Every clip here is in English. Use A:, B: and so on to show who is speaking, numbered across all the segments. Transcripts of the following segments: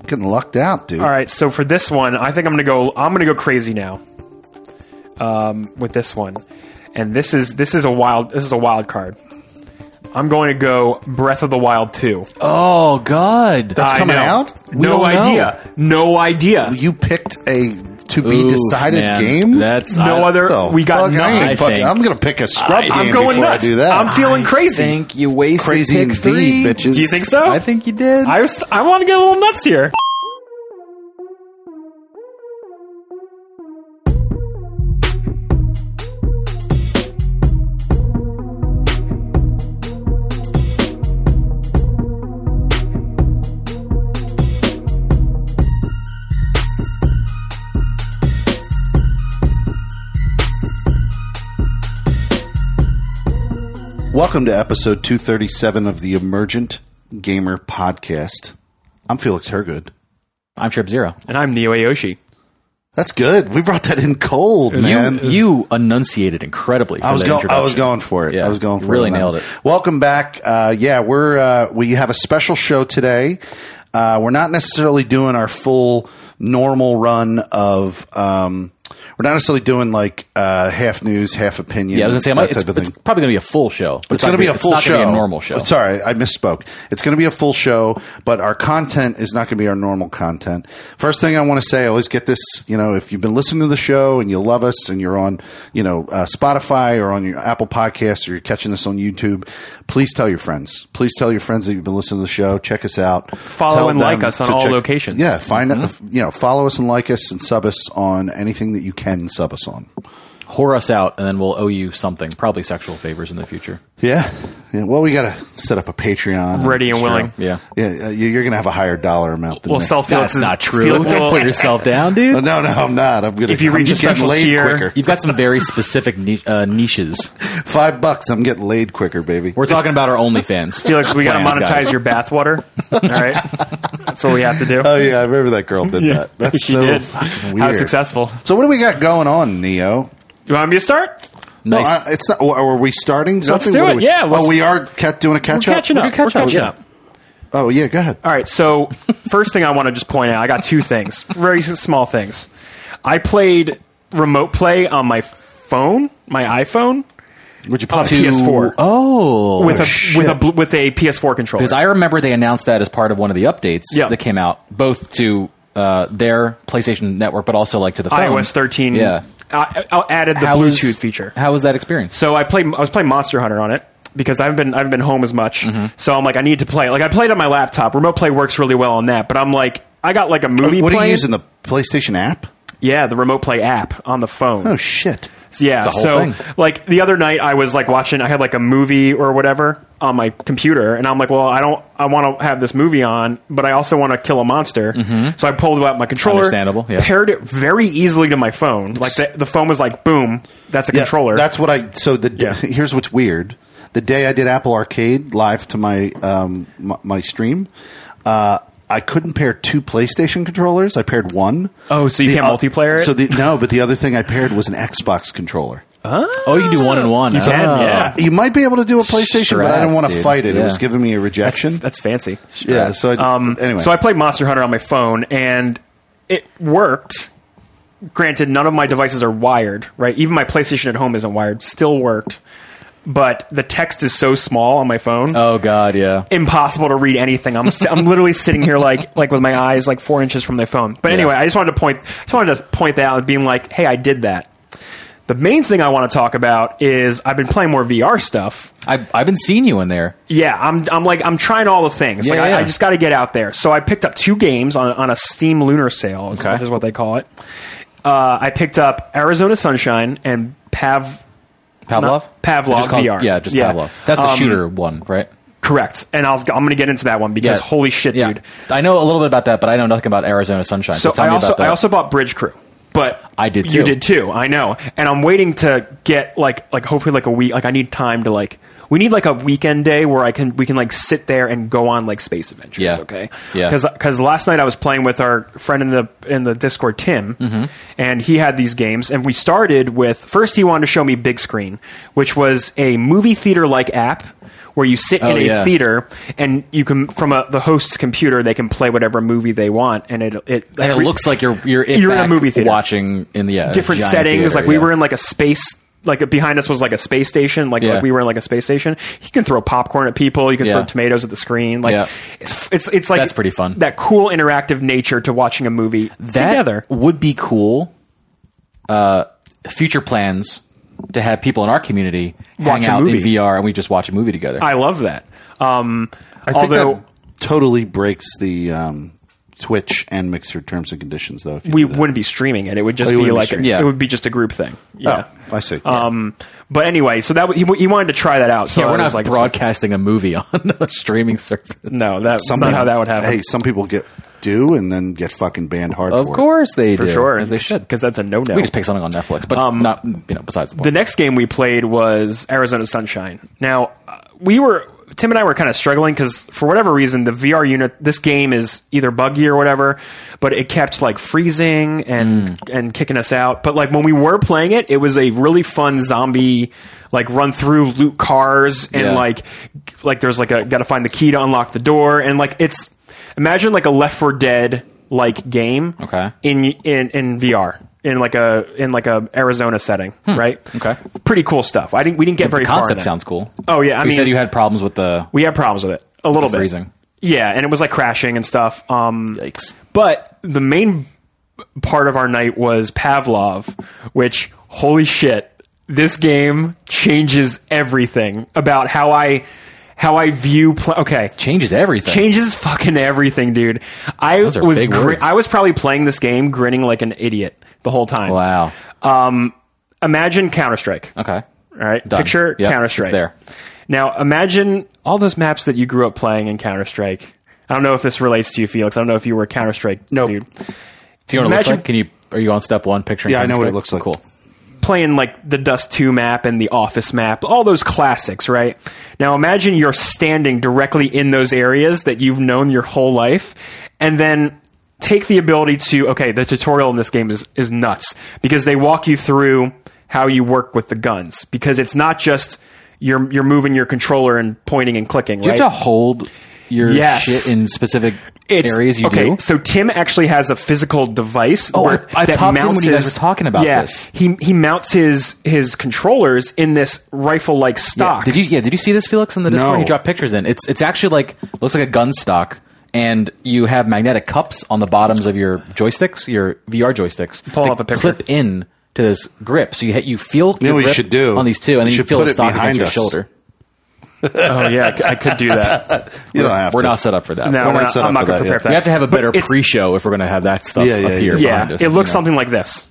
A: fucking lucked out, dude.
B: All right, so for this one, I think I'm gonna go. I'm gonna go crazy now. Um, with this one, and this is this is a wild. This is a wild card. I'm going to go Breath of the Wild 2.
C: Oh God.
A: That's
B: I
A: coming
B: know.
A: out.
B: no
C: don't know.
B: idea. No idea.
A: You picked a to be
C: Oof,
A: decided
C: man.
A: game.
C: That's
B: no
C: I,
B: other.
A: The
B: we got
A: fuck? I ain't
B: nothing.
C: I
A: fucking-
C: think.
A: I'm gonna pick a scrub
C: I'm
A: game
B: going
A: before
B: nuts.
A: I do that.
B: I'm feeling crazy.
C: I think you wasted
A: crazy
C: pick
A: indeed,
C: three.
A: bitches.
B: Do you think so?
C: I think you did.
B: I was. I want to get a little nuts here.
A: Welcome to episode 237 of the Emergent Gamer Podcast. I'm Felix Hergood.
C: I'm Trip Zero.
B: And I'm Neo Ayoshi.
A: That's good. We brought that in cold, man.
C: You, you enunciated incredibly. For
A: I was
C: that
A: going. I was
C: introduction.
A: going for it.
C: Yeah,
A: I was going
C: you
A: for
C: really
A: it. on that.
C: nailed it.
A: Welcome back. Uh, yeah, we're uh, we have a special show today. Uh, we're not necessarily doing our full normal run of. Um, we're not necessarily doing like uh, half news, half opinion.
C: Yeah, I was gonna say I might,
A: that
C: it's,
A: type of thing.
C: it's probably gonna be a full show. But
A: It's, going to
C: not
A: be a
C: gonna
A: full
C: it's not
A: show.
C: gonna be a normal show.
A: Sorry, I misspoke. It's going to be a full show, but our content is not going to be our normal content. First thing I want to say, I always get this, you know, if you've been listening to the show and you love us and you're on, you know, uh, Spotify or on your Apple Podcasts or you're catching us on YouTube, please tell your friends. Please tell your friends that you've been listening to the show. Check us out.
B: Follow
A: Tell
B: and like
A: them
B: us on
A: to
B: all locations.
A: Yeah, find you know, follow us and like us and sub us on anything that you can sub us on.
C: Whore us out, and then we'll owe you something. Probably sexual favors in the future.
A: Yeah. yeah. Well, we got to set up a Patreon.
B: Ready and
A: Sure.
B: willing.
C: Yeah.
A: Yeah, uh, you- you're going to have a higher dollar amount than
B: We'll
A: me.
B: sell Felix's.
C: That's not true.
B: Felix
C: Don't
B: will-
C: put yourself down,
A: No,
C: dude.
A: no, no, I'm not. I'm gonna.
B: If you
A: I'm
B: reach a
A: just getting
B: special
A: laid
B: tier-
A: quicker,
C: You've got some very specific ni- uh, niches.
A: five bucks, I'm getting laid quicker, baby.
C: We're talking about our OnlyFans.
B: Felix, we got to
C: Plans,
B: monetize
C: guys.
B: your bathwater. All right, that's what we have to do.
A: oh yeah, I remember that girl did that. That's
B: she
A: so
B: did.
A: fucking
B: How
A: weird.
B: successful?
A: So what do we got going on, Neo?
B: You want me to start?
A: No,
C: Nice.
A: I- it's not. Are are we starting something?
B: do
A: What are
B: it.
A: We,
B: Yeah,
A: well,
B: let's-
A: we are ca- doing a catch
B: We're
A: up.
B: catching up.
C: do catch
B: We're
C: up,
B: catching
C: yeah.
B: up.
A: Oh yeah, go ahead.
B: All right. So first thing I want to just point out, I got two things, very s- small things. I played remote play on my phone, my iPhone,
A: Would you
B: on
A: play?
B: PS4
C: Oh,
B: with a
A: shit.
B: with a bl- with a PS4 controller.
C: because I remember they announced that as part of one of the updates
B: Yeah.
C: that came out, both to uh, their PlayStation Network, but also like to the phone.
B: iOS 13
C: Yeah,
B: I, I added the
C: How was-
B: Bluetooth feature.
C: How was that experience?
B: So I played. I was playing Monster Hunter on it because I've been I've been home as much. So I'm like, I need to play. Like I played on my laptop. Remote play works really well on that. But I'm like, I got like a movie.
A: What are you
B: playing-
A: using the PlayStation app?
B: Yeah, the remote play app on the phone.
A: Oh shit.
B: Yeah,
C: It's a whole
B: so
C: thing.
B: like the other night, I was like watching. I had like a movie or whatever on my computer, and I'm like, well, I don't. I want to have this movie on, but I also want to kill a monster. So I pulled out my controller,
C: Mm-hmm. Understandable, yeah.
B: paired it very easily to my phone. Like the, the phone was like, boom, that's a
A: Yeah,
B: controller.
A: That's what I. So the
B: Yeah.
A: here's what's weird. The day I did Apple Arcade live to my um, my, my stream, uh, I couldn't pair two PlayStation controllers. I paired one.
B: Oh, so you can't multiplayer it?
A: So the, no, but the other thing I paired was an Xbox controller. Uh,
C: Oh, you can do one and one.
B: You can,
C: Oh.
B: yeah.
A: You might be able to do a PlayStation, but I didn't want
C: Strats,
A: to
C: dude.
A: fight it. It
C: Yeah.
A: was giving me a
B: that's,
A: rejection.
B: that's fancy.
A: yeah. So I, anyway,
B: So I played Monster Hunter on my phone, and it worked. Granted, none of my devices are wired, right? Even my PlayStation at home isn't wired. Still worked, but the text is so small on my phone.
C: Oh God, yeah.
B: impossible to read anything. I'm si- I'm literally sitting here like like with my eyes like four inches from my phone. But
C: Yeah.
B: anyway, I just wanted to point I just wanted to point that out, and being like, hey, I did that. The main thing I want to talk about is I've been playing more VR stuff.
C: I, I've been seeing you in there.
B: Yeah, I'm I'm like I'm trying all the things.
C: Yeah,
B: like
C: yeah.
B: I, I just got to get out there. So I picked up two games on on a Steam Lunar Sale, is-
C: Okay.
B: is what they call it. Uh, I picked up Arizona Sunshine and Pav
C: Pavlov.
B: Not- Pavlov
C: Just called-
B: VR.
C: Yeah, just
B: Yeah.
C: Pavlov. That's the
B: Um,
C: shooter one, right?
B: correct. And I'll, I'm going to get into that one because holy shit,
C: Yeah.
B: dude.
C: I know a little bit about that, but I know nothing about Arizona Sunshine.
B: So
C: So, tell
B: I
C: me
B: also
C: about that.
B: I also bought Bridge Crew, but
C: I did
B: You
C: too.
B: did too. I know, and I'm waiting to get like like hopefully like a week. Like I need time to like we need like a weekend day where I can we can like sit there and go on like space adventures.
C: Yeah.
B: Okay.
C: Yeah.
B: Because because last night I was playing with our friend in the in the Discord Tim,
C: Mm-hmm.
B: and he had these games, and we started with first he wanted to show me Big Screen, which was a movie theater like app. where you sit
C: Oh,
B: in a
C: yeah.
B: theater and you can from a, the host's computer they can play whatever movie they want, and it it
C: and it looks like you're you're,
B: You're in a
C: back
B: movie theater.
C: watching in the yeah,
B: different
C: giant
B: settings.
C: theater,
B: like we
C: yeah.
B: were in like a space. Like behind us was like a space station. Like,
C: Yeah.
B: like we were in like a space station. You can throw popcorn at people. You can
C: Yeah.
B: throw tomatoes at the screen. Like
C: Yeah.
B: it's, it's it's like
C: That's pretty fun.
B: That cool interactive nature to watching a movie
C: that
B: together.
C: would be cool. Uh, future plans to have people in our community
B: Watch
C: hang
B: a
C: out
B: movie.
C: in VR and we just watch a movie together.
B: I love that. Um,
A: I think
B: although
A: that totally breaks the um, Twitch and Mixer terms and conditions, though. If you
B: we
A: do that.
B: wouldn't be streaming it. It would just
A: you
B: be
A: wouldn't be
B: like
A: streaming.
C: Yeah.
B: it would be just a group thing. Yeah.
A: Oh, I see.
B: Um, but anyway, so that w- he, w- he wanted to try that out. So
C: yeah,
B: I
C: we're
B: was
C: not
B: like,
C: broadcasting a movie on the streaming service.
B: no, that's not
A: people-
B: how that would happen.
A: Hey, some people get do and then get fucking banned hard.
C: of
A: for it.
C: course they
B: for
C: do,
B: sure,
C: as they should.
B: because that's a no no.
C: We just pick something on Netflix, but not you know. Besides the
B: Um, the
C: point,
B: next game we played was Arizona Sunshine. Now uh, we were Tim and I were kind of struggling because for whatever reason the VR unit this game is either buggy or whatever, but it kept like freezing and
C: Hmm.
B: and kicking us out. But like when we were playing it, it was a really fun zombie like run through loot cars and
C: Yeah.
B: like like there's like a got to find the key to unlock the door and like it's imagine like a Left 4 Dead like game
C: Okay.
B: in in in VR in like a in like a Arizona setting, right?
C: Hmm. Okay.
B: pretty cool stuff. I didn't we didn't get
C: the
B: very far. in
C: concept
B: it.
C: sounds cool.
B: Oh, yeah, I
C: you
B: mean-
C: said you had problems with the
B: We had problems with it a little bit.
C: freezing.
B: Yeah, and it was like crashing and stuff. Um,
C: yikes.
B: but the main part of our night was Pavlov, which holy shit, this game changes everything about how I how I view play. Okay,
C: Changes everything.
B: changes fucking everything, dude. I
C: are
B: was
C: big
B: gr-
C: words.
B: I was probably playing this game grinning like an idiot the whole time.
C: Wow.
B: Imagine Counter Strike. All
C: Okay.
B: right.
C: Uh, Done.
B: Picture
C: Yep,
B: Counter Strike.
C: it's there.
B: Now imagine all those maps that you grew up playing in Counter Strike. I don't know if this relates to you, Felix. I don't know if you were a Counter Strike
A: Nope.
B: dude.
C: Do you know what it looks
B: Imagine-
C: like? Can you? Are you on step one? Picturing?
A: Yeah, I know what it
C: Counter-Strike?
A: looks like.
C: Cool.
B: Playing like the Dust 2 map and the Office map, all those classics, right? Now imagine you're standing directly in those areas that you've known your whole life, and then take the ability to okay, the tutorial in this game is, is nuts because they walk you through how you work with the guns. Because it's not just you're you're moving your controller and pointing and clicking,
C: Do you
B: right?
C: have to hold your
B: Yes.
C: shit in specific
B: it's,
C: areas you
B: okay,
C: do?
B: So Tim actually has a physical device.
C: Oh, I- I popped in when you guys were talking about
B: yeah,
C: this.
B: He he mounts his his controllers in this rifle like
C: Yeah.
B: stock.
C: Did you? Yeah. Did you see this, Felix, in the Discord?
A: No.
C: He dropped pictures in. It's it's actually like looks like a gun stock, and you have magnetic cups on the bottoms of your joysticks, your VR joysticks.
B: Pull
C: that
B: up a picture.
C: Clip in to this grip, so you hit, you feel
A: know
C: your
A: what you
C: grip
A: should do?
C: on these
A: You
C: two, and then you
A: should
C: feel
A: put
C: the
A: it
C: stock
A: behind
C: against your
A: us.
C: shoulder.
B: oh yeah, I c- I, could do that.
A: You don't have
C: We're
A: to.
C: not set up for that.
B: No,
A: not
B: we're not,
A: set up
B: I'm not
A: for
B: going
A: that
B: to prepare
A: yet.
B: for that.
C: we have to have a
B: But
C: better
B: it's-
C: pre-show if we're going to have that stuff
A: Yeah, yeah,
C: up here
A: yeah.
B: Yeah,
C: behind us.
B: it
C: you
B: looks
C: know?
B: something like this.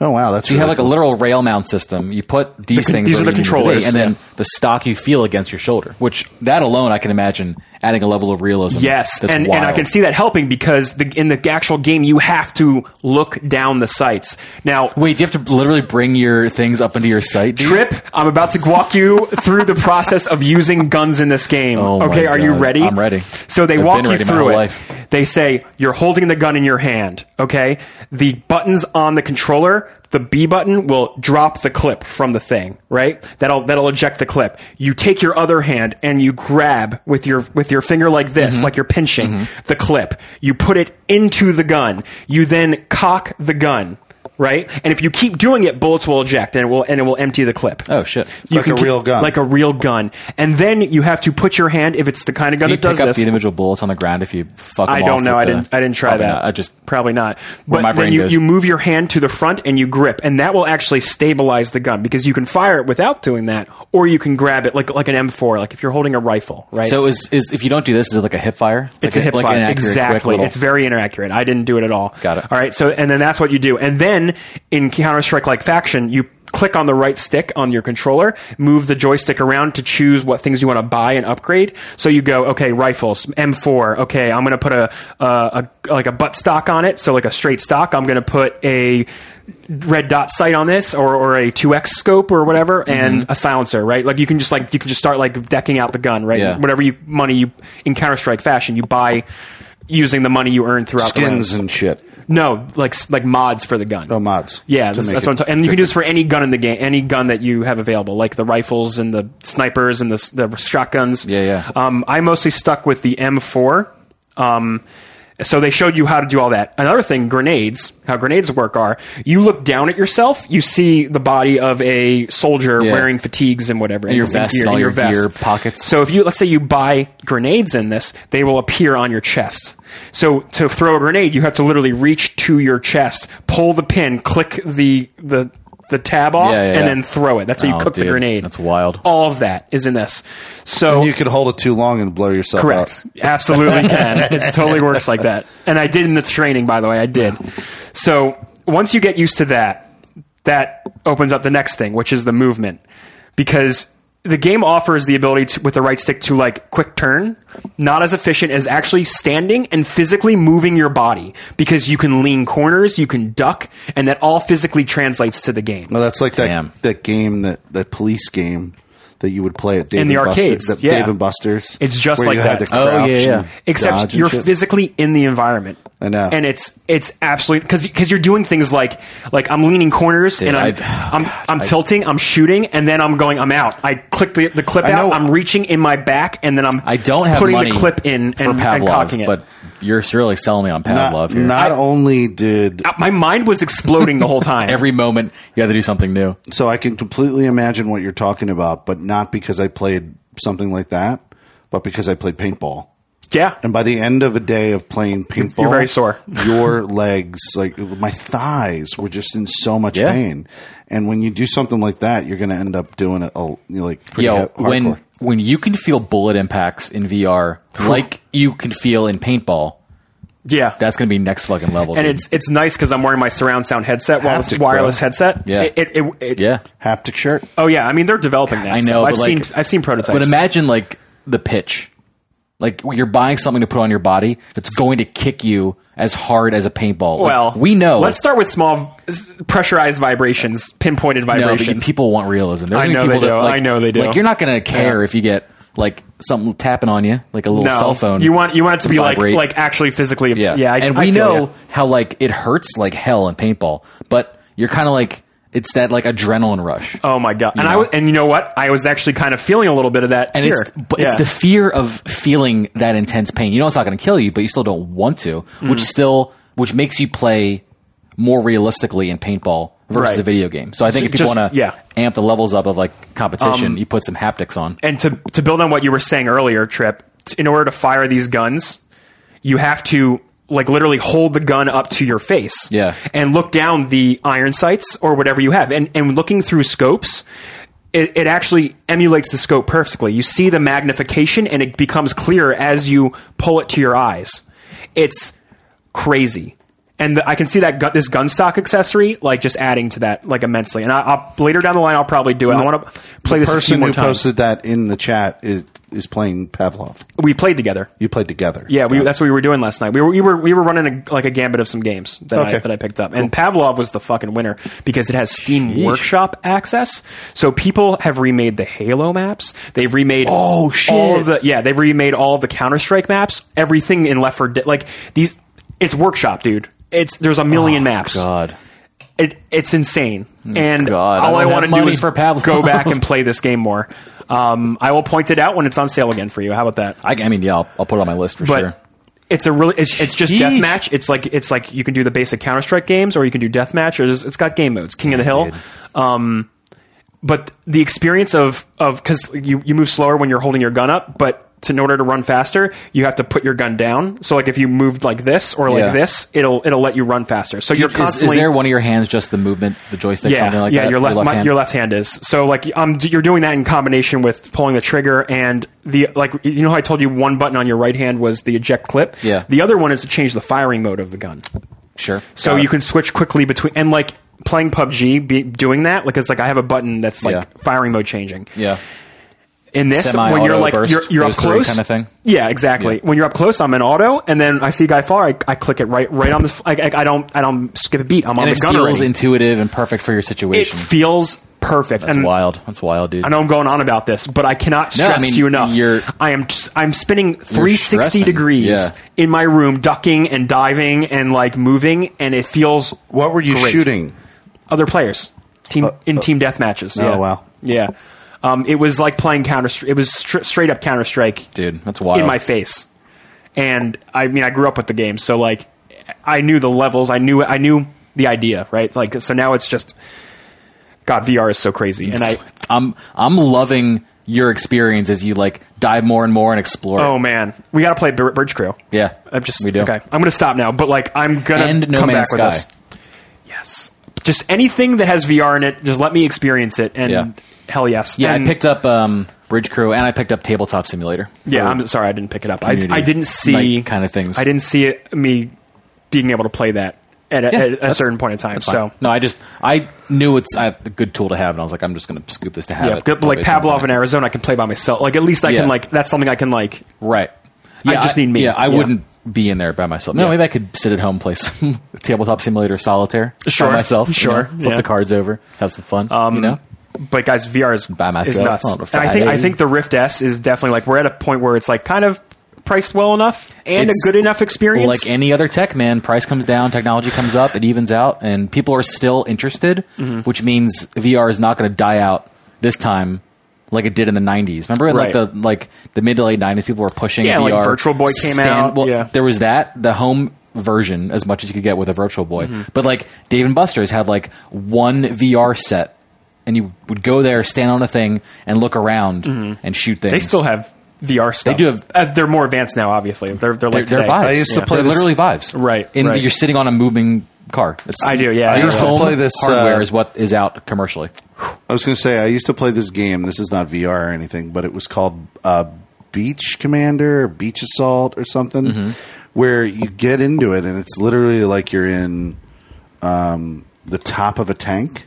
A: Oh wow, that's
C: So you have
A: really
C: like a
A: cool.
C: literal rail mount system. You put these
B: con-
C: things.
B: these
C: where
B: are the
C: you need them to
B: controllers,
C: be, and then
B: yeah.
C: the stock you feel against your shoulder. Which that alone, I can imagine adding a level of realism.
B: Yes,
C: that's
B: and
C: wild.
B: and I can see that helping because the, in the actual game you have to look down the sights. Now
C: Wait, do you have to literally bring your things up into your sight? dude?
B: Trip, I'm about to walk you through the process of using guns in this game.
C: Oh my
B: okay, are you
C: God.
B: ready?
C: I'm ready.
B: So they
C: I've
B: walk
C: been
B: you
C: ready my
B: through
C: whole
B: it.
C: life.
B: They say you're holding the gun in your hand. Okay, the buttons on the controller, the B button will drop the clip from the thing. Right, that'll that'll eject the clip. You take your other hand and you grab with your with your finger like this,
C: Mm-hmm.
B: like you're pinching the clip. You put it into the gun. You then cock the gun. Right, and if you keep doing it, bullets will eject, and it will and it will empty the clip.
C: Oh shit!
A: Like a
B: keep-
A: real gun.
B: like a real gun, and then you have to put your hand if it's the kind of gun
C: you
B: that does
C: pick up
B: this.
C: the individual bullets on the ground if you fuck.
B: I
C: them
B: don't
C: off
B: know.
C: with
B: I
C: the-
B: didn't. I didn't try
C: Probably
B: that.
C: not. I just
B: probably not. But
C: my
B: then
C: brain
B: you,
C: goes.
B: you move your hand to the front and you grip, and that will actually stabilize the gun because you can fire it without doing that, or you can grab it like like an M4, like if you're holding a rifle, right?
C: So is, is if you don't do this, is it like a hip fire?
B: it's
C: Like
B: a hip
C: like
B: fire.
C: inaccurate, quick
B: exactly.
C: little-
B: It's very inaccurate. I didn't do it at all.
C: Got it.
B: All right. So and then that's what you do. And then in Counter Strike like faction, you click on the right stick on your controller, move the joystick around to choose what things you want to buy and upgrade. So you go, okay, rifles, M4. Okay, I'm going to put a, uh, a like a butt stock on it. So like a straight stock. I'm going to put a red dot sight on this or, or a 2x scope or whatever and a silencer right like you can just like you can just start like decking out the gun right
C: Yeah.
B: whatever you money you in counter-strike fashion you buy using the money you earn throughout
A: skins
B: the round.
A: and shit.
B: No, like like mods for the gun.
A: No mods.
B: Yeah,
A: To
B: that's,
A: make
B: that's
A: it
B: what I'm talking. And you can
A: thicker.
B: do this for any gun in the game, any gun that you have available, like the rifles and the snipers and the s- the shotguns.
C: Yeah, yeah.
B: Um, I mostly stuck with the M4. Um, so they showed you how to do all that. Another thing, grenades. How grenades work are you look down at yourself, you see the body of a soldier
C: Yeah.
B: wearing fatigues and whatever, and
C: your vest and all
B: in
C: your gear pockets.
B: So if you let's say you buy grenades in this, they will appear on your chest. So to throw a grenade, you have to literally reach to your chest, pull the pin, click the the the tab off,
C: Yeah, yeah,
B: and
C: yeah.
B: then throw it. That's how you
C: Oh,
B: cook
C: dude,
B: the grenade.
C: that's wild.
B: All of that is in this. So
A: You could hold it too long and blow yourself
B: Correct.
A: up.
B: Absolutely can. It totally works like that. And I did in the training, by the way. I did. So once you get used to that, that opens up the next thing, which is the movement, because the game offers the ability to, with the right stick to like quick turn, not as efficient as actually standing and physically moving your body, because you can lean corners, you can duck, and that all physically translates to the game.
A: No, that's like
C: Damn.
A: that that game that that police game that you would play at Dave
B: In the
A: and Buster-
B: arcades,
A: that
B: yeah.
A: Dave and Buster's.
B: It's just
A: where you
B: like
A: had
B: that.
A: to
C: Oh,
A: crouch
C: yeah, yeah.
A: and dodge
B: except
A: and
B: you're
A: shit.
B: physically in the environment.
A: I know.
B: and it's it's absolutely because because you're doing things like like I'm leaning corners and I'm
C: I'd-
B: I'm, I'm tilting, I'm shooting, and then I'm going, I'm out. I click the, the clip
A: I
B: out,
A: know-
B: I'm reaching in my back, and then I'm
C: I don't have
B: putting
C: money
B: the clip in
C: for
B: and,
C: Pavlov,
B: and cocking it.
C: but you're really selling me on
A: Not,
C: Pavlov here.
A: not only did
B: Uh, my mind was exploding the whole time.
C: Every moment you have to do something new.
A: so I can completely imagine what you're talking about, but not because I played something like that, but because I played paintball.
B: yeah,
A: And by the end of a day of playing paintball,
B: you're very sore.
A: your legs, like my thighs, were just in so much
C: Yeah.
A: pain. And when you do something like that, you're going to end up doing it, a, you know, like pretty
C: Yo,
A: hard- hardcore.
C: when when you can feel bullet impacts in VR like you can feel in paintball,
B: yeah,
C: that's gonna be next fucking level.
B: and
C: dude.
B: it's it's nice because I'm wearing my surround sound headset while it's
A: Haptic,
B: wireless
A: bro.
B: headset.
C: Yeah.
B: It, it, it, it-
C: yeah,
A: haptic shirt,
B: Oh yeah, I mean they're developing that.
C: I
B: stuff.
C: know.
B: I've
C: but,
B: seen
C: like,
B: I've seen prototypes.
C: But imagine like the pitch, like you're buying something to put on your body that's going to kick you as hard as a paintball. Like,
B: Well,
C: we know.
B: Let's start with small, s- pressurized vibrations, pinpointed
C: No, but
B: vibrations.
C: you- people want realism. There's
B: I
C: gonna be
B: know
C: people
B: they
C: that,
B: do.
C: like-
B: I know they do.
C: Like you're not gonna care
B: Yeah.
C: if you get like something tapping on you, like a little
B: no,
C: cell phone.
B: You want you want it to be
C: vibrate.
B: like like actually physically.
C: yeah,
B: yeah. I,
C: and
B: I
C: we
B: feel
C: know
B: ya.
C: how like it hurts like hell in paintball, but you're kind of like it's that like adrenaline rush.
B: Oh my god! And I
C: know.
B: was, and you know what? I was actually kind of feeling a little bit of that
C: and
B: here.
C: it's but
B: Yeah.
C: it's the fear of feeling that intense pain. You know it's not going to kill you, but you still don't want to,
B: Mm.
C: which still which makes you play more realistically in paintball versus
B: Right.
C: a video game. So I think if
B: Just-
C: people want to
B: yeah. Um,
C: amp the levels up of like competition, you put some haptics on.
B: and to to build on what you were saying earlier, Trip, t- in order to fire these guns, you have to like literally hold the gun up to your face,
C: Yeah.
B: and look down the iron sights or whatever you have, and and looking through scopes. It, it actually emulates the scope perfectly. You see the magnification, and it becomes clear as you pull it to your eyes. It's crazy, and the, I can see that gu- this gun stock accessory like just adding to that like immensely. And I, I'll later down the line, I'll probably do it. I want to play this a few
A: person
B: more
A: who
B: times
A: posted that in the chat is is playing Pavlov.
B: we played together.
A: You played together.
B: Yeah, we, that's what we were doing last night. We were we were we were running a, like a gambit of some games that I
A: Okay.
B: that I picked up, and Pavlov was the fucking winner because it has Steam Workshop access. So people have remade the Halo maps. They've remade
A: Oh, shit.
B: all of the yeah they've remade all of the Counter Strike maps. Everything in Left 4 Dead like these. It's Workshop, dude. It's there's a million maps.
C: Oh, God. Oh,
B: It, it's insane, and
C: God, I
B: all
C: don't
B: I,
C: have
B: want to do
C: money
B: is
C: for Pavlov.
B: go back and play this game more. Um, I will point it out when it's on sale again for you. How about that?
C: I, I mean, yeah, I'll, I'll put it on my list for
B: but
C: sure.
B: it's a really it's, it's just
C: Sheesh.
B: deathmatch. It's like it's like you can do the basic Counter Strike games, or you can do deathmatch, or there's- it's got game modes, King of the Hill.
C: dude.
B: Um, but the experience of of because you you move slower when you're holding your gun up, but to, in order to run faster, you have to put your gun down. So like if you moved like this or like
C: Yeah.
B: this, it'll it'll let you run faster. So you're
C: Is- Is,
B: constantly
C: there one of your hands just the movement, the joystick,
B: yeah,
C: something like
B: yeah,
C: that?
B: Your left, my-
C: hand?
B: your left hand is. So like, um, d- you're doing that in combination with pulling the trigger and the like. You know how I told you one button on your right hand was the eject clip.
C: Yeah.
B: The other one is to change the firing mode of the gun.
C: sure.
B: So
C: Got
B: you
C: it.
B: can switch quickly between and like playing PUBG, be, doing that like it's like I have a button that's like
C: Yeah.
B: firing mode changing
C: yeah.
B: in this
C: Semi-auto
B: when you're like
C: burst,
B: you're, you're up
C: those three
B: close
C: kinda thing?
B: Yeah, exactly.
C: Yeah.
B: When you're up close, I'm in auto, and then I see guy far, I, I click it right right on the. f- I, I- I don't I don't skip a beat. I'm on
C: And
B: the
C: it
B: gun
C: feels
B: already.
C: intuitive and perfect for your
B: It
C: situation.
B: feels perfect.
C: That's
B: and
C: wild. That's wild, dude.
B: I know I'm going on about this, but I cannot
C: No, I
B: stress
C: mean,
B: to you enough.
C: you're-
B: I am just, I'm spinning 360
C: stressing,
B: degrees
C: yeah.
B: in my room, ducking and diving and like moving, and it feels
A: What were you
B: Great.
A: shooting?
B: other players team in team death matches.
A: Uh, Oh,
B: yeah.
A: wow.
B: yeah. Um, it was like playing Counter. It was str- straight up Counter Strike,
C: Dude, that's wild.
B: in my face. And I mean, I grew up with the game, so like, I knew the levels. I knew I knew the idea, right? Like, so now it's just, God, VR is so crazy, and I,
C: I'm I'm loving your experience as you like dive more and more and explore.
B: oh man, we got to play Bir- Birch Crew.
C: yeah.
B: I'm just
C: we do.
B: okay. I'm gonna stop now, but like, I'm gonna
C: And No
B: come
C: Man's
B: back
C: Sky.
B: with this. Yes, just anything that has VR in it, just let me experience it, and
C: Yeah.
B: hell yes,
C: Yeah,
B: And-
C: I picked up um, Bridge Crew and I picked up Tabletop Simulator.
B: Yeah,
C: For-
B: I'm sorry, I didn't pick it up. I,
C: community
B: I didn't see
C: night kinda things.
B: I didn't see it, me being able to play that at a,
C: Yeah,
B: at a
C: that's-
B: certain point in time.
C: It's fine.
B: So
C: no, I just I knew it's a good tool to have, and I was like, I'm just going to scoop this to have
B: yeah,
C: it.
B: good- like
C: Probably at some
B: Pavlov
C: point.
B: in Arizona, I can play by myself. Like at least I
C: Yeah.
B: can like that's something I can like.
C: Right.
B: I just need me.
C: Yeah, I
B: Yeah.
C: wouldn't be in there by myself. No,
B: Yeah.
C: maybe I could sit at home, and play some tabletop simulator solitaire
B: Sure.
C: by myself. you
B: Sure.
C: know, flip
B: Yeah. Um,
C: the cards over, have some fun. you know,
B: But guys, VR is,
C: By myself
B: is nuts.
C: on a
B: And I think I
C: Friday.
B: think the Rift S is definitely like we're at a point where it's like kind of priced well enough and
C: It's
B: a good enough experience.
C: like any other tech, man, price comes down, technology comes up, it evens out, and people are still interested,
B: Mm-hmm.
C: which means VR is not going to die out this time. Like it did in the '90s. Remember,
B: Right.
C: like the like the mid to late '90s, people were pushing.
B: Yeah,
C: VR.
B: like Virtual Boy came out,
C: Well,
B: yeah.
C: there was that the home version as much as you could get with a Virtual Boy.
B: Mm-hmm.
C: But like Dave and Buster's had like one VR set, and you would go there, stand on a thing, and look around and shoot things.
B: Mm-hmm. they still have VR stuff.
C: do have-
B: Uh, they're more advanced now, obviously. They're they're
C: they're,
B: like
C: they're
B: today.
C: vibes.
A: I used to
C: Yeah.
A: play
C: They're
A: this-
C: literally vibes.
B: Right,
C: In
B: right.
C: you're sitting on a moving car. It's,
B: I do, yeah, I
C: Your
A: used to
C: phone
A: play this,
C: hardware
A: uh,
C: is what is out commercially.
A: I was going to say I used to play this game. This is not VR or anything, but it was called uh, Beach Commander or Beach Assault or something,
D: Mm-hmm.
A: where you get into it and it's literally like you're in um, the top of a tank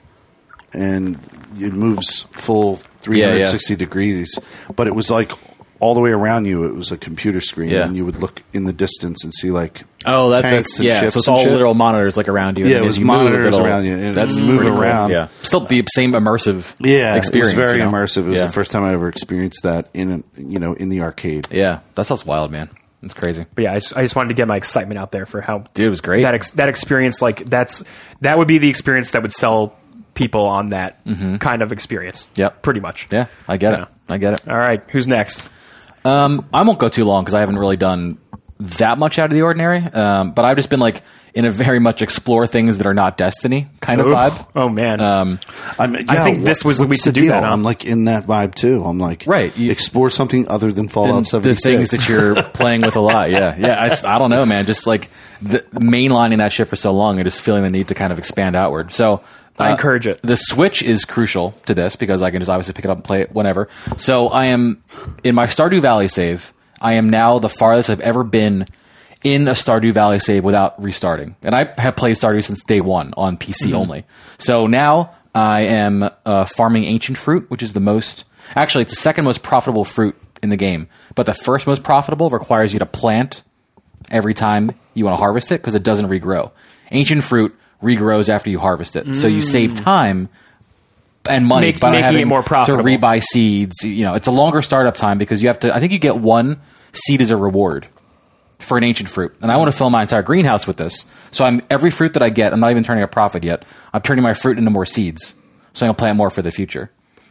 A: and it moves full 360 degrees. But it was like all the way around you. It was a computer screen,
C: Yeah.
A: and you would look in the distance and see like tanks and
D: Oh, yeah.
A: ships
D: So it's
A: and
D: all
A: shit.
D: literal monitors like around you.
A: Yeah,
D: and
A: it
D: as
A: was
D: you move,
A: monitors
D: it'll-
A: around you. and move
D: pretty cool.
A: around.
D: Yeah.
C: Still the same immersive
A: yeah,
C: experience.
A: It was very
C: you know?
A: immersive. It was
C: yeah.
A: the first time I ever experienced that in an, you know in the arcade.
C: Yeah, that sounds wild, man. It's crazy.
B: But yeah, I just, I just wanted to get my excitement out there for how
C: Dude, it was great.
B: That ex- that experience, like that's that would be the experience that would sell people on that kind of experience.
C: Mm-hmm. Yep.
B: pretty much.
C: Yeah, I get it. I get it.
B: All right, who's next?
C: I won't go too long because I haven't really done that much out of the ordinary. Um, but I've just been like in a very much explore things that are not Destiny kind of
B: Oof.
C: vibe. Um,
B: Oh man,
A: I'm, yeah,
B: think
A: what-
B: this was the
A: what's
B: week to do
A: deal?
B: that, huh?
A: I'm like in that vibe too. I'm like
C: Right, you-
A: explore something other than
D: And
A: Fallout
D: the
A: 76.
D: things that you're playing with a lot. Yeah, yeah.
C: yeah, I, just- I don't know, man. Just like the mainlining that shit for so long and just feeling the need to kind of expand outward. So uh,
B: I encourage it.
C: The Switch is crucial to this because I can just obviously pick it up and play it whenever. So I am in my Stardew Valley save. I am now the farthest I've ever been in a Stardew Valley save without restarting, and I have played Stardew since day one on PC only. So now I am uh, farming ancient fruit, which is the most. Actually, it's the second most profitable fruit in the game, but the first most profitable requires you to plant every time you want to harvest it because it doesn't regrow. Ancient fruit regrows after you harvest it, so you save time and money
B: Mm. Make-
C: by not
B: making
C: having
B: it more profitable.
C: to rebuy seeds. You know, it's a longer startup time because you have to. I think you get one seed as a reward for an ancient fruit, and I want to fill my entire greenhouse with this. So I'm every fruit that I get, I'm not even turning a profit yet. I'm turning my fruit into more seeds, so I'm gonna plant more for the future.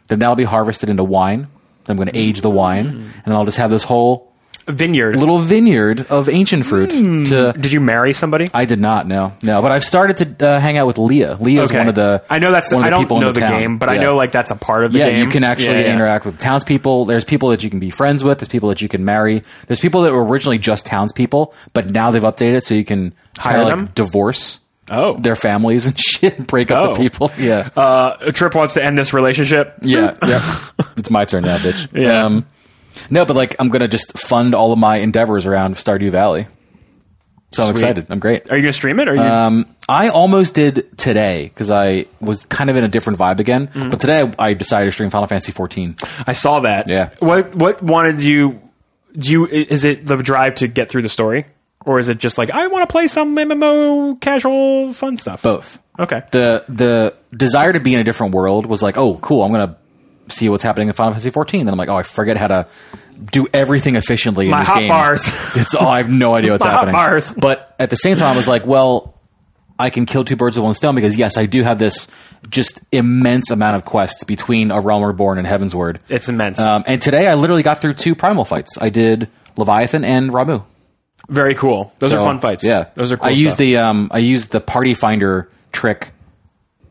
C: Then that'll be harvested into wine. Then I'm gonna age the wine,
B: Mm.
C: and then I'll just have this whole
B: Vineyard.
C: little vineyard of ancient fruit
B: Hmm.
C: to
B: Did you marry somebody?
C: I did not. No, no. But I've started to uh, hang out with Leah. Leah is one of the.
B: I know that's.
C: one of
B: I
C: the
B: don't
C: people in
B: know the,
C: town.
B: game, but I
C: Yeah.
B: know like that's a part of the
C: yeah,
B: game.
C: you can actually
B: Yeah, yeah.
C: interact with townspeople. There's people that you can be friends with. There's people that you can marry. There's people that were originally just townspeople, but now they've updated it so you can
B: Hire
C: kinda,
B: them?
C: like, divorce
B: Oh.
C: their families and shit, and break up
B: Oh.
C: the people. Yeah,
B: Uh, Trip wants to end this relationship.
C: yeah, yeah. it's my turn now, bitch.
B: Yeah.
C: no, but like I'm gonna just fund all of my endeavors around Stardew Valley. So I'm
B: Sweet.
C: excited. I'm great.
B: Are you gonna stream it? Or are you?
C: Um, I almost did today because I was kind of in a different vibe again.
B: Mm-hmm.
C: But today I, I decided to stream Final Fantasy 14.
B: I saw that.
C: Yeah.
B: What What wanted you? Do you? Is it the drive to get through the story, or is it just like I want to play some MMO casual fun stuff?
C: Both.
B: Okay.
C: the the desire to be in a different world was like, oh, cool, I'm gonna see what's happening in Final Fantasy 14. Then I'm like, oh, I forget how to do everything efficiently in
B: My
C: this
B: hot
C: game.
B: bars.
C: It's oh, I have no idea what's
B: My hot
C: happening.
B: bars.
C: But at the same time, I was like, well, I can kill two birds with one stone because yes, I do have this just immense amount of quests between A Realm Reborn and Heaven's Word.
B: It's immense.
C: Um, and today, I literally got through two primal fights. I did Leviathan and Ramu.
B: Very cool. Those are
C: So,
B: fun fights.
C: Yeah,
B: Those are cool.
C: I used
B: stuff.
C: the um, I used the party finder trick,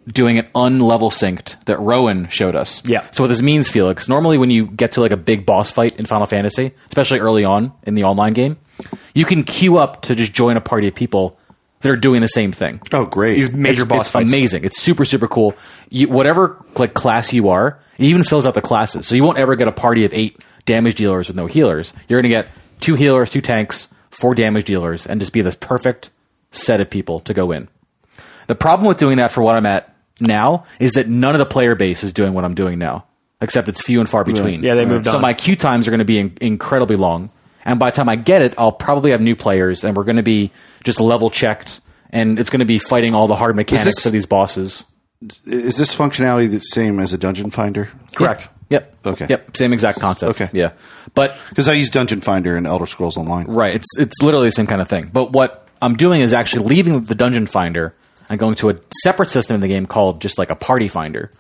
C: doing it unlevel synced that Rowan showed us.
B: Yeah.
C: So what this means, Felix, normally when you get to like a big boss fight in Final Fantasy, especially early on in the online game, you can queue up to just join a party of people that are doing the same thing
A: Oh, great.
B: these major
C: it's,
B: boss
C: it's
B: fights.
C: amazing. It's super super cool. You, whatever like class you are, it even fills out the classes. So you won't ever get a party of eight damage dealers with no healers. You're gonna get two healers, two tanks, four damage dealers, and just be this perfect set of people to go in. The problem with doing that for what I'm at now is that none of the player base is doing what I'm doing now, except it's few and far between.
B: Yeah, they moved
C: So
B: on.
C: my queue times are going to be in- incredibly long, and by the time I get it, I'll probably have new players, and we're going to be just level checked, and it's going to be fighting all the hard mechanics
A: this-
C: of these bosses.
A: Is this functionality the same as a dungeon finder?
B: Correct.
C: Yep.
A: Okay.
C: Yep. Same exact concept.
A: Okay.
C: Yeah. But
A: Because I use Dungeon Finder in Elder Scrolls Online.
C: Right. It's it's literally the same kind of thing. But what I'm doing is actually leaving the dungeon finder and going to a separate system in the game called just like a party finder,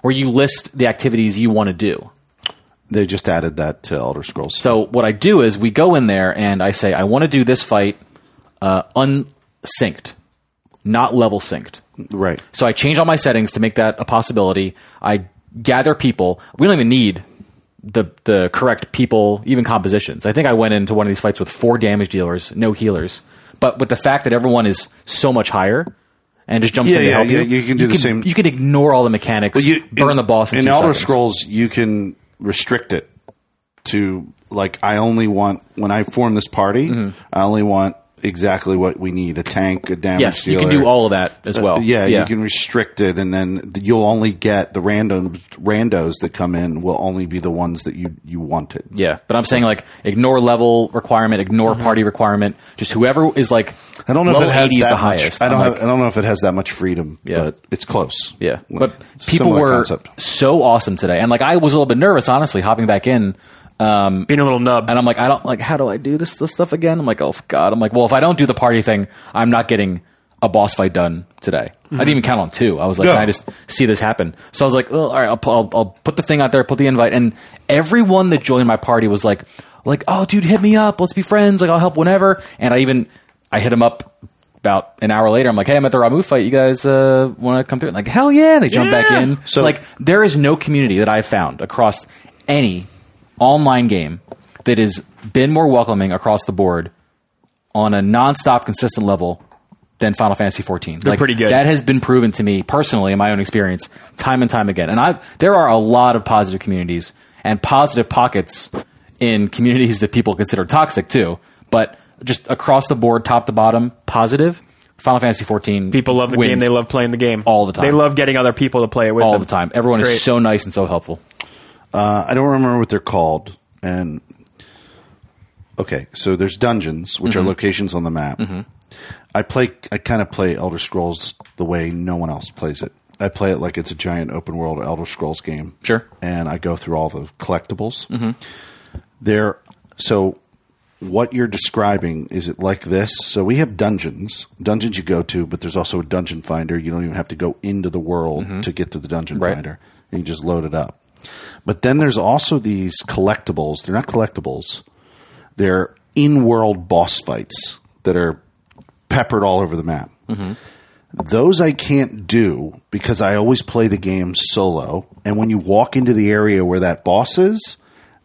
C: where you list the activities you want to do.
A: They just added that to Elder Scrolls.
C: So what I do is we go in there and I say I want to do this fight uh, unsynced, not level synced.
A: right.
C: So I change all my settings to make that a possibility. I gather people. We don't even need the the correct people, even compositions. I think I went into one of these fights with four damage dealers, no healers. But with the fact that everyone is so much higher and just jumps
A: Yeah,
C: in to
A: yeah,
C: help
A: yeah,
C: you,
A: you can do the same-
C: You can ignore all the mechanics,
A: But you
C: burn
A: in-
C: the boss in,
A: in
C: two
A: Elder
C: seconds.
A: Scrolls. You can restrict it to like I only want when I form this party.
C: Mm-hmm.
A: I only want exactly what we need: a tank, a damage
C: Yes, you
A: dealer. Uh,
C: can do all of that as well.
A: yeah, you can restrict it, and then th- you'll only get the random randos that come in will only be the ones that you you wanted.
C: Yeah, but I'm saying like ignore level requirement, ignore party requirement. Just whoever is like
A: I don't know
C: level
A: if it has
C: 80 is
A: that
C: the
A: much.
C: highest.
A: I don't.
C: I'm
A: Have,
C: like-
A: I don't know if it has that much freedom,
C: Yeah.
A: but it's close.
C: Yeah,
A: Well,
C: but
A: it's a
C: people
A: similar
C: were
A: concept.
C: so awesome today, and like I was a little bit nervous, honestly, hopping back in. Um,
B: Being a little nub.
C: and I'm like, I don't like. How do I do this this stuff again? I'm like, oh god. I'm like, well, if I don't do the party thing, I'm not getting a boss fight done today. I didn't even count on two. I was like,
A: Yeah.
C: can I just see this happen? So I was like, oh, all right, I'll, pu- I'll, I'll put the thing out there, put the invite, and everyone that joined my party was like, like, oh, dude, hit me up. Let's be friends. Like, I'll help whenever. And I even I hit him up. About an hour later, I'm like, "Hey, I'm at the Ramu fight. You guys uh, want to come through?" like, hell yeah! They jump back
B: Yeah.
C: in.
A: So-
C: So, like, there is no community that I've found across any online game that has been more welcoming across the board on a nonstop, consistent level than Final Fantasy 14. They're
B: pretty good.
C: That has been proven to me personally in my own experience, time and time again. And I, there are a lot of positive communities and positive pockets in communities that people consider toxic too. But just across the board, top to bottom, positive. Final Fantasy 14.
B: people love the game.
C: wins
B: They love playing the game
C: All the time.
B: They love getting other people to play it with
C: all
B: them.
C: the time. Everyone
B: It's
C: is
B: great.
C: so nice and so helpful.
A: Uh, I don't remember what they're called. And okay, so there's dungeons, which are locations on the map. I play. I kind of play Elder Scrolls the way no one else plays it. I play it like it's a giant open world Elder Scrolls game.
C: Sure.
A: And I go through all the collectibles. There. So what you're describing is it like this? So we have dungeons, dungeons you go to, but there's also a dungeon finder. You don't even have to go into the world to get to the dungeon
C: Right.
A: finder. You can just load it up. But then there's also these collectibles. They're not collectibles. They're in-world boss fights that are peppered all over the map. Those I can't do because I always play the game solo. And when you walk into the area where that boss is,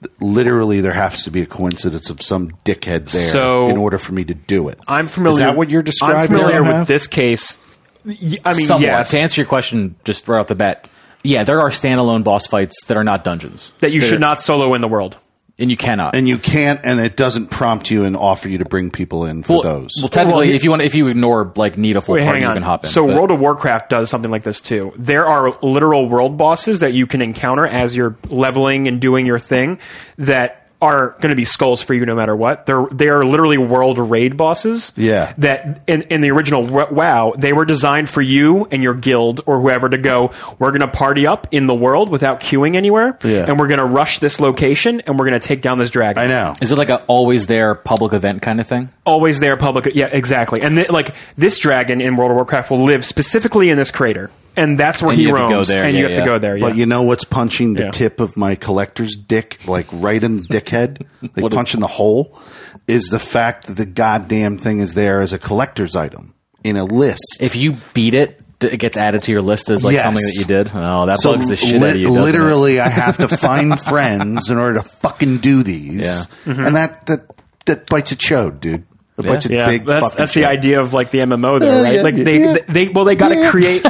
A: th- literally there has to be a coincidence of some dickhead there
B: So-
A: in order for me to do it.
B: I'm familiar.
A: Is that what you're describing?
B: I'm familiar
A: Aaron
B: with
A: Huff?
B: this case. Y- I mean,
C: Somewhat.
B: yes,
C: To answer your question, just right off the bat, yeah, there are standalone boss fights that are not dungeons
B: that you
C: They're-
B: should not solo in the world.
C: and you cannot.
A: And you can't, and it doesn't prompt you and offer you to bring people in for
C: well,
A: those.
C: well, technically,
B: Well, he-
C: if you want, if you ignore like need a full
B: Wait,
C: party,
B: hang
C: you
B: on.
C: can hop in.
B: so
C: but-
B: World of Warcraft does something like this too. There are literal world bosses that you can encounter as you're leveling and doing your thing that are going to be skulls for you no matter what. They're they are literally world raid bosses.
A: Yeah.
B: That in, in the original Wo- WoW, they were designed for you and your guild or whoever to go. We're going to party up in the world without queuing anywhere,
A: Yeah.
B: and we're going to rush this location and we're going to take down this dragon.
A: I know.
C: Is it like a always there public event kind of thing?
B: Always there, public. Yeah, exactly. And th- like this dragon in World of Warcraft will live specifically in this crater, and that's where
C: And
B: he
C: you have to go
B: roams,
C: there,
B: and you
C: yeah,
B: have
C: yeah.
B: to go there. Yeah.
A: But you know what's punching the
B: Yeah.
A: tip of my collector's dick, like right in the dickhead, like
C: What is-
A: punching the hole, is the fact that the goddamn thing is there as a collector's item in a list.
D: If you beat it, d- it gets added to your list as like
A: Yes.
D: something that you did. Oh, that
A: so
D: bugs the shit
A: li-
D: out of you. doesn't it?
A: literally, I have to find friends in order to fucking do these, Mm-hmm. and that that that bites a chode, dude. It bites a
B: Yeah,
A: big.
B: that's
A: fucking
B: that's the
A: chode.
B: idea of like the MMO, though,
A: Yeah,
B: right?
A: yeah,
B: like they,
A: yeah.
B: they, well, they got to
A: Yeah.
B: create,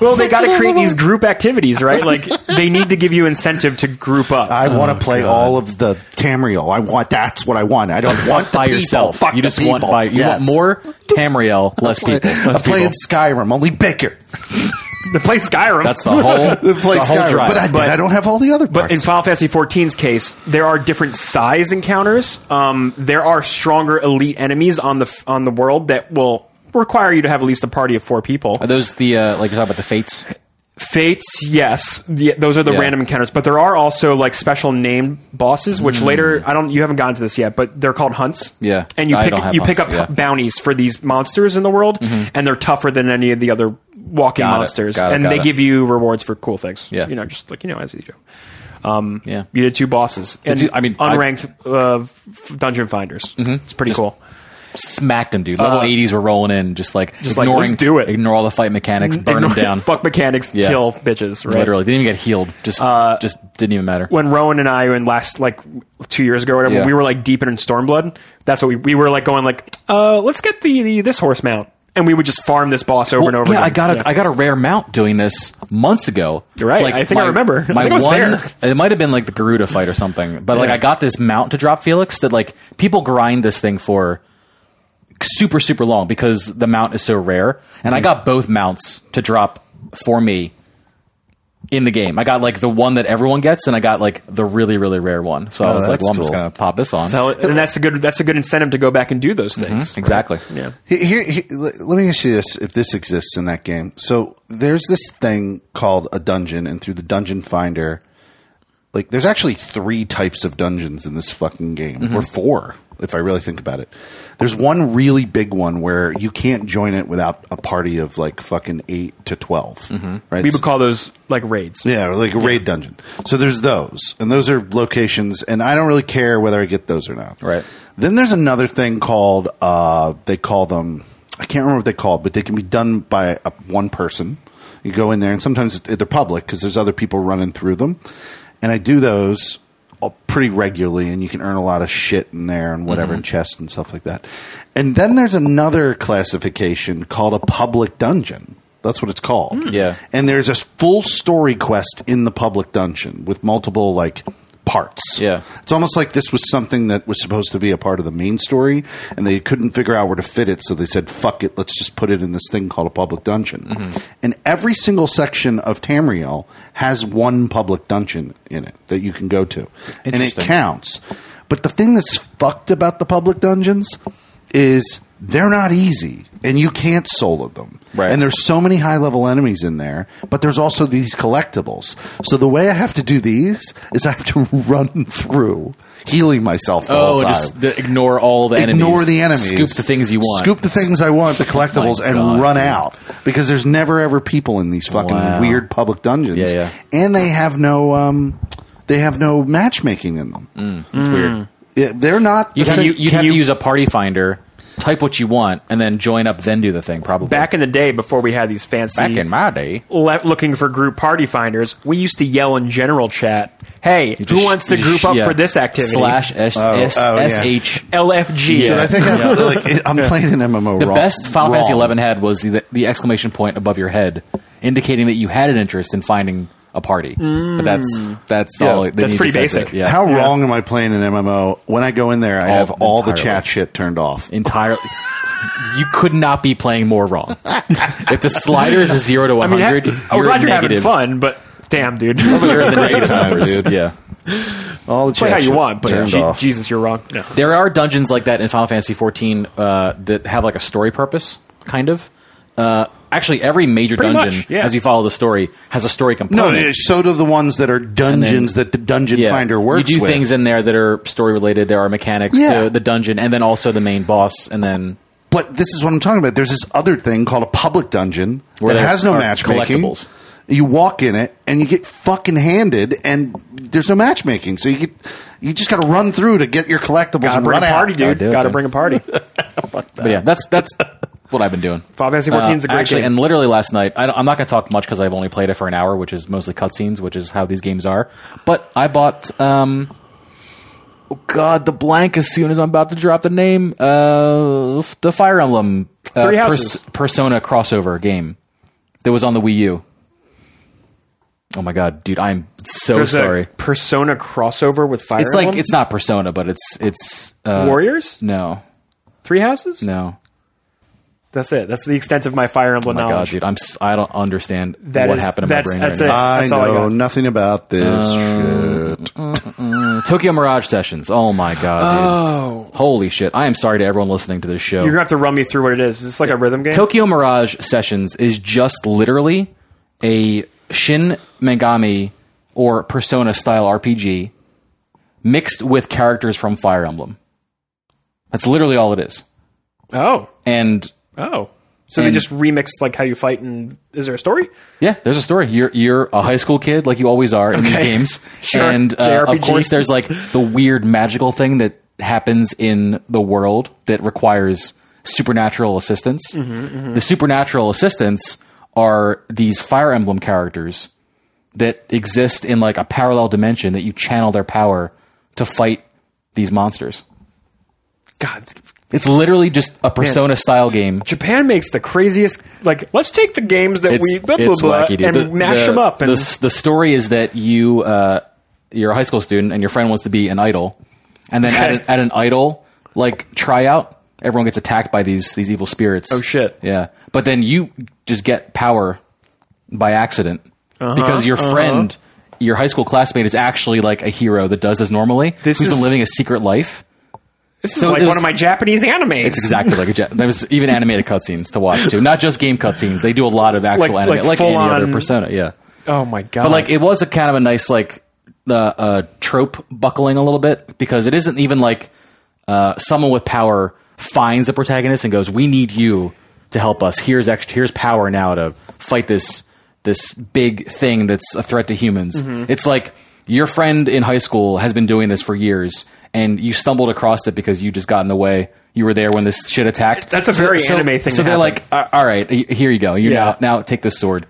B: well, they got to create these group activities, right? Like they need to give you incentive to group up.
A: I
D: Oh,
A: want to play all of the Tamriel. I want. That's what I want. I don't want the
D: by
A: people.
D: yourself.
A: Fuck
D: you
A: the
D: just want
A: people.
D: by you
A: Yes.
D: want more Tamriel, less people.
A: I'm playing Skyrim. Only Baker.
B: to play Skyrim.
D: That's the whole
A: I play
D: the whole
A: Skyrim,
D: drive.
A: but I,
B: But-
A: I don't have all the other.
B: but
A: Parts.
B: in Final Fantasy XIV's case, there are different size encounters. Um, there are stronger elite enemies on the f- on the world that will require you to have at least a party of four people.
C: Are those the uh, like you're talking about the fates?
B: Fates, yes, yeah, those are the
C: Yeah.
B: random encounters, but there are also like special named bosses, which later I don't you haven't gotten to this yet, but they're called hunts.
C: Hmm. Yeah.
B: and you
C: I
B: pick
C: don't have
B: you pick up
C: hunts, yeah. Mm-hmm.
B: bounties for these monsters in the world, and they're tougher than any of the other walking
C: Got it,
B: monsters,
C: got it,
B: and
C: got
B: they
C: it.
B: give you rewards for cool things.
C: Yeah.
B: you know, just like you know, as you do.
C: Yeah.
B: You did two bosses, and
C: you- I mean, I- Mm-hmm.
B: unranked uh, f- dungeon finders. It's pretty cool.
C: Smacked him, dude. Level 80s were rolling in, just like
B: Uh, just like,
C: ignoring,
B: let's do it.
C: Ignore all the fight mechanics, burn
B: Ignore-
C: him down.
B: Fuck mechanics,
C: Yeah.
B: kill bitches. Right?
C: Literally, didn't even get healed. Just
B: Uh,
C: just didn't even matter.
B: when Rowan and I and last like two years ago or whatever,
C: Yeah.
B: we were like deep in Stormblood. That's what we we were like going like, uh, let's get the, the this horse mount, and we would just farm this boss over and
C: Well,
B: over.
C: Yeah,
B: again.
C: I got a I
B: Yeah.
C: got a rare mount doing this months ago.
B: You're right. I think I remember. I
C: My
B: think I was
C: one,
B: there.
C: it might have been like the Garuda fight or something. But like,
B: Yeah.
C: I got this mount to drop Felix that like people grind this thing for super super long because the mount is so rare. And I
B: Mm.
C: got both mounts to drop for me in the game. I got like the one that everyone gets, and I got like the really really rare one. So I
A: Oh,
C: was like,
A: that's
C: well, I'm just
A: cool.
C: gonna pop this on.
B: So- and that's a good that's a good incentive to go back and do
C: Mm-hmm.
B: those things. right?
C: exactly.
B: Yeah.
A: Here- Here, here, let let me ask you this: If this exists in that game, so there's this thing called a dungeon, and through the dungeon finder, like there's actually three types of dungeons in this fucking game, or four, if I really think about it. There's one really big one where you can't join it without a party of like fucking eight to 12 right?
B: We would call those like raids.
A: Yeah, or like a raid dungeon. So there's those, and those are locations, and I don't really care whether I get those or not.
C: Right.
A: Then there's another thing called uh, they call them I can't remember what they call, it, but they can be done by a, one person. You go in there, and sometimes it- they're public because there's other people running through them, and I do those all- pretty regularly, and you can earn a lot of shit in there and whatever, and chests and stuff like that. And then there's another classification called a public dungeon. That's what it's called.
C: Yeah.
A: And there's a full story quest in the public dungeon with multiple like parts.
C: Yeah.
A: It's almost like this was something that was supposed to be a part of the main story and they couldn't figure out where to fit it, so they said, fuck it, let's just put it in this thing called a public dungeon.
C: Mm-hmm.
A: And every single section of Tamriel has one public dungeon in it that you can go to. And it
C: Interesting.
A: counts. But the thing that's fucked about the public dungeons is they're not easy and you can't solo them.
C: Right.
A: And there's so many high level enemies in there, but there's also these collectibles. So the way I have to do these is I have to run through healing myself the whole
C: Oh,
A: time.
C: just the, ignore all the enemies.
A: Ignore the enemies.
C: Scoop the things you want. Oh
A: Scoop the things I want, the collectibles,
C: My
A: and
C: God,
A: run
C: dude.
A: out because there's never ever people in these fucking
C: Wow.
A: weird public dungeons.
C: Yeah, yeah.
A: And they have no um, they have no matchmaking in them.
C: It's
B: Mm.
C: weird.
A: Yeah, they're not.
C: You
A: the
C: have,
A: same-
C: you, you'd
B: can
C: have
B: you-
C: to use a party finder, type what you want, and then join up, then do the thing. Probably
B: Back in the day, before we had these fancy
C: Back in my day,
B: le- looking for group party finders, we used to yell in general chat, "Hey, who
C: Just-
B: wants to
C: just-
B: group up
C: yeah.
B: for this activity?"
C: Slash S S
A: oh, yeah.
C: S H.
B: LFG.
C: Did
A: I think I'm, like, I'm playing an MMO.
C: The
A: wrong-
C: best Final
A: wrong.
C: Fantasy eleven had was the the exclamation point above your head, indicating that you had an interest in finding a party. But that's that's
A: Yeah,
C: all. They
B: Mm. that's
C: need to
B: pretty
C: say to
B: basic.
C: it, Yeah.
A: How wrong am I playing an MMO? When I go in there, I
C: All-
A: have all the
C: entirely.
A: chat shit turned off.
C: entirely. You could not be playing more wrong. if the slider is a zero to
B: I
C: one
B: mean, oh, ha-
C: hundred,
B: I'm glad you're having fun, but damn, dude.
C: You're in the negative numbers, dude. Yeah.
A: All the
B: Play how
A: chat
B: you
A: shit
B: want, but
A: turned
B: Je-
A: off.
B: Jesus, you're wrong. No.
D: There are dungeons like that in Final Fantasy XIV uh, that have like a story purpose, kind of. Uh, actually, every major
B: Pretty
D: dungeon,
B: much, yeah.
D: as you follow the story, has a story component.
C: Oh,
A: no, no, so do the ones that are dungeons that the dungeon
D: Yeah.
A: finder works
D: You do
A: with.
D: things in there that are story related. There are mechanics
A: Yeah.
D: to the dungeon, and then also the main boss, and then
A: But this is what I'm talking about. There's this other thing called a public dungeon
D: Where
A: that
D: there
A: has no
D: are
A: matchmaking.
D: collectibles.
A: You walk in it and you get fucking handed, and there's no matchmaking. So you get you just got to run through to get your collectibles
B: Gotta
A: and
B: bring
A: run
B: a
A: out.
B: party, dude.
C: Gotta do it,
B: Gotta
C: dude.
B: bring a party.
C: But yeah, that's that's what I've been doing.
B: Final Fantasy 14 is a great
C: Uh, actually,
B: game.
C: and literally last night, I don't, I'm not going to talk much because I've only played it for an hour, which is mostly cutscenes, which is how these games are. But I bought, um, oh god, the blank as soon as I'm about to drop the name, uh, the Fire Emblem uh,
B: Three Houses.
C: Persona crossover game that was on the Wii U. Oh my god, dude, I'm so
B: There's
C: sorry.
B: a Persona crossover with Fire
C: it's like
B: Emblem?
C: it's not Persona, but it's it's uh,
B: Warriors?
C: no
B: Three Houses?
C: no.
B: That's it. That's the extent of my Fire Emblem
C: Oh My God,
B: knowledge.
C: dude, I'm s- I don't understand
B: That
C: what
B: is-
C: happened in
B: that's-
C: my brain.
B: that's
C: right
B: it.
C: now.
A: I Uh,
B: That's all I
A: know
B: got.
A: nothing about this shit.
C: Tokyo Mirage Sessions. Oh my god, dude. Holy shit. I am sorry to everyone listening to this show.
B: You're gonna have to run me through what it is. Is this like a rhythm game?
C: Tokyo Mirage Sessions is just literally a Shin Megami or Persona style RPG mixed with characters from Fire Emblem. That's literally all it is.
B: oh.
C: And
B: Oh. So they
C: And-
B: just remixed like how you fight and is there a story?
C: Yeah, there's a story. You're you're a high school kid, like you always are in these games,
B: Sure.
C: and uh, of
B: JRPG.
C: course, there's like the weird magical thing that happens in the world that requires supernatural assistance. The supernatural assistants are these Fire Emblem characters that exist in like a parallel dimension that you channel their power to fight these monsters.
B: God,
C: It's literally just a Persona style game.
B: Japan makes the craziest. Like, let's take the games that we blah blah
C: it's
B: blah
C: wacky, dude.
B: and
C: The-
B: mash
C: the-
B: them up. And
C: the, s- the story is that you uh, you're a high school student and your friend wants to be an idol, and then at,
B: Okay.
C: an, at an idol like tryout, everyone gets attacked by these these evil spirits.
B: Oh, shit.
C: Yeah, but then you just get power by accident
B: Uh-huh,
C: because your friend. Your high school classmate is actually like a hero that does this normally.
B: This
C: who's
B: is-
C: been living a secret life.
B: this is
C: so
B: like
C: it
B: one
C: was-
B: of my Japanese animes.
C: It's exactly like a Jet. There was even animated cutscenes to watch too, not just game cutscenes. They do a lot of actual
B: Like-
C: anime,
B: like
C: like, any other
B: full-on-
C: persona. Yeah,
B: oh my god!
C: but like it was a kind of a nice like uh, uh, trope buckling a little bit because it isn't even like uh, someone with power finds the protagonist and goes, "We need you to help us. Here's extra. Here's power now to fight this this big thing that's a threat to humans."
B: Mm-hmm.
C: It's like your friend in high school has been doing this for years, and you stumbled across it because you just got in the way. You were there when this shit attacked.
B: That's a very anime thing
C: So
B: to
C: they're
B: happen.
C: like, "A- Uh, "All right, y- here you go. You
B: Yeah.
C: now now take this sword."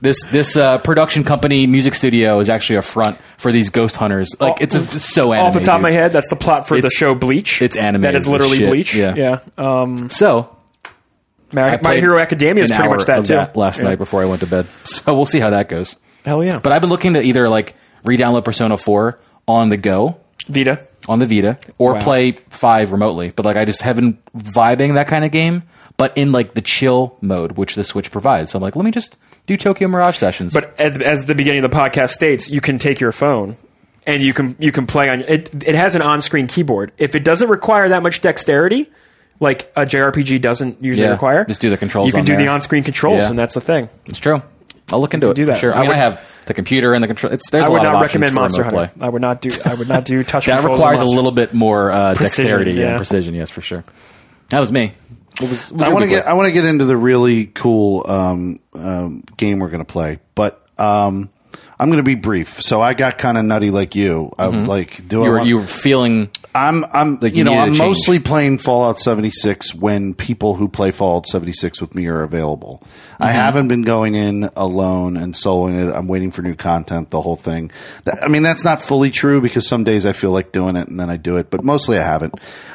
C: this this uh, production company, music studio, is actually a front for these ghost hunters. Like it's, a, it's so anime.
B: off the top of
C: dude.
B: my head, that's the plot for the
C: It's-
B: show Bleach.
C: it's anime
B: That is
C: as
B: literally
C: shit,
B: Bleach.
C: yeah.
B: yeah. Um,
C: So
B: my,
C: I
B: My
C: played
B: Hero Academia is
C: an
B: pretty much
C: hour
B: that
C: of
B: too.
C: last night before I went to bed. So we'll see how that goes.
B: Hell yeah!
C: But I've been looking to either like re-download Persona Four on the go
B: Vita.
C: on the Vita or
B: Wow.
C: play Five remotely. But like I just have been vibing that kind of game, but in like the chill mode which the Switch provides. So I'm like, let me just do Tokyo Mirage sessions.
B: But as, as the beginning of the podcast states, you can take your phone and you can you can play on it. It has an on-screen keyboard. If it doesn't require that much dexterity, like a JRPG doesn't usually
C: Yeah,
B: require,
C: just do the controls
B: You can
C: on
B: do the
C: there.
B: on-screen controls,
C: Yeah.
B: and that's the thing.
C: It's true. I'll look into it.
B: do that.
C: for Sure.
B: I
C: I, mean,
B: would-
C: I have the computer and the control. It's there's
B: I
C: a
B: would
C: lot
B: not
C: of
B: recommend
C: options
B: Monster
C: for remote
B: Hunter.
C: play.
B: I would not do. I would not do touch
C: That
B: controls.
C: requires a
B: on Monster.
C: little bit more uh,
B: Precision,
C: dexterity
B: yeah.
C: and precision. Yes, for sure. That was me. What was, what was
A: I
C: your
A: want to
C: big
A: get
C: one?
A: I want to get into the really cool um, um, game we're going to play, but um, I'm going to be brief. So I got kind of nutty like Mm-hmm. you. I am like, do I
C: You were,
A: want-
C: you were feeling
A: I'm I'm
C: Like,
A: you,
C: you
A: know
C: needed a
A: I'm
C: change.
A: mostly playing Fallout 76 when people who play Fallout 76 with me are available.
C: Mm-hmm.
A: I haven't been going in alone and soloing it. I'm waiting for new content, the whole thing. That- I mean that's not fully true because some days I feel like doing it and then I do it, but mostly I haven't.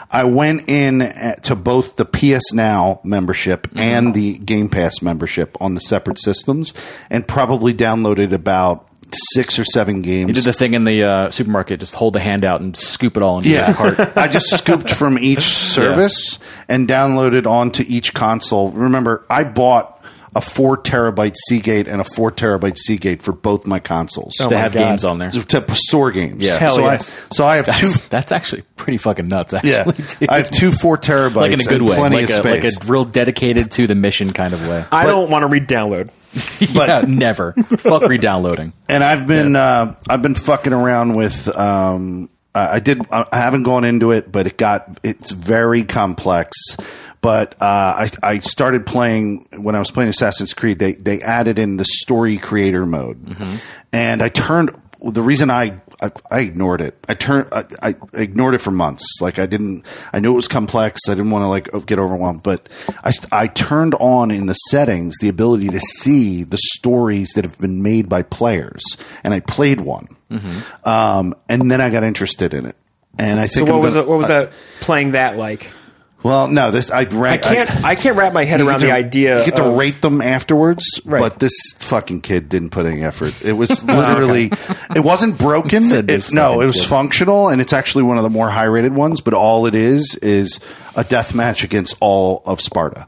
A: I went in at- to both the PS Now membership
C: Mm-hmm.
A: and the Game Pass membership on the separate systems and probably downloaded about 6 or 7 games.
C: you did the thing in the uh, supermarket, just hold the hand out and scoop it all into
A: Yeah,
C: your cart.
A: I just scooped from each service and downloaded onto each console. Remember, I bought a four terabyte Seagate and a four terabyte Seagate for both my consoles
B: Oh
D: to
B: my
D: have
B: God.
D: games on there.
A: to store games.
D: Yeah.
B: Hell
A: so
B: yes.
A: I so I have two.
C: That's, that's actually pretty fucking nuts. Actually,
A: Yeah,
C: dude.
A: I have two four terabytes
C: like in a good
A: and
C: way,
A: plenty
C: like
A: of
C: a,
A: space.
C: like a real dedicated to the mission kind of way.
B: I don't want to re-download.
C: yeah, never. Fuck re-downloading.
A: and I've been uh, I've been fucking around with. Um, I I did. I I haven't gone into it, but it got. It's very complex. But uh, I, I started playing when I was playing Assassin's Creed. They they added in the story creator mode, and I turned. The reason I I, I ignored it. I turned. I, I ignored it for months. Like I didn't. I knew it was complex. I didn't want to like oh, get overwhelmed. But I I turned on in the settings the ability to see the stories that have been made by players, and I played one. Um, and then I got interested in it. And I
B: Mm-hmm. So
A: think
B: what
A: I'm
B: was
A: gonna-
B: it, what was
C: uh,
A: I-
B: that playing that like?
A: well, no, this I ran.
B: I can't I, can't wrap my head
A: you
B: around
A: get
B: the
A: to-
B: idea.
A: You get to
B: of-
A: rate them afterwards,
B: Right.
A: but this fucking kid didn't put any effort. It was literally,
B: Oh,
A: it wasn't broken.
C: Said this
A: It, no,
C: fucking
A: it was
C: kid.
A: functional, and it's actually one of the more high rated ones. But all it is is a death match against all of Sparta.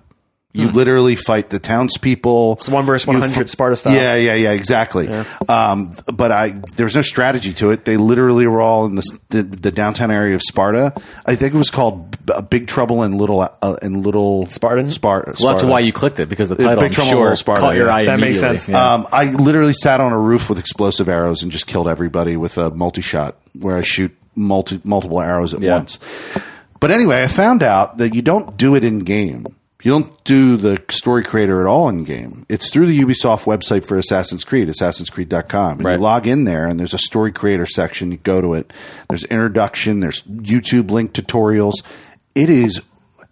A: You literally fight the townspeople. It's
B: Hmm. one versus 100 Sparta style.
A: Yeah, yeah, yeah, exactly. Um, but I there was no strategy to it. They literally were all in the, s- the, the downtown area of Sparta. I think it was called B- Big Trouble in Little uh, in Little
B: Spartan?
A: Sparta.
D: Well, that's
A: Sparta.
D: why you clicked it because the
A: Big
D: title I'm
A: Trouble in Little
D: sure
A: Sparta,
D: caught your
A: yeah.
D: eye.
B: That makes
D: immediately.
B: sense.
D: Yeah.
A: Um, I literally sat on a roof with explosive arrows and just killed everybody with a multi shot where I shoot multi, multiple arrows at
D: Yeah.
A: once. But anyway, I found out that you don't do it in game. You don't do the story creator at all in game. It's through the Ubisoft website for Assassin's Creed, assassinscreed.com. And
D: Right.
A: you log in there and there's a story creator section. You go to it. There's introduction, there's YouTube link tutorials. It is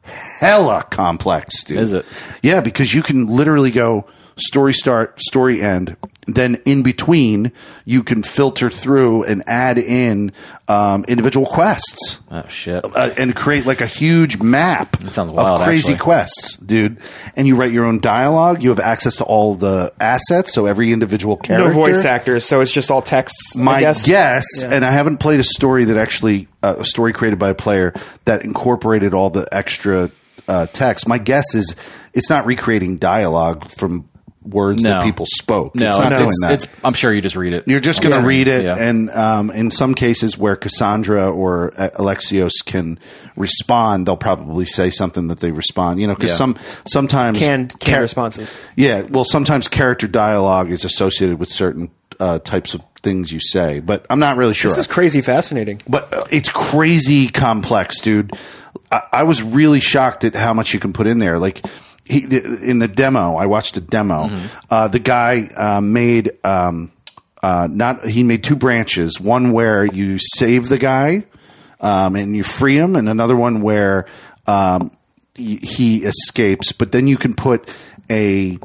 A: hella complex, dude.
D: Is it?
A: Yeah, because you can literally go story start, story end. Then in between, you can filter through and add in um, individual quests
D: Oh shit.
A: uh, and create like a huge map
D: sounds
A: of
D: wild,
A: crazy
D: actually.
A: quests, dude. And you write your own dialogue. You have access to all the assets, so every individual character
B: no voice actors, so it's just all texts.
A: my
B: I
A: guess,
B: guess.
A: and I haven't played a story that actually uh, a story created by a player that incorporated all the extra uh, text. My guess is it's not recreating dialogue from words that
D: No.
A: people spoke.
D: No,
A: it's not
D: it's-
A: doing
D: it's-
A: that.
C: It's, I'm sure you just read it.
A: You're just going to read it,
C: Yeah.
A: and um, in some cases where Cassandra or uh, Alexios can respond, they'll probably say something that they respond. You know, because
D: Yeah.
A: some sometimes
B: Canned, canned
A: char-
B: responses.
A: yeah, well, sometimes character dialogue is associated with certain uh, types of things you say, but I'm not really sure.
B: This is crazy fascinating.
A: but uh, it's crazy complex, dude. I, I was really shocked at how much you can put in there. Like he, the, in the demo, I watched a demo.
B: Mm-hmm.
A: Uh, the guy uh, made um, uh, not he made two branches. One where you save the guy um, and you free him, and another one where um, y- he escapes. But then you can put a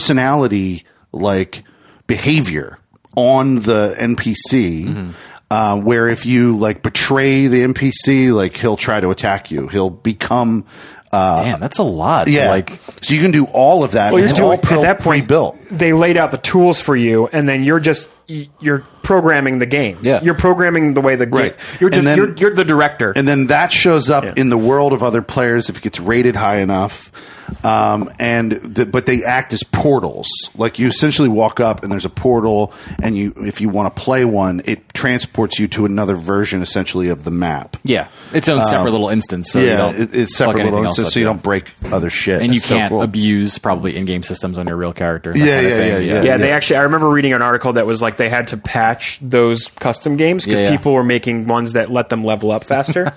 A: personality like behavior on the NPC. Uh, where if you like betray the NPC, like he'll try to attack you. He'll become, uh,
C: Damn, that's a lot. to,
A: yeah.
C: like
A: so you can do all of that. and
B: Well, you're
A: it's
B: doing,
A: all pro-
B: at that point,
A: pre-built.
B: they laid out the tools for you, and then you're just y- you're programming the game.
C: Yeah.
B: you're programming the way the game.
A: Right.
B: You're, di-
A: And then-
B: you're you're the director.
A: and then that shows up in the world of other players if it gets rated high enough. Um, and the, but they act as portals. Like you essentially walk up and there's a portal, and you if you want to play one, it transports you to another version essentially of the map.
C: yeah, its own separate little instance. So you
A: yeah,
C: don't
A: it, it's
C: fuck
A: separate little
C: anything else
A: instance,
C: up,
A: so you
C: yeah.
A: don't break other shit.
C: and you
A: That's so
C: can't
A: cool.
C: abuse probably in-game systems on your real character. that
A: Yeah,
C: kind of
A: yeah,
C: thing.
A: yeah, yeah.
B: yeah, they actually. I remember reading an article that was like they had to patch those custom games because
C: Yeah, yeah.
B: people were making ones that let them level up faster.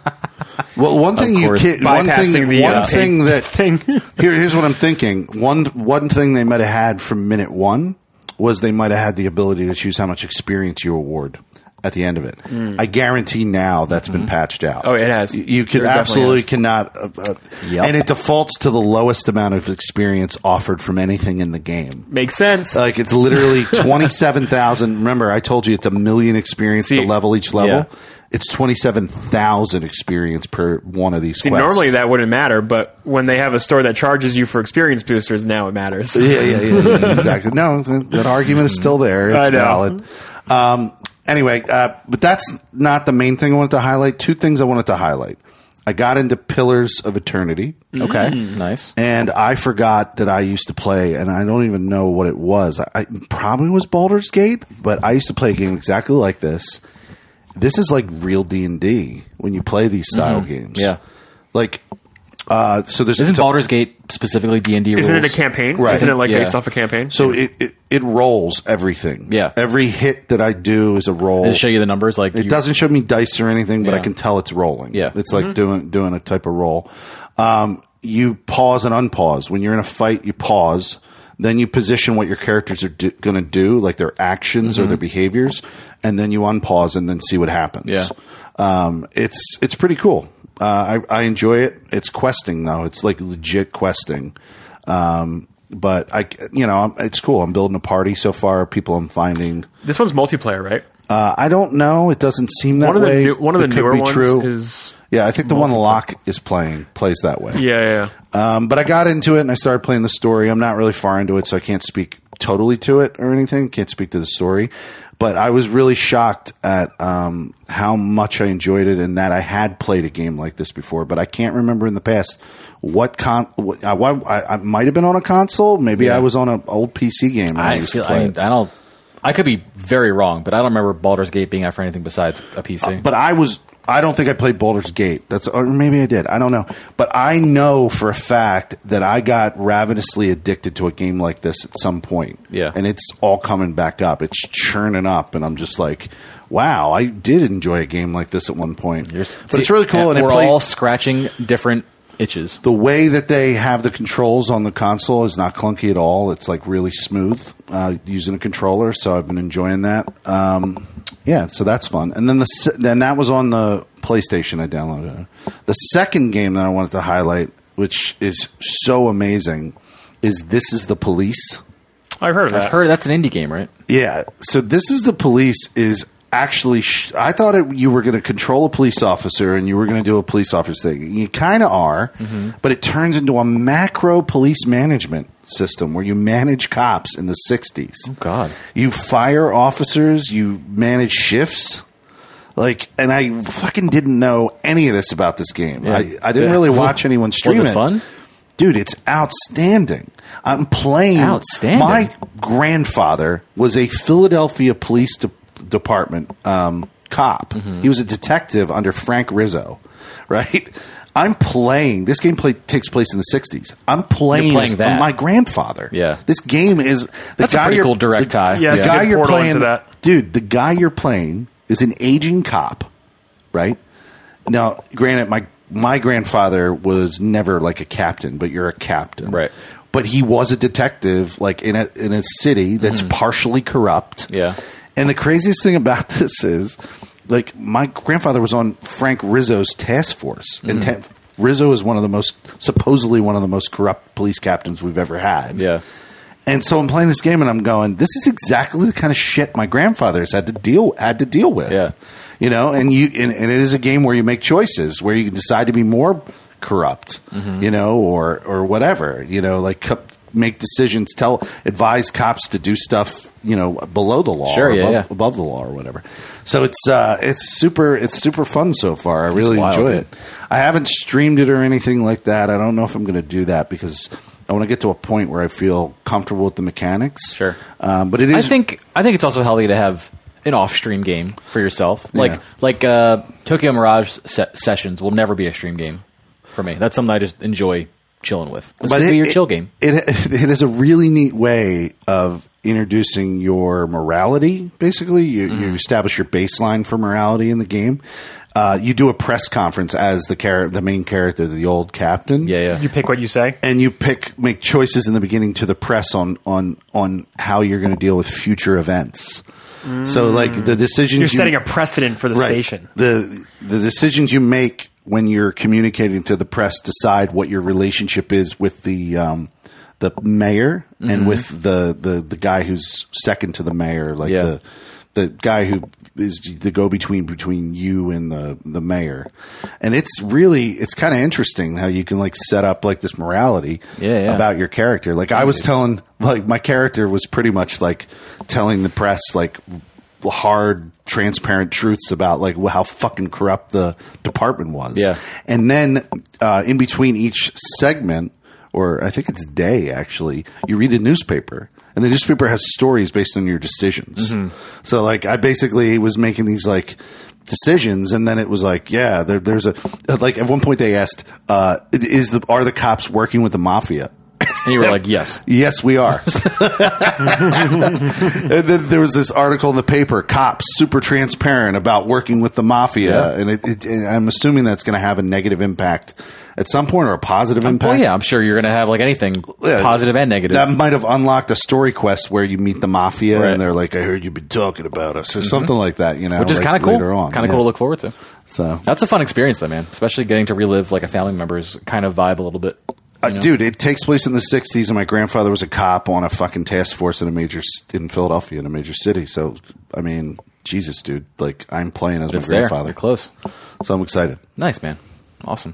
A: Well, one thing you
C: course,
A: can one thing
B: bypassing the,
A: one
B: uh,
A: thing that
B: thing.
A: here, here's what I'm thinking. One one thing they might have had from minute one was they might have had the ability to choose how much experience you award at the end of it. I guarantee now that's been patched out.
B: Hmm. Oh, it has.
A: You, you could
B: There definitely
A: absolutely
B: has.
A: cannot, uh, uh,
C: Yep.
A: and it defaults to the lowest amount of experience offered from anything in the game.
B: Makes sense.
A: Like it's literally twenty seven thousand. Remember, I told you it's a million experience
B: See,
A: to level each level.
D: yeah.
A: It's twenty seven thousand experience per one of these.
B: See,
A: quests.
B: normally that wouldn't matter, but when they have a store that charges you for experience boosters, now it matters.
A: yeah, yeah, yeah, yeah, exactly. No, th- that argument is still there. It's
B: I know.
A: valid. Um, anyway, uh, but that's not the main thing I wanted to highlight. Two things I wanted to highlight. I got into Pillars of Eternity,
D: Okay,
C: Mm-hmm.
D: nice.
A: and I forgot that I used to play, and I don't even know what it was. I, I probably was Baldur's Gate, but I used to play a game exactly like this. This is like real D and D when you play these style games.
D: Yeah.
A: like uh, so. There's
C: Isn't
A: it's a-
C: Baldur's Gate specifically D and D?
B: Isn't it a campaign?
A: Right.
B: Isn't it like
C: Yeah.
B: based off a campaign?
A: So it, it it rolls everything.
C: Yeah.
A: every hit that I do is a roll.
D: Does it show you the numbers? Like
A: It
D: you-
A: doesn't show me dice or anything, but I
C: Yeah.
A: can tell it's rolling.
D: Yeah. Mm-hmm.
A: it's like doing doing a type of roll. Um, you pause and unpause when you're in a fight. You pause, then you position what your characters are do, going to do, like their actions
D: Mm-hmm.
A: or their behaviors, and then you unpause and then see what happens.
D: Yeah.
A: um, it's it's pretty cool. Uh, I I enjoy it. It's questing though. It's like legit questing. Um, but I, you know, I'm- it's cool. I'm building a party so far. People I'm finding.
B: This one's multiplayer, right?
A: Uh, I don't know. It doesn't seem that
B: One of the
A: way.
B: new- one of
A: It
B: the
A: could
B: newer
A: be
B: ones
A: true.
B: is
A: yeah. I think the one Locke is playing plays that way.
B: Yeah, yeah. yeah.
A: Um, but I got into it and I started playing the story. I'm not really far into it, so I can't speak totally to it or anything. Can't speak to the story. But I was really shocked at um, how much I enjoyed it and that I had played a game like this before. But I can't remember in the past what con. What, I, why- I, I might have been on a console. Maybe I was on an old PC game. when
C: I
A: used to
C: feel.
A: play
C: I, I
A: it.
C: don't. I could be very wrong, but I don't remember Baldur's Gate being out for anything besides a PC.
A: but I was I don't think I played Boulder's Gate. That's or maybe I did. I don't know. But I know for a fact that I got ravenously addicted to a game like this at some point.
D: Yeah.
A: And it's all coming back up. It's churning up and I'm just like, wow, I did enjoy a game like this at one point.
C: You're-
A: but it's really cool and it
D: we're
A: play-
D: all scratching different itches.
A: the way that they have the controls on the console is not clunky at all. It's like really smooth uh, using a controller, so I've been enjoying that. Um, yeah, so that's fun. And then the se- then that was on the PlayStation. I downloaded it. the second game that I wanted to highlight, which is so amazing, is this is the police.
B: I've heard of that.
C: I've heard that's an indie game, right?
A: Yeah. So this is the police is actually. Sh- I thought it, you were going to control a police officer and you were going to do a police officer thing. You kind of are,
C: Mm-hmm.
A: but it turns into a macro police management system where you manage cops in the '60s.
C: Oh, God.
A: You fire officers. You manage shifts. Like, and I fucking didn't know any of this about this game. I, I didn't really watch anyone stream
C: it fun?
A: Dude, it's outstanding. I'm playing.
C: Outstanding.
A: My grandfather was a Philadelphia Police De- Department um, cop.
C: Mm-hmm.
A: He was a detective under Frank Rizzo, right? I'm playing. This game play, takes place in the 60s. I'm playing,
D: playing
A: as
D: that.
A: my grandfather.
D: Yeah.
A: This game is the
C: That's a
A: guy
C: pretty
A: you're,
C: cool direct
A: the-
C: tie.
B: Yeah,
A: the
B: it's a
A: guy
B: good
A: you're
B: portal
A: playing,
B: into that.
A: dude. The guy you're playing is an aging cop, right? Now, granted, my my grandfather was never like a captain, but you're a captain,
D: Right.
A: But he was a detective, like in a in a city that's partially corrupt.
D: Mm-hmm. Yeah.
A: And the craziest thing about this is, like, my grandfather was on Frank Rizzo's task force, and
D: Mm-hmm.
A: ta- Rizzo is one of the most supposedly one of the most corrupt police captains we've ever had.
D: Yeah,
A: And so I'm playing this game and I'm going, this is exactly the kind of shit my grandfather's had to deal had to deal with.
D: Yeah.
A: You know, and you and, and it is a game where you make choices where you decide to be more corrupt,
D: Mm-hmm.
A: you know, or or whatever, you know, like co- make decisions, tell advise cops to do stuff, you know, below the law
D: Sure,
A: or
D: yeah,
A: above,
D: yeah.
A: above the law or whatever. So it's uh it's super it's super fun so far. I really
D: wild,
A: enjoy
D: dude.
A: it. I haven't streamed it or anything like that. I don't know if I'm going to do that because I want to get to a point where I feel comfortable with the mechanics.
D: Sure.
A: um, but it is.
D: I think I think it's also healthy to have an off-stream game for yourself. Like
A: Yeah.
D: like uh, Tokyo Mirage se- sessions will never be a stream game for me. That's something I just enjoy chilling with. It's
A: but
D: gonna
A: it-
D: be your
A: it-
D: chill game.
A: It, it is a really neat way of introducing your morality. Basically, you,
D: Mm-hmm.
A: you establish your baseline for morality in the game. Uh, you do a press conference as the char- the main character, the old captain.
D: Yeah, yeah.
B: You pick what you say.
A: and you pick make choices in the beginning to the press on on on how you're going to deal with future events. So like the decisions
B: You're setting a precedent for the
A: right.
B: station.
A: The the decisions you make when you're communicating to the press decide what your relationship is with the um, the mayor
D: Mm-hmm.
A: and with the, the the guy who's second to the mayor, like
D: Yeah.
A: the the guy who is the go between between you and the the mayor. And it's really it's kind of interesting how you can like set up like this morality
D: Yeah, yeah.
A: about your character. Like I was telling like my character was pretty much like telling the press like hard, transparent truths about like wh- how fucking corrupt the department was.
D: Yeah.
A: And then uh, in between each segment, or I think it's day actually, you read a newspaper. And the newspaper has stories based on your decisions. So, like, I basically was making these, like, decisions and then it was like yeah there, there's a like at one point they asked uh is the are the cops working with the mafia
D: And you were like, yes.
A: yes we are and then there was this article in the paper cops super transparent about working with the mafia and, it, it, and i'm assuming that's going to have a negative impact at some point or a positive impact
C: Well,
D: Oh, Yeah, I'm sure you're going to have like anything
A: Yeah.
D: positive and negative.
A: that might have unlocked a story quest where you meet the mafia
D: Right. Mm-hmm.
A: and they're like, "I heard you've been talking about us" or something like that. You know,
D: which is
A: like
D: kind of cool.
A: Later on,
D: Kind of
A: Yeah.
D: cool to look forward to.
A: So
D: That's
C: That's a fun experience, though, man. Especially getting to relive like a family member's kind of vibe a little bit.
A: Uh, Dude, it takes place in the '60s, and my grandfather was a cop on a fucking task force in a major c- in Philadelphia, in a major city. So, I mean, Jesus, dude, like I'm playing as
D: it's
A: my
D: there.
A: grandfather,
D: You're close.
A: so I'm excited.
D: Nice man. Awesome.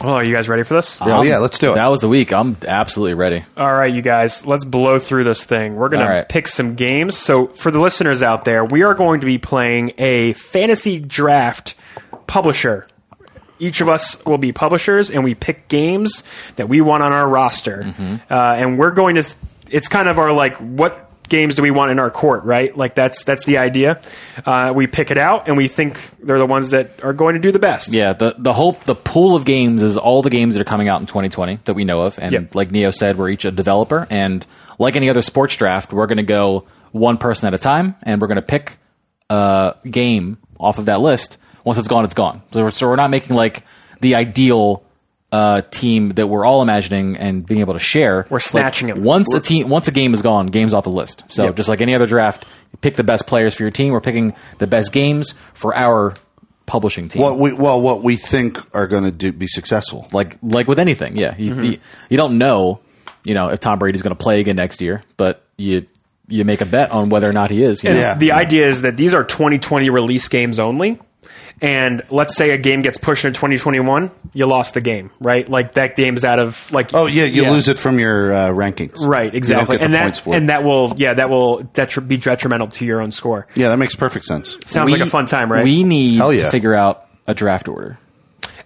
D: Um,
B: Well, are you guys ready for this?
A: Oh yeah, let's do it.
D: That was the week. I'm absolutely ready.
B: All right, you guys, let's blow through this thing. We're going
D: All
B: to
D: right.
B: pick some games. So, for the listeners out there, we are going to be playing a fantasy draft publisher. Each of us will be publishers, and we pick games that we want on our roster.
D: Mm-hmm.
B: Uh, and we're going to. Th- it's kind of our like what games do we want in our court, right? Like that's that's the idea. Uh, we pick it out, and we think they're the ones that are going to do the best.
C: Yeah, the the whole the pool of games is all the games that are coming out in 2020 that we know of, and
B: Yep.
C: like Neo said, we're each a developer, and like any other sports draft, we're going to go one person at a time, and we're going to pick a game off of that list. Once it's gone, it's gone. So we're, so we're not making like the ideal uh, team that we're all imagining and being able to share.
B: We're snatching
C: like,
B: it.
C: Once a team, once a game is gone, game's off the list. So just like any other draft, you pick the best players for your team. We're picking the best games for our publishing team
A: what we well, what we think are going to do be successful.
C: like like with anything. Yeah, you,
B: Mm-hmm.
C: you, you don't know, you know, if Tom Brady's going to play again next year, but you you make a bet on whether or not he is. you
B: And
C: know?
A: Yeah.
B: the idea is that these are 2020 release games only. And let's say a game gets pushed into 2021, you lost the game, right? Like that game's out of like.
A: Oh yeah, you lose it from your uh, rankings.
B: Right, exactly,
A: You don't get the
B: and
A: points
B: that
A: for it.
B: and that will yeah that will detri- be detrimental to your own score.
A: yeah, that makes perfect sense.
B: Sounds like a fun time, right?
C: We need
A: Hell yeah.
C: to figure out a draft order.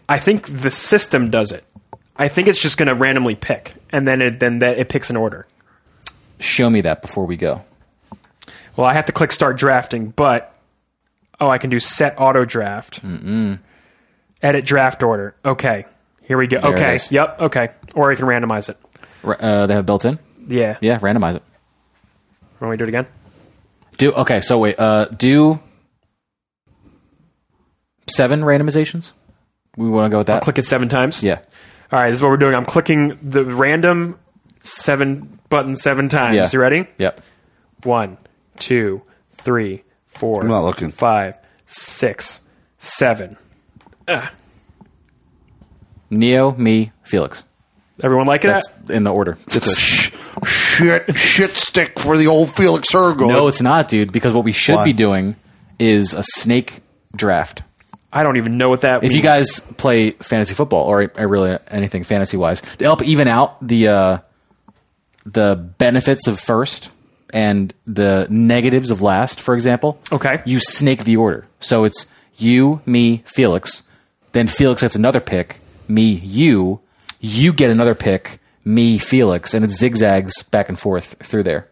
B: I think the system does it. I think it's just going to randomly pick, and then it then that it picks an order.
C: Show me that before we go.
B: Well, I have to click start drafting, but oh, I can do set auto draft. Mm-mm. Edit draft order. Okay, here we go.
C: it
B: okay,
C: is.
B: yep. Okay, or I can randomize it.
C: Ra- Uh, they have built in.
B: Yeah.
C: Yeah, randomize it.
B: Want me to do it again?
C: Do okay. So wait. Uh, do seven randomizations. We want to go with that.
B: Click it seven times.
C: Uh, yeah.
B: All right. This is what we're doing. I'm clicking the random seven button seven times.
C: Yeah.
B: You ready?
C: Yep.
B: One, two, three, four.
A: I'm not looking.
B: Five, six, seven.
C: Neo, me, Felix.
B: Everyone like that?
C: That's in the order. It's a-
A: shit, shit stick for the old Felix Hergo.
C: no, it's not, dude. Because what we should
A: Why?
C: be doing is a snake draft.
B: I don't even know what that.
C: if
B: means.
C: you guys play fantasy football or uh, really anything fantasy wise, to help even out the uh, the benefits of first and the negatives of last, for example,
B: Okay.
C: you snake the order. So it's you, me, Felix. Then Felix gets another pick. Me, you. You get another pick. Me, Felix, and it zigzags back and forth through there.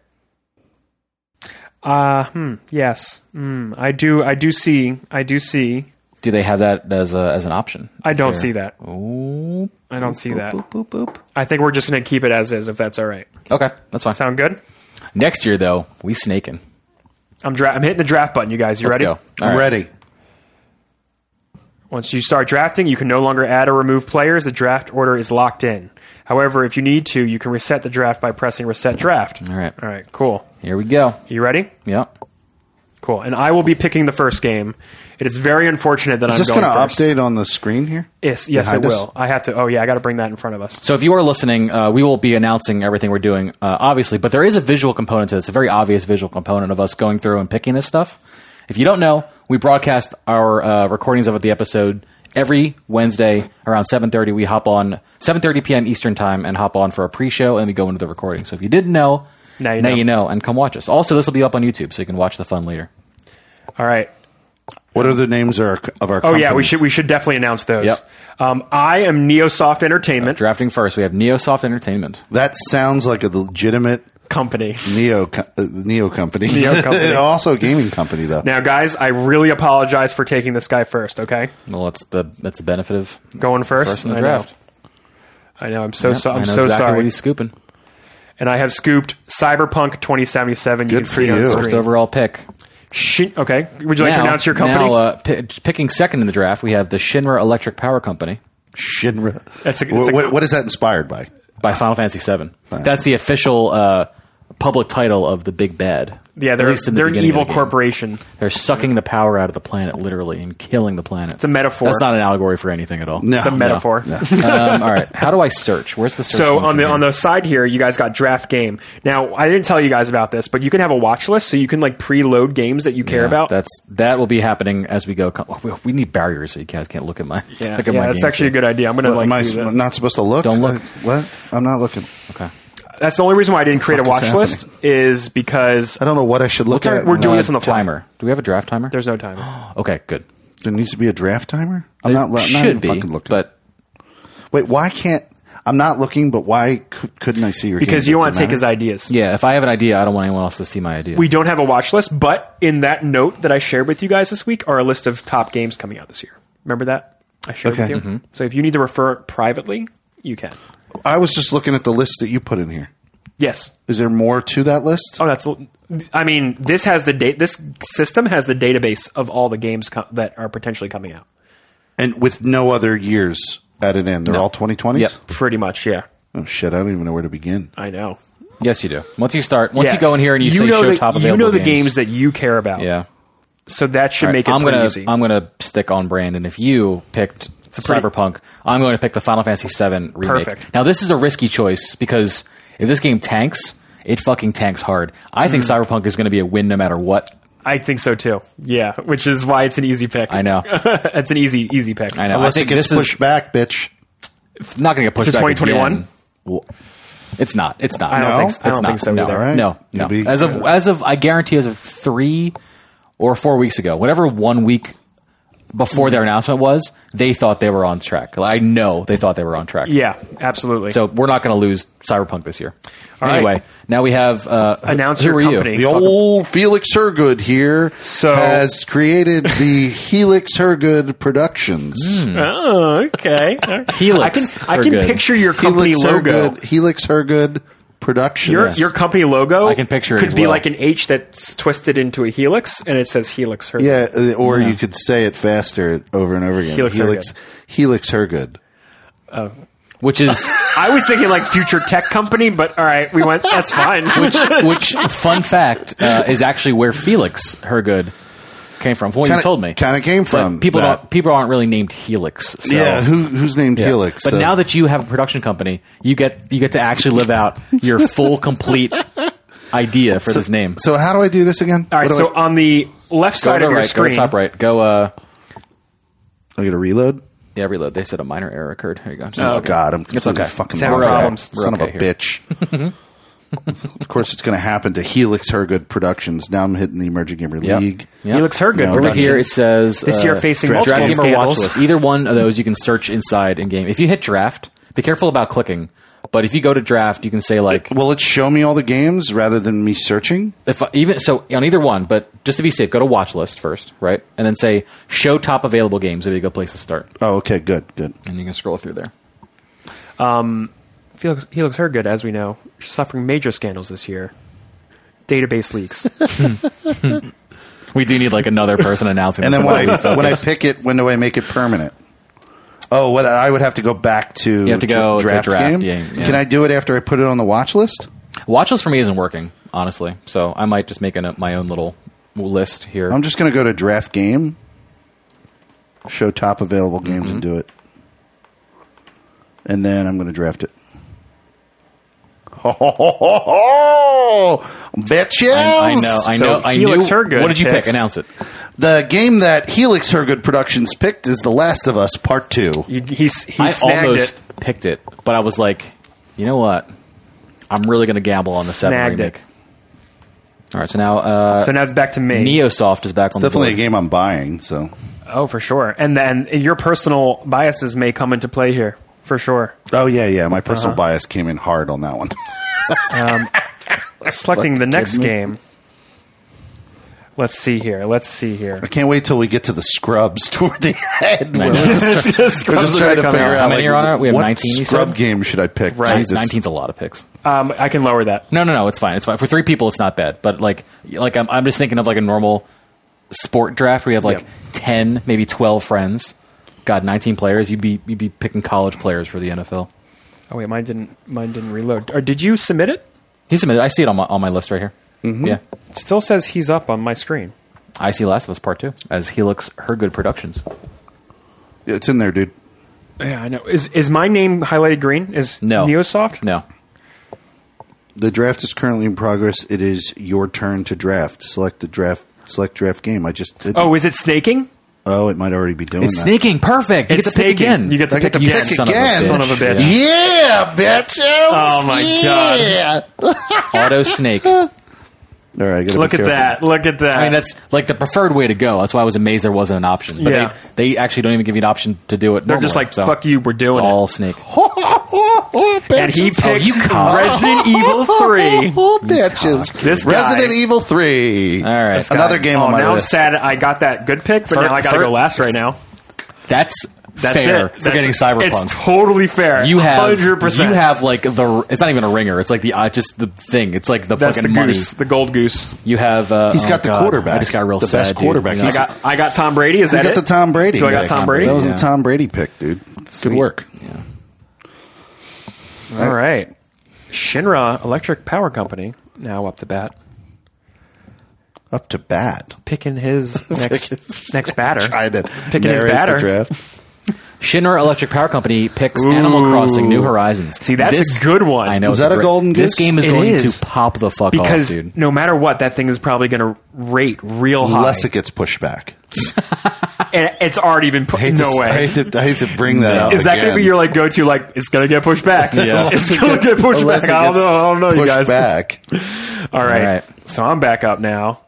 B: Uh, hmm, yes. Hmm, I do. I do see. I do see.
C: Do they have that as a, as an option?
B: I don't see that.
C: Ooh,
B: I don't see that.
C: boop, boop, boop.
B: I think we're just going to keep it as is, if that's all right.
C: Okay, that's fine.
B: Sound good?
C: Next year, though, we snaking.
B: I'm dra- I'm hitting the draft button. You guys, you
C: Let's
B: ready?
C: go.
A: I'm ready.
B: Once you start drafting, you can no longer add or remove players. The draft order is locked in. However, if you need to, you can reset the draft by pressing reset draft.
C: All right.
B: All right, cool.
C: Here we go.
B: You ready?
C: Yep.
B: Cool. And I will be picking the first game. It is very unfortunate that
A: Is
B: I'm
A: this
B: going
A: going to
B: first.
A: update on the screen here?
B: Yes, yes, it
A: behind us?
B: will. I have to. Oh yeah, I got to bring that in front of us.
C: So if you are listening, uh, we will be announcing everything we're doing, uh, obviously. But there is a visual component to this, a very obvious visual component of us going through and picking this stuff. If you don't know, we broadcast our uh, recordings of the episode every Wednesday around 7:30. We hop on 7:30 p.m. Eastern time and hop on for a pre-show and we go into the recording. So if you didn't know,
B: Now you know.
C: and come watch us. Also, this will be up on YouTube, so you can watch the fun later.
B: All right.
A: What are the names of our, of our
B: Oh yeah, we
A: companies?
B: should we should definitely announce those.
C: Yep.
B: Um, I am Neosoft Entertainment
C: Drafting first, we have Neosoft Entertainment.
A: that sounds like a legitimate
B: Company.
A: Neo co- uh, Neo company.
B: Neo company.
A: also a gaming company though.
B: Now, guys, I really apologize for taking this guy first. Okay,
C: Well, that's the that's the benefit of
B: going first.
C: first in the
B: I
C: draft.
B: Know. I know. I'm so
C: Yep,
B: so.
C: I
B: I'm
C: know
B: so
C: exactly
B: sorry.
C: What he's scooping.
B: and I have scooped Cyberpunk 2077. you
A: Good
B: can
A: for
B: see it on
A: you.
B: the
A: First
C: First
B: screen.
C: overall pick.
B: Shi- okay. Would you like to announce your company?
C: Now, uh, pi- picking second in the draft, we have the Shinra Electric Power Company
A: Shinra.
B: That's a-
A: Wha-
B: it's a-
A: what- what is that inspired by?
D: by Final Fantasy VII. That's the official uh, public title of the big bad.
B: yeah,
D: At
B: they're
D: least in the
B: they're an
D: beginning of
B: evil
D: the game.
B: corporation.
D: They're sucking the power out of the planet, literally, and killing the planet. It's
B: a metaphor.
D: That's not an allegory for anything at all.
A: No.
B: It's a metaphor.
C: um, all right. How do I search? Where's the search?
B: So on
C: function
B: the
C: here?
B: on the side here, you guys got draft game. Now I didn't tell you guys about this, but you can have a watch list, so you can like preload games that you care
C: Yeah,
B: about.
C: that's that will be happening as we go. Co- we- We need barriers so you guys can't look at my.
B: yeah,
C: look at
B: yeah
C: my
B: that's
C: games
B: actually a
C: here.
B: good idea. I'm gonna
A: Am I
B: like. do
A: s-
B: that.
A: not supposed to look?
C: Don't look.
A: Like, what? I'm not looking.
C: Okay.
B: That's the only reason why I didn't create a
A: fuck is
B: watch list is because
A: I don't know what I should look
B: our-
A: at.
B: we're doing
A: Uh,
B: this on the fly.
C: timer. Do we have a draft timer?
B: there's no time.
C: okay, good.
A: There needs to be a draft timer. I'm
C: There
A: not. lo- I'm not even
C: should be,
A: fucking looking.
C: but
A: wait, why can't? I'm not looking, but why could, couldn't I see your?
B: Because
A: game?
B: you
A: Does
B: want
A: it
B: to take his
A: matter?
B: ideas.
C: yeah, if I have an idea, I don't want anyone else to see my idea.
B: We don't have a watch list, but in that note that I shared with you guys this week are a list of top games coming out this year. Remember that I shared
A: Okay.
B: with you.
C: Mm-hmm.
B: So if you need to refer it privately, you can.
A: I was just looking at the list that you put in here.
B: Yes.
A: Is there more to that list?
B: Oh, that's. I mean, this has the date. This system has the database of all the games co- that are potentially coming out.
A: And with no other years at an end, they're all 2020s.
C: Yep.
B: Pretty much, yeah.
A: Oh shit! I don't even know where to begin.
B: I know.
C: yes, you do. Once you start, once
B: Yeah.
C: you go in here and you, say
B: know
C: show
B: the,
C: top
B: you
C: available
B: know the games. that you care about.
C: Yeah.
B: So that should
C: All right,
B: make it
C: I'm
B: pretty
C: gonna
B: easy.
C: I'm gonna stick on brand, and if you picked
B: pretty-
C: Cyberpunk, I'm going to pick the Final Fantasy VII remake.
B: Perfect.
C: Now this is a risky choice because if this game tanks, it fucking tanks hard. I think
B: Mm.
C: Cyberpunk is going to be a win no matter what.
B: I think so too. Yeah, which is why it's an easy pick.
C: I know.
B: it's an easy easy pick.
C: I know.
A: Unless
C: I think
A: it gets
C: this
A: pushed back, bitch.
C: is not going to get pushed
B: To
C: back
B: 2021?
C: again. It's not. It's not.
B: I don't
A: No?
B: think so. I
C: It's
B: don't
C: not.
B: think so
C: no,
B: either.
A: All right.
C: No,
A: You'll
C: no.
A: be-
C: as of as of I guarantee as of three or four weeks ago, whatever one week before their announcement was, they thought they were on track. Like, I know they thought they were on track.
B: Yeah, absolutely.
C: So we're not going to lose Cyberpunk this year.
B: All
C: anyway,
B: right.
C: now we have uh, who-
B: Announce
C: who
B: your
C: are
B: company.
A: The old Felix Hergood here
B: So-
A: has created the Helix Hergood Productions.
C: Hmm.
B: oh, okay.
C: Helix
B: I can I
C: are
B: can
C: good.
B: picture your company
A: Helix
B: logo.
A: Hergood, Helix Hergood Productions.
B: Your your company logo.
C: I can picture it
B: could
C: as
B: be
C: well.
B: like an H that's twisted into a helix, and it says Helix. Herb.
A: yeah, uh, or you could say it faster over and over again.
B: Helix
A: Helix Helix Hergood.
C: you, which is
B: I was thinking like future tech company, but all right, we went. That's fine. Which
C: which fun fact uh, is actually where Felix Hergood came from. From what you
A: Kinda-
C: told me,
A: kinda came
C: But
A: from
C: people.
A: that.
C: Don't, people aren't really named Helix. So.
A: yeah, who who's named
C: Yeah.
A: Helix?
C: But
A: so-
C: now that you have a production company, you get you get to actually live out your full complete idea for this name.
A: so how do I do this again?
B: all right. So on the left
C: go
B: side
C: to
B: of your
C: the right, go to
B: screen,
C: the top right. Go. Uh,
A: I got to reload.
C: yeah, reload. They said a minor error occurred. Here you go. Just
A: Oh
C: log in.
A: God, I'm
C: It's
A: completely
C: okay.
A: fucking
B: Sound
A: locked out.
B: problems.
C: We're
A: Son
C: okay
A: of a
C: here.
A: bitch. of course, it's going to happen to Helix Hergood Productions. Now I'm hitting the Emerging Gamer
C: Yep.
A: League.
C: Yep.
B: Helix Hergood.
A: No,
B: Productions.
A: over
D: Here it says
B: This
D: uh,
B: year facing
D: draft,
B: multiple
D: game
C: draft game or watch
B: scandals.
C: list. Either one of those you can search inside in game. If you hit draft, be careful about clicking. But if you go to draft, you can say like
A: Will it show me all the games rather than me searching?
C: if I- even so on either one. But just to be safe, go to watch list first, right? And then say show top available games. That'd be a good place to start,
A: Oh, okay, good, good.
C: and you can scroll through there.
B: Felix Helix Hergood, as we know, suffering major scandals this year. Database leaks.
C: We do need like another person announcing.
A: And
C: this
A: then
C: so
A: when I when
C: we focus.
A: I pick it, when do I make it permanent? Oh, what I would have to go back to you
C: have to go to draft game, yeah.
A: Can I do it after I put it on the watch list?
C: watch list for me isn't working honestly, so I might just make an, my own little list here.
A: I'm just going to go to draft game, show top available games, and
C: Mm-hmm.
A: do it. And then I'm going to draft it. Ho, ho, ho, ho, ho! Bitches!
C: I, I know, I
B: So
C: know, I knew.
B: Helix Hergood
C: what did you pick?
B: picks-
C: Announce it.
A: The game that Helix Hergood Productions picked is The Last of Us Part 2.
B: he he, he
C: I
B: snagged
C: almost
B: it.
C: picked it, but I was like, you know what? I'm really going to gamble on the seven
B: Snagged it.
C: remake. All right, so now uh,
B: So now it's back to me.
C: Neosoft is back on
A: Definitely a
C: the board.
A: game I'm buying. So
B: Oh, for sure. And then your personal biases may come into play here, for sure.
A: oh yeah, yeah. My personal bias came in hard on that one.
B: Selecting the next
A: me.
B: game. Let's see here. Let's see here.
A: I can't wait till we get to the scrubs toward the end. where we're just,
B: It's just-
A: we're just trying to
B: come
A: figure out
B: out.
C: many
A: like,
C: are on it? We have
A: what
C: 19, you
A: scrub
C: said?
A: game should I pick?
B: Right.
A: Jesus.
C: 19's a lot of picks.
B: Um, I can lower that.
C: No, no, no. It's fine. It's fine for three people. It's not bad. But like, like I'm, I'm just thinking of like a normal sport draft where you have like
B: Yep.
C: ten, maybe twelve friends. God, nineteen players. You'd be you'd be picking college players for the NFL.
B: Oh wait, mine didn't. Mine didn't reload. Or did you submit it?
C: He submitted. I see it on my on my list right here.
B: Mm-hmm.
C: Yeah,
B: it still says he's up on my screen.
C: I see Last of Us Part Two as Helix Hergood Productions.
A: It's in there, dude.
B: Yeah, I know. Is is my name highlighted green? Is
C: No
B: Neosoft?
C: No,
A: The draft is currently in progress. It is your turn to draft. Select the draft. Select draft game. I just did.
B: Oh, is it snaking?
A: oh, it might already be doing
C: it's
A: that.
C: sneaking. Perfect. You
B: It's
C: get to pick
B: snaking.
C: again.
B: You get to
A: I
B: pick
A: get to
B: again.
A: pick
C: Son of a
A: again.
C: bitch.
B: Son of a bitch.
A: Yeah, bitch.
B: Oh, my God.
A: yeah.
C: auto snake. I
A: All right, I gotta
B: Look
A: be
B: at
A: careful.
B: that. Look at that.
C: mean, that's like the preferred way to go. That's why I was amazed there wasn't an option. But
B: Yeah.
C: they, they actually don't even give you an option to do it.
B: They're just like, fuck you, we're doing
C: It's
B: it.
C: all snake.
A: Oh,
B: and he picked
C: Oh, you cock.
B: Resident Evil 3.
A: oh, bitches.
B: This guy.
A: Resident Evil 3.
C: All right.
B: This guy-
A: Another game
B: oh,
A: on my
B: now
A: list.
B: I'm sad I got that good pick, but
C: Fir-
B: now I got to
C: fir-
B: go last right now.
C: That's,
B: That's
C: fair
B: it.
C: for
B: That's-
C: getting
B: It's
C: cyberpunk.
B: totally fair.
C: you have
B: 100%.
C: you have like the it's not even a ringer. It's like the uh, just the thing. It's like the
B: That's the
C: fucking money.
B: goose, the gold goose.
C: You have uh,
A: He's
C: oh,
A: got the
C: God.
A: quarterback.
C: I just got real
A: The
C: sad.
A: best
C: dude.
A: quarterback.
C: You know,
B: I
A: He's-
B: got I got Tom Brady. Is
A: You
B: that
A: got
B: it?
A: the Tom Brady.
B: Do I got
A: Yeah,
B: Tom Brady?
A: That was
C: Yeah.
A: the Tom Brady pick, dude. Good work.
B: All right. Shinra Electric Power Company now up to bat,
A: Up to bat.
B: picking his next next batter.
A: Trying to
B: Picking
A: narrate
B: his
A: the
B: batter.
A: draft.
C: Shinra Electric Power Company picks Animal Crossing: New Horizons.
B: See, that's a good one.
C: I know.
A: Is
C: it's
A: that a
C: great-
A: golden
C: This
A: goose?
C: game is
B: It
C: going
B: is.
C: to pop the fuck
B: because
C: off, dude.
B: no matter what, that thing is probably going to rate real high.
A: Unless it gets pushed back.
B: and it's already been put.
A: I hate
B: No
A: to,
B: way.
A: I hate to, I hate to bring that up.
B: is that going to be
A: again.
B: your like go to? Like it's going to get pushed back.
C: Yeah.
B: it's going to get pushed
A: Unless
B: back.
A: it
B: I don't
A: gets
B: know. I don't know, you
A: pushed
B: guys.
A: back.
B: All right.
C: All right.
B: So I'm back up now.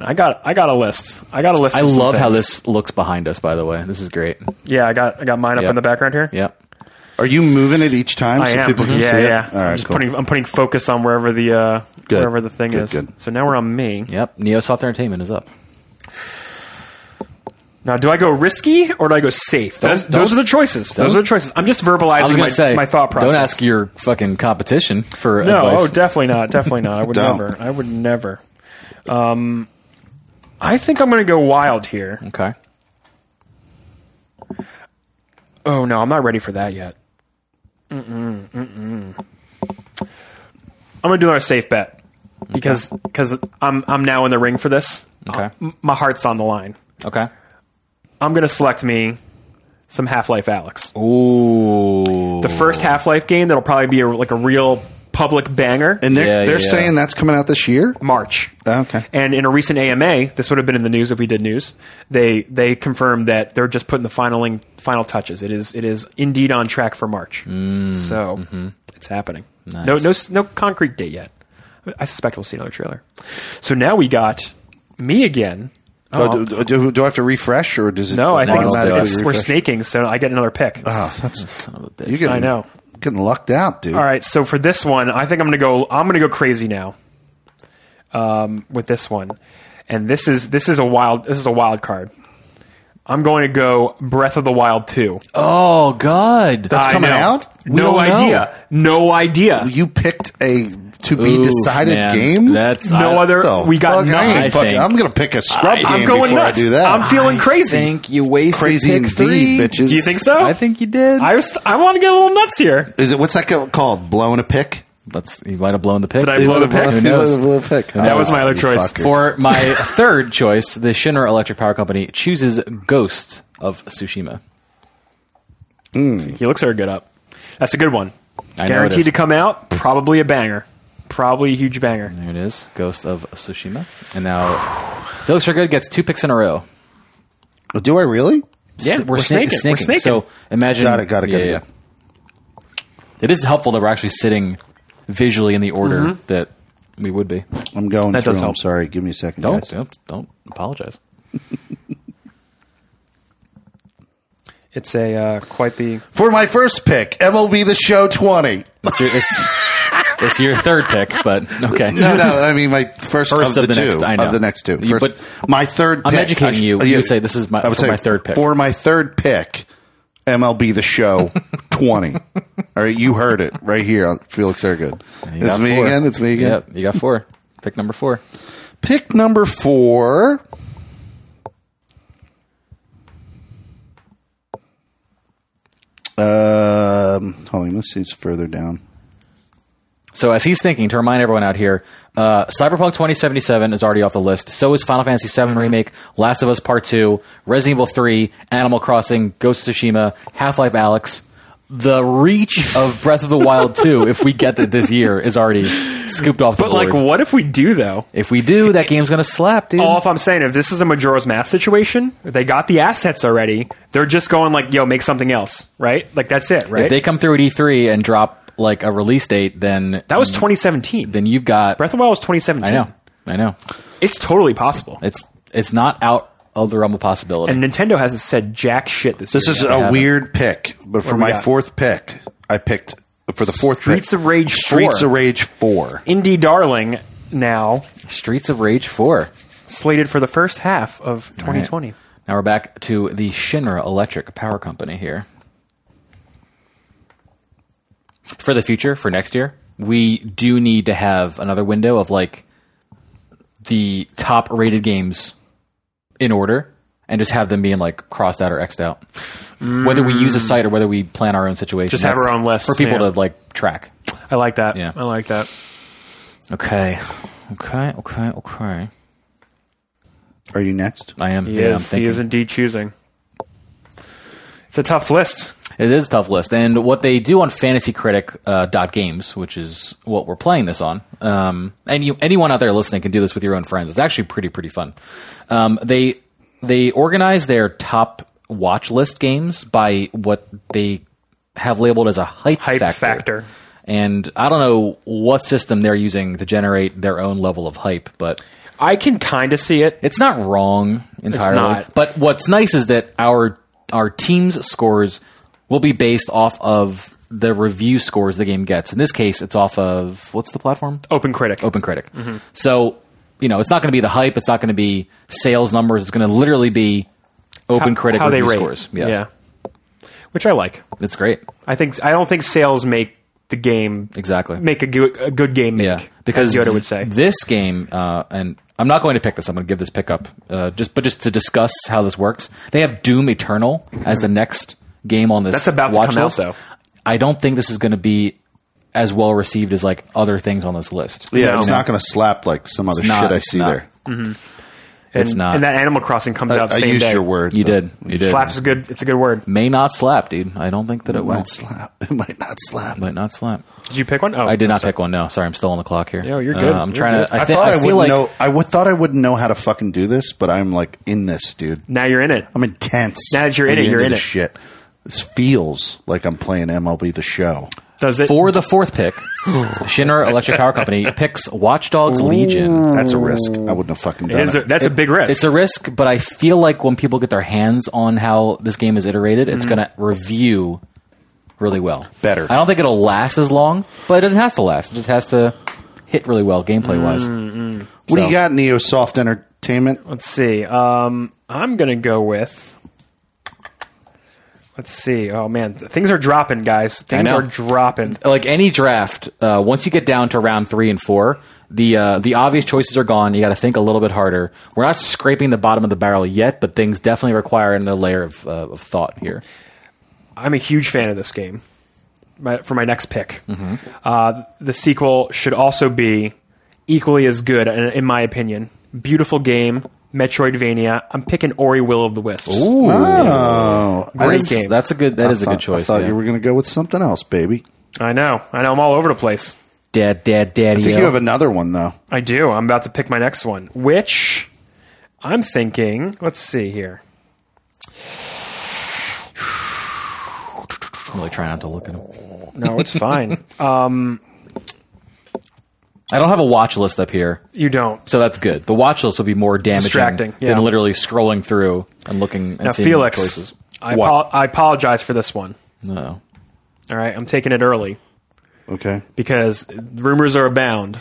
B: I got I got a list. I got a list.
C: I
B: of some
C: love how
B: things.
C: this looks behind us. By the way, this is great.
B: Yeah, I got I got mine up
C: Yep.
B: in the background here.
C: Yep.
A: Are you moving it each time
B: I
A: so
B: am.
A: people can
B: yeah,
A: see it?
B: yeah.
A: All
B: I'm
A: right,
B: just
A: cool.
B: putting I'm putting focus on wherever the uh,
A: Good.
B: wherever the thing
A: Good,
B: is.
A: good.
B: So now we're on me.
C: Yep. Neosoft Entertainment is up.
B: Now, do I go risky or do I go safe? Those,
C: Don't-
B: those are
C: don't-
B: the choices. Those
C: don't-
B: are the choices. I'm just
C: I was
B: verbalizing
C: going
B: my,
C: to say
B: my thought process.
C: Don't ask your fucking competition for
B: No,
C: advice.
B: oh, definitely not. Definitely not. I would
A: Don't.
B: never. I would never. Um, I think I'm going to go wild here.
C: okay.
B: Oh no, I'm not ready for that yet. Mm-mm, mm-mm. I'm going to do another safe bet because because I'm I'm now in the ring for this.
C: Okay.
B: M- my heart's on the line.
C: Okay.
B: I'm going to select me some Half Life Alex.
C: Ooh.
B: The first Half Life game that'll probably be a, like a real public banger.
A: And they're,
C: Yeah, yeah,
A: they're
C: yeah.
A: saying that's coming out this year? Oh,
B: March.
A: Okay.
B: And in a recent AMA, this would have been in the news if we did news. They they confirmed that they're just putting the finaling final touches. It is it is indeed on track for March. so it's happening. No no s- no concrete date yet. I suspect we'll see another trailer. So now we got me again.
A: Oh, do, do, do I have to refresh or does it?
B: No, I think it's,
A: automatically
B: it's- we're
A: refresh?
B: snaking, so I get another pick.
A: Oh, that's
C: Son of a bitch.
A: you getting,
B: I know.
A: getting lucked out, dude.
B: All right, so for this one, I think I'm gonna go. I'm gonna go crazy now. Um, with this one, and this is this is a wild. This is a wild card. I'm going to go Breath of the Wild two.
C: oh God.
A: That's
B: I
A: coming
B: know.
A: out.
C: We
B: no
C: don't know.
B: idea. No idea.
A: You picked a to be
C: Oof,
A: decided
C: man.
A: game.
C: That's
B: No
C: I,
B: other.
A: The
B: We got
A: fuck? I ain't
B: nothing.
C: I
A: fucking-
C: think.
A: I'm gonna pick a scrub game
B: I'm going
A: before
B: nuts.
A: I do that.
B: I'm feeling crazy.
C: I think you wasted
A: Crazy
C: pick
A: indeed,
C: three.
A: bitches.
B: Do you think so?
C: I think you did.
B: I was. I want to get a little nuts here.
A: Is it what's that go- called? Blowing a pick?
C: Let's. You might have blown the pick.
B: Did I blow the pick?
C: Who knows?
A: Blow a pick.
B: That was
A: Oh,
B: my other
A: you
B: choice.
A: fucker.
C: For my third choice, the Shinra Electric Power Company chooses Ghost of Tsushima.
B: He looks her good up. That's a good one.
C: I know it
B: Guaranteed
C: is.
B: to come out. Probably a banger. Probably a huge banger.
C: There it is, Ghost of Tsushima. And now Felix Hergood gets two picks in a row.
A: Oh, Do I really?
B: Yeah,
C: We're,
B: we're
C: sna-
B: snaking. We're snaking.
C: So imagine.
A: Got it, got it, got it, got it.
B: Mm-hmm.
C: It is helpful that we're actually sitting visually in the order that We would be.
A: I'm going
B: That
A: through
B: does
A: them.
B: help.
A: Sorry, give me a 2nd
C: Don't don't, don't apologize.
B: It's a uh, quite the
A: For my first pick, MLB The Show 20.
C: It's your, it's, it's your third pick, but okay.
A: No, no, I mean my first,
C: First
A: of,
C: of
A: the,
C: the
A: two
C: next- I know.
A: of the next two.
C: You-
A: First,
C: but
A: my third.
C: I'm
A: pick, oh,
C: educating you. You say this is my-
A: I would
C: for
A: say
C: my third pick.
A: For my third pick, MLB The Show 20. All right, you heard it right here on Felix Ergood.
C: You
A: It's
C: got
A: me
C: four.
A: again. It's me again.
C: Yep, you got four. Pick number four.
A: Pick number four. Um, hold on, let's see. It's further down.
C: So as he's thinking, to remind everyone out here, uh, Cyberpunk 2077 is already off the list. So is Final Fantasy VII Remake, Last of Us Part Two, Resident Evil Three, Animal Crossing, Ghost of Tsushima, Half Life Alex. The reach of Breath of the Wild 2, if we get it this year, is already scooped off the
B: But
C: board.
B: like, what if we do though?
C: if we do, that game's gonna slap, dude.
B: All if I'm saying, if this is a Majora's Mask situation, they got the assets already. They're just going like, yo, make something else, right? Like that's it, right?
C: If they come through at E3 and drop like a release date, then
B: that was 2017.
C: then you've got.
B: Breath of the Wild was 2017.
C: I know, I know.
B: It's totally possible.
C: It's it's not out of the realm of possibility.
B: and Nintendo hasn't said jack shit this,
A: This
B: year.
A: is
B: yet.
C: have
A: a
C: it.
A: weird pick, but for
B: we
A: my
B: got?
A: fourth pick, I picked for the fourth
B: Streets
A: pick,
B: of Rage
A: Streets
B: 4.
A: of Rage Four.
B: Indie Darling now
C: Streets of Rage 4.
B: slated for the first half of 2020.
C: Right. Now we're back to the Shinra Electric Power Company here. For the future, for next year, we do need to have another window of like the top rated games in order and just have them being like crossed out or xed out. Whether we use a site or whether we plan our own situation.
B: Mm. Just have
C: that's
B: our own list,
C: For people
B: yeah.
C: to like track.
B: I like that.
C: Yeah.
B: I like that.
C: Okay. Okay, okay, okay.
A: Are you next?
C: I am.
B: He
C: yeah, I'm
B: is. He
C: thinking.
B: is indeed choosing. It's a tough list.
C: It is a tough list, and what they do on FantasyCritic uh, dot games, which is what we're playing this on, um, and you, anyone out there listening can do this with your own friends. It's actually pretty pretty fun. Um, they they organize their top watch list games by what they have labeled as a hype,
B: Hype
C: factor.
B: factor.
C: And I don't know what system they're using to generate their own level of hype, but
B: I can kind of see it.
C: it's not wrong entirely.
B: not.
C: But what's nice is that our our team's scores will be based off of the review scores the game gets. In this case, it's off of what's the platform?
B: Open critic.
C: Open Critic.
B: Mm-hmm.
C: So you know, it's not going to be the hype. It's not going to be sales numbers. It's going to literally be Open Critic
B: how they
C: review
B: rate.
C: scores. Yeah.
B: Which I like.
C: it's great.
B: I think I don't think sales make the game
C: Exactly.
B: make a, good a good game make.
C: Yeah, because
B: as Yoda
C: th-
B: would say.
C: this game, uh, and I'm not going to pick this. I'm going to give this pick up, uh, just but just to discuss how this works. They have Doom Eternal as the next game on this.
B: That's about to
C: watch
B: come out,
C: list.
B: though.
C: I don't think this is going to be as well received as like other things on this list.
A: Yeah,
B: No.
A: it's not going to slap like some other
C: not,
A: shit I
C: it's
A: see
C: not.
A: there.
B: and,
C: it's not.
B: And that Animal Crossing comes out
A: I
B: same
A: used
B: day.
A: your word.
C: You
A: though.
C: did, you did.
B: Slaps is good. It's a good word.
C: May not slap, dude. I don't think that it
A: It
C: will.
A: might slap. It might not slap.
C: Might not slap.
B: Did you pick one? Oh,
C: I did
B: I'm
C: not
B: sorry.
C: pick one. No, sorry, I'm still on the clock here.
B: Yo, you're good.
C: Uh, I'm
B: You're
C: trying
B: good.
C: to. I,
A: I
C: thi-
A: thought I,
C: I,
A: wouldn't
C: feel like
A: know. I would, thought I wouldn't know how to fucking do this, but I'm like in this, dude.
B: Now you're in it.
A: I'm intense.
B: Now that you're in
A: I'm
B: it, you're
A: into
B: in
A: this
B: it.
A: Shit. This feels like I'm playing MLB The Show.
B: Does it?
C: for the fourth pick, Shinra Electric Power Company picks Watch Dogs Legion.
A: That's a risk. I wouldn't have fucking done it.
B: is a, that's a big risk.
C: It's a risk, but I feel like when people get their hands on how this game is iterated, it's going to review really well.
A: Mm-hmm. Better.
C: I don't think it'll last as long, but it doesn't have to last. It just has to hit really well gameplay wise.
A: Mm. what do
C: So-
A: you got, NeoSoft Entertainment?
B: Let's see. Um, I'm gonna go with. Let's see. Oh man, th- things are dropping, guys. Things
C: know.
B: are dropping.
C: Like any draft, uh, once you get down to round three and four, the uh, the obvious choices are gone. You got to think a little bit harder. We're not scraping the bottom of the barrel yet, but things definitely require another layer of, uh, of thought here.
B: I'm a huge fan of this game. My, for my next pick, uh, the sequel should also be equally as good, in, in my opinion. Beautiful game, Metroidvania. I'm picking Ori Will of the Wisps.
A: Oh, I
B: Great
A: didn't-
B: game.
C: That's a good. That
A: I
C: is a
A: thought-
C: good choice.
A: I thought
C: yeah.
A: you were going to go with something else, baby.
B: I know. I know. I'm all over the place.
C: dad, dad, daddy.
A: I think you have another one though.
B: I do. I'm about to pick my next one, which I'm thinking. Let's see here.
C: I'm really trying not to look at him.
B: No, it's fine. Um,
C: I don't have a watch list up here,
B: You don't.
C: so that's good. The watch list will be more damaging
B: Distracting, yeah.
C: than literally scrolling through and looking and
B: Now,
C: seeing
B: Felix,
C: choices.
B: I,
A: What?
B: apo- I apologize for this one.
C: No.
B: All right, I'm taking it early
A: Okay.
B: because rumors are abound.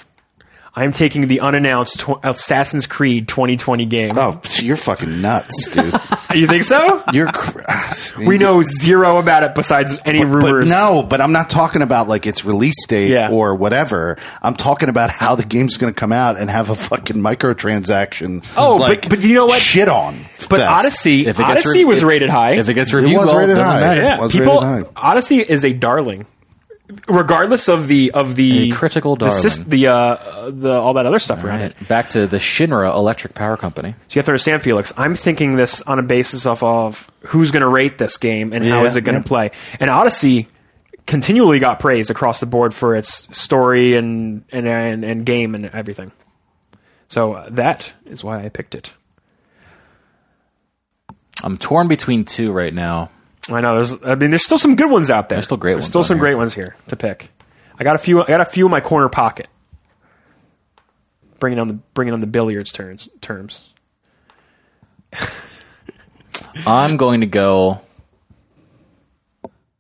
B: I'm taking the unannounced tw- Assassin's Creed 2020 game.
A: Oh, you're fucking nuts, dude.
B: You think so?
A: You're. Cr- ah,
B: we know zero about it besides any rumors.
A: But no, but I'm not talking about like its release date
B: Yeah.
A: or whatever. I'm talking about how the game's going to come out and have a fucking microtransaction.
B: Oh, but-
A: like,
B: but you know what?
A: Shit on.
B: But
A: fest.
B: Odyssey,
C: If it gets
B: Odyssey
C: re-
B: was
C: if-
B: rated high.
C: If it gets
A: It
C: reviewed,
A: was
C: well,
A: rated
C: doesn't
A: high.
C: matter.
A: It
B: yeah,
A: was
B: people.
A: rated high.
B: Odyssey is a darling, regardless of the of the
C: A critical
B: the, sys-
C: darling.
B: the, uh, the all that other stuff around it.
C: Right. Back to the Shinra Electric Power Company.
B: So you have to understand, Felix. I'm thinking this on a basis of, of who's going to rate this game and how
A: Yeah,
B: is it going to
A: yeah.
B: play. And Odyssey continually got praised across the board for its story and and and, and game and everything. So uh, that is why I picked it.
C: I'm torn between two right now.
B: I know. There's, I mean, there's still some good ones out there.
C: There's still great
B: There's
C: ones
B: still
C: on
B: some
C: here.
B: great ones here to pick. I got a few. I got a few in my corner pocket. Bringing on the bringing on the billiards turns terms.
C: I'm going to go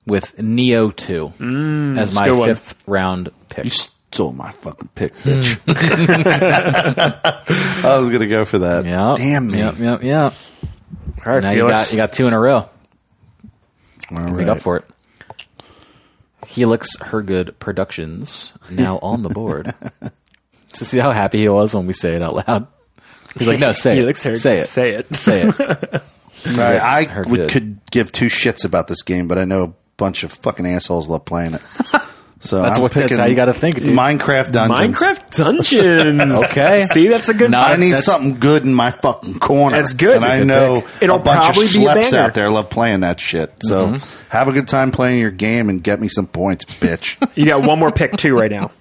C: with Neo 2 as my
B: Mm, good one.
C: fifth round pick.
A: You stole my fucking pick,
C: Hmm.
A: bitch. I was going to go for that.
C: Yep.
A: Damn me.
C: Yep, yep, yep.
B: All right,
C: Now you
B: Felix.
C: got, you got two in a row.
A: All
C: Make
A: right.
C: up for it. Helix Hergood Productions now on the board. to see how happy he was when we say it out loud. He's like, no, say
B: You
C: it.
B: look serious.
C: Say it.
B: Say it.
C: Say it.
A: All right, I
C: Her
A: would,
C: good.
A: could give two shits about this game, but I know a bunch of fucking assholes love playing it. So
C: That's
A: I'm
C: what- that's
A: picking
C: how you gotta think, dude.
A: Minecraft Dungeons.
B: Minecraft Dungeons.
C: Okay.
B: See, that's a good.
C: Not-
A: I need
C: That's-
A: something good in my fucking corner.
B: That's good.
A: And
B: That's a
A: I
B: good
A: know
B: pick. It'll
A: a bunch
B: probably
A: of
B: be a
A: schleps
B: banger.
A: out there love playing that shit. So
C: Mm-hmm.
A: have a good time playing your game and get me some points, bitch.
B: you got one more pick too right now,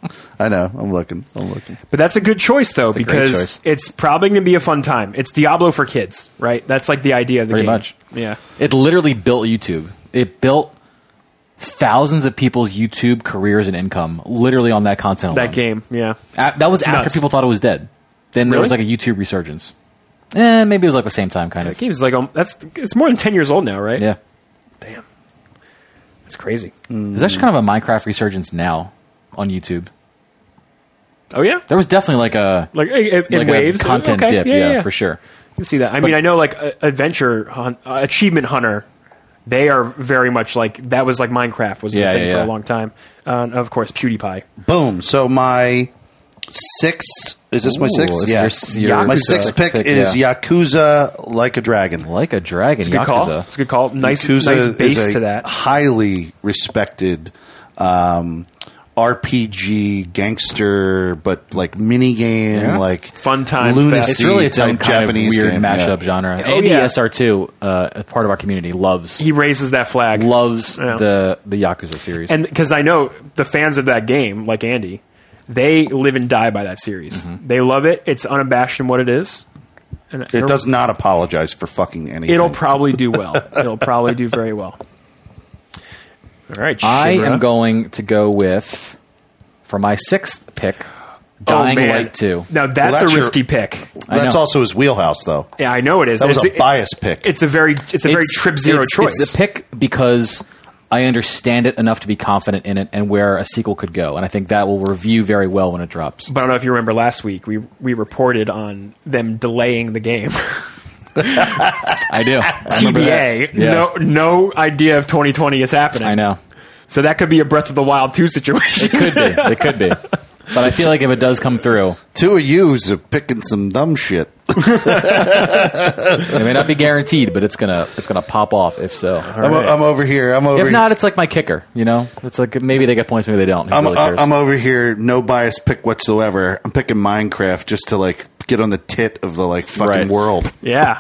A: I know. I'm looking. I'm looking.
B: but that's a good choice though
C: a great
B: because
C: choice.
B: it's probably going to be a fun time. It's Diablo for kids, right? That's like the idea of the
C: Pretty
B: game.
C: much.
B: Yeah.
C: It literally built YouTube. It built thousands of people's YouTube careers and income literally on that content alone.
B: That game. Yeah.
C: A- that was
B: It's
C: after
B: nuts.
C: people thought it was dead. Then there was like a
B: Really?
C: YouTube resurgence. Eh, maybe it was like the same time, kind
B: That
C: of.
B: game's like um, that's it's more than ten years old now, right?
C: Yeah. Mm.
B: Damn. That's crazy.
C: There's actually kind of a Minecraft resurgence now on YouTube.
B: Oh yeah.
C: There was definitely like a
B: Like it, it
C: like
B: waves
C: a content
B: Okay,
C: dip, yeah, for sure.
B: You can see that. I mean, I know like uh, adventure hun- uh, achievement hunter. They are very much like that was like Minecraft was
C: Yeah,
B: the thing
C: yeah,
B: for
C: yeah.
B: a long time. Uh, and of course, PewDiePie.
A: Boom. So my sixth. Is this my
C: Ooh,
A: sixth?
C: this
A: Yeah.
C: is your- your
A: my
C: Yakuza
A: sixth pick,
C: pick,
A: is
C: yeah.
A: Yakuza Like a Dragon.
C: Like a dragon,
B: Good call.
C: Yakuza.
B: It's a good call. Nice,
A: Yakuza
B: nice
A: is
B: base
A: a
B: to that.
A: highly respected um, RPG gangster, but like mini game,
C: Yeah.
A: like
B: Fun time fest.
A: lunacy
C: It's really its own
A: type
C: kind
A: Japanese
C: of weird
A: game,
C: mashup
A: yeah.
C: genre.
B: Oh,
C: Andy
B: yeah.
C: SR2, uh, a part of our community, loves
B: He raises that flag.
C: loves
B: Yeah.
C: the the Yakuza series.
B: and because I know the fans of that game, like Andy, they live and die by that series. They love it. It's unabashed in what it is. And
A: It does not apologize for fucking anything.
B: It'll probably do well. It'll probably do very well. All right,
C: I
B: Shimra.
C: am going to go with for my sixth pick, Dying
B: Oh, man.
C: Light Two.
B: Now that's,
A: that's
B: a
A: your-
B: risky pick.
A: That's
C: know.
A: also his wheelhouse, though.
B: Yeah, I know it is.
A: That was
B: it's
A: a bias pick.
B: It's a very it's a very trip zero
C: it's-
B: choice.
C: It's a pick because I understand it enough to be confident in it and where a sequel could go, and I think that will review very well when it drops.
B: but I don't know if you remember last week we we reported on them delaying the game.
C: I do. I remember that.
B: TBA.
C: Yeah.
B: No no idea if 2020 is happening.
C: I know.
B: So that could be a Breath of the Wild 2 situation.
C: Could be. It could be. But I feel like if it does come through,
A: Two of yous are picking some dumb shit.
C: it may not be guaranteed, but it's gonna it's gonna pop off if so.
A: I'm, I'm over here. I'm over.
C: If
A: here.
C: not, it's like my kicker. You know, it's like maybe they get points, maybe they don't. Who
A: I'm,
C: really cares?
A: I'm over here. No bias pick whatsoever. I'm picking Minecraft just to like get on the tit of the like fucking
C: Right.
A: world.
B: yeah.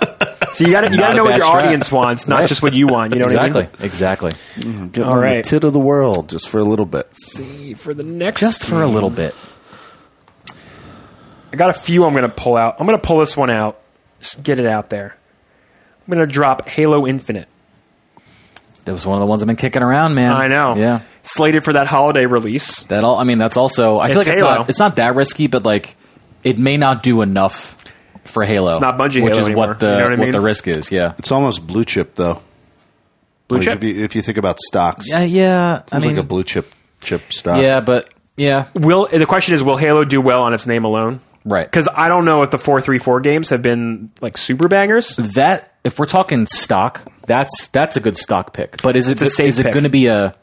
B: So you got to you got
C: Not
B: to
C: a
B: know what
C: bad
B: your
C: strat.
B: audience wants, not just what you want. You know
C: exactly,
B: what
C: exactly.
A: Get
B: All
A: on
B: right.
A: the tit of the world just for a little bit.
B: I mean? See for the next
C: Just for a little bit.
B: I got a few I'm going to pull out. I'm going to pull this one out. Just get it out there. I'm going to drop Halo Infinite.
C: That was one of the ones I've been kicking around, man.
B: I know.
C: Yeah.
B: slated for that holiday release.
C: That all. I mean, that's also. I feel
B: It's
C: like it's
B: Halo.
C: not. It's not that risky, but like, it may not do enough for Halo. It's
B: not Bungie
C: which
B: Halo
C: is
B: anymore.
C: what the
B: You know what I mean?
C: the risk is. Yeah.
A: It's almost blue chip though.
B: Blue
A: Like,
B: chip.
A: If you, if you think about stocks,
C: Yeah.
A: it's
C: Yeah. I mean.
A: like a blue chip chip stock.
C: yeah, but yeah.
B: will the question is will Halo do well on its name alone?
C: Right.
B: Because I don't know if the four three four games have been like super bangers.
C: That if we're talking stock,
D: That's that's a good stock pick. But is it
B: a safe
D: is it
B: pick.
D: going to be a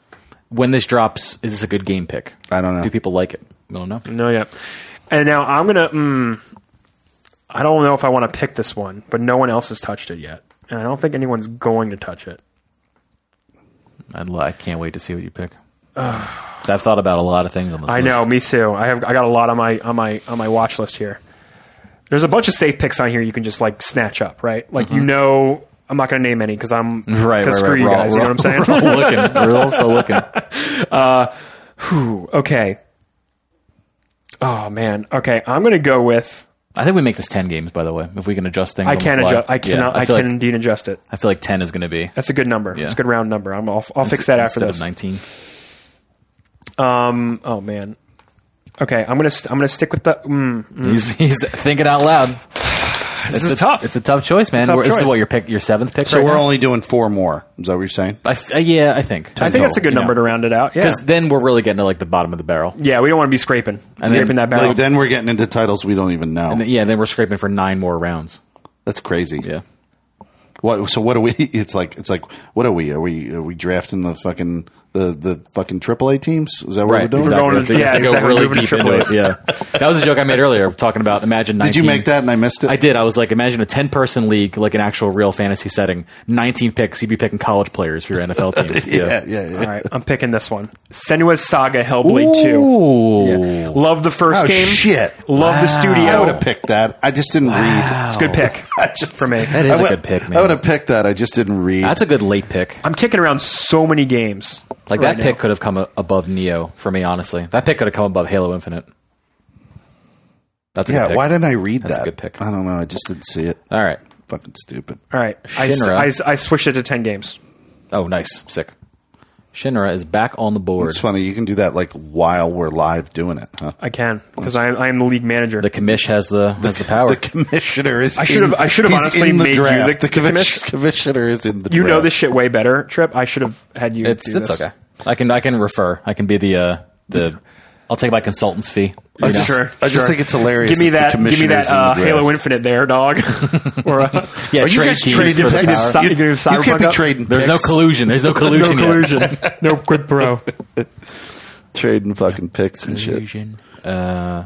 D: when this drops? Is this a good game pick?
A: I don't know.
D: Do people like it?
C: I don't know.
B: No, yeah. And now I'm gonna. Mm, I don't know if I want to pick this one, but no one else has touched it yet, and I don't think anyone's going to touch it.
C: I'd li- I can't wait to see what you pick. 'Cause I've thought about a lot of things on this.
B: I
C: list.
B: know, me too. I have I got a lot on my on my on my watch list here. There's a bunch of safe picks on here you can just like snatch up, right? Like you know, I'm not going to name any because I'm
C: Mm-hmm. Right, right,
B: 'cause
C: right.
B: Screw you
C: We're all-
B: guys, you know what I'm saying?
C: We're all looking. We're all still looking.
B: okay. Oh man. Okay, I'm going to go with.
C: I think we make this ten games. By the way, if we can adjust things,
B: I
C: on the
B: can
C: fly.
B: adjust. I
C: Yeah,
B: cannot. I,
C: feel
B: can
C: Like,
B: indeed adjust it.
C: I feel like ten is going to be.
B: That's a good number. It's a good round number. I'm. I'll, I'll fix that after
C: instead
B: this.
C: of nineteen.
B: Oh man. Okay, I'm gonna st- I'm gonna stick with the. Mm,
C: He's, he's thinking out loud.
B: this is tough.
C: It's a tough choice, man.
B: tough
C: We're- This is
B: choice.
C: what your pick, your seventh pick.
A: So
C: right
A: we're
C: now?
A: only doing four more. Is that what you're saying?
D: I f- uh, yeah, I think.
B: I think that's a good number to round it out. Yeah,
D: Because then we're really getting to like the bottom of the barrel.
B: yeah. We don't want to be scraping scraping that barrel.
A: Like, then we're getting into titles we don't even know.
D: Yeah, then we're scraping for nine more rounds.
A: That's crazy.
C: Yeah.
A: What? So what are we? It's like it's like what are we? Are we are we drafting the fucking the the fucking AAA teams? Is that what we're doing?
B: We're going to-
D: You
B: yeah,
D: have to go
B: exactly. Moving
D: really
B: to
D: deep
B: triple
D: into
B: A's.
D: it. Yeah, that was a joke I made earlier. Talking about imagine. 19,
A: Did you make that and I missed it?
D: I did. I was like, imagine a ten-person league, like an actual real fantasy setting. Nineteen picks. You'd be picking college players for your NFL teams.
A: Yeah, yeah, yeah.
B: All right, I'm picking this one. Senua's Saga Hellblade
C: Ooh.
B: 2. Yeah. Love the first
A: Oh,
B: game.
A: shit.
B: Love the studio.
A: I would have picked that. I just didn't
B: It's
A: read.
B: a good pick
A: I just
B: for me.
C: That is
A: I
C: a
A: would-
C: good pick,
A: I
C: man.
A: would have picked that. I just didn't read.
C: That's a good late pick.
B: I'm kicking around so many games.
C: Like
B: right
C: that pick
B: now.
C: could have come a- above Neo for me, honestly. That pick could have come above Halo Infinite. That's a good
A: yeah.
C: pick.
A: Why didn't I read
C: That's a
A: that?
C: good pick.
A: I don't know. I just didn't see it.
C: All right.
A: Fucking stupid.
B: All right, I, s-
C: Shinra.
B: I s- I switched it to ten games.
C: Oh, nice, sick. Shinra is back on the board.
A: It's funny. You can do that like while we're live doing it. Huh?
B: I can because I, I am the league manager.
C: The commish has the has the power.
A: The commissioner is.
B: I should've-
A: in-
B: I should've
A: he's
B: honestly
A: in the
B: made you
A: draft.
B: the- the
A: commis-
B: commis-
A: commissioner is in the.
B: you know
A: draft.
B: this shit way better, Trip. I should have had you.
C: it's
B: do
C: it's
B: this.
C: okay. I can I can refer. I can be the uh, the. I'll take my consultant's fee. you
B: That's
C: know?
B: Sure,
A: I just
B: sure.
A: think it's hilarious.
B: Give me
A: that
B: that.
A: the
B: Give me
A: commissioner's
B: that uh,
A: in the draft.
B: Halo Infinite, there, dog. or, uh,
C: Yeah,
A: Are you
C: trade
A: guys
C: teams
A: trading
C: for the
B: picks?
C: power.
B: Stop-
A: You,
B: you're gonna
A: you
B: cyberpunk
A: can't be
B: up?
A: trading.
C: There's no
A: picks.
C: collusion. There's no
B: no
C: collusion. yet.
B: collusion. no quid pro.
A: Trading fucking picks and shit.
C: Collusion. Uh,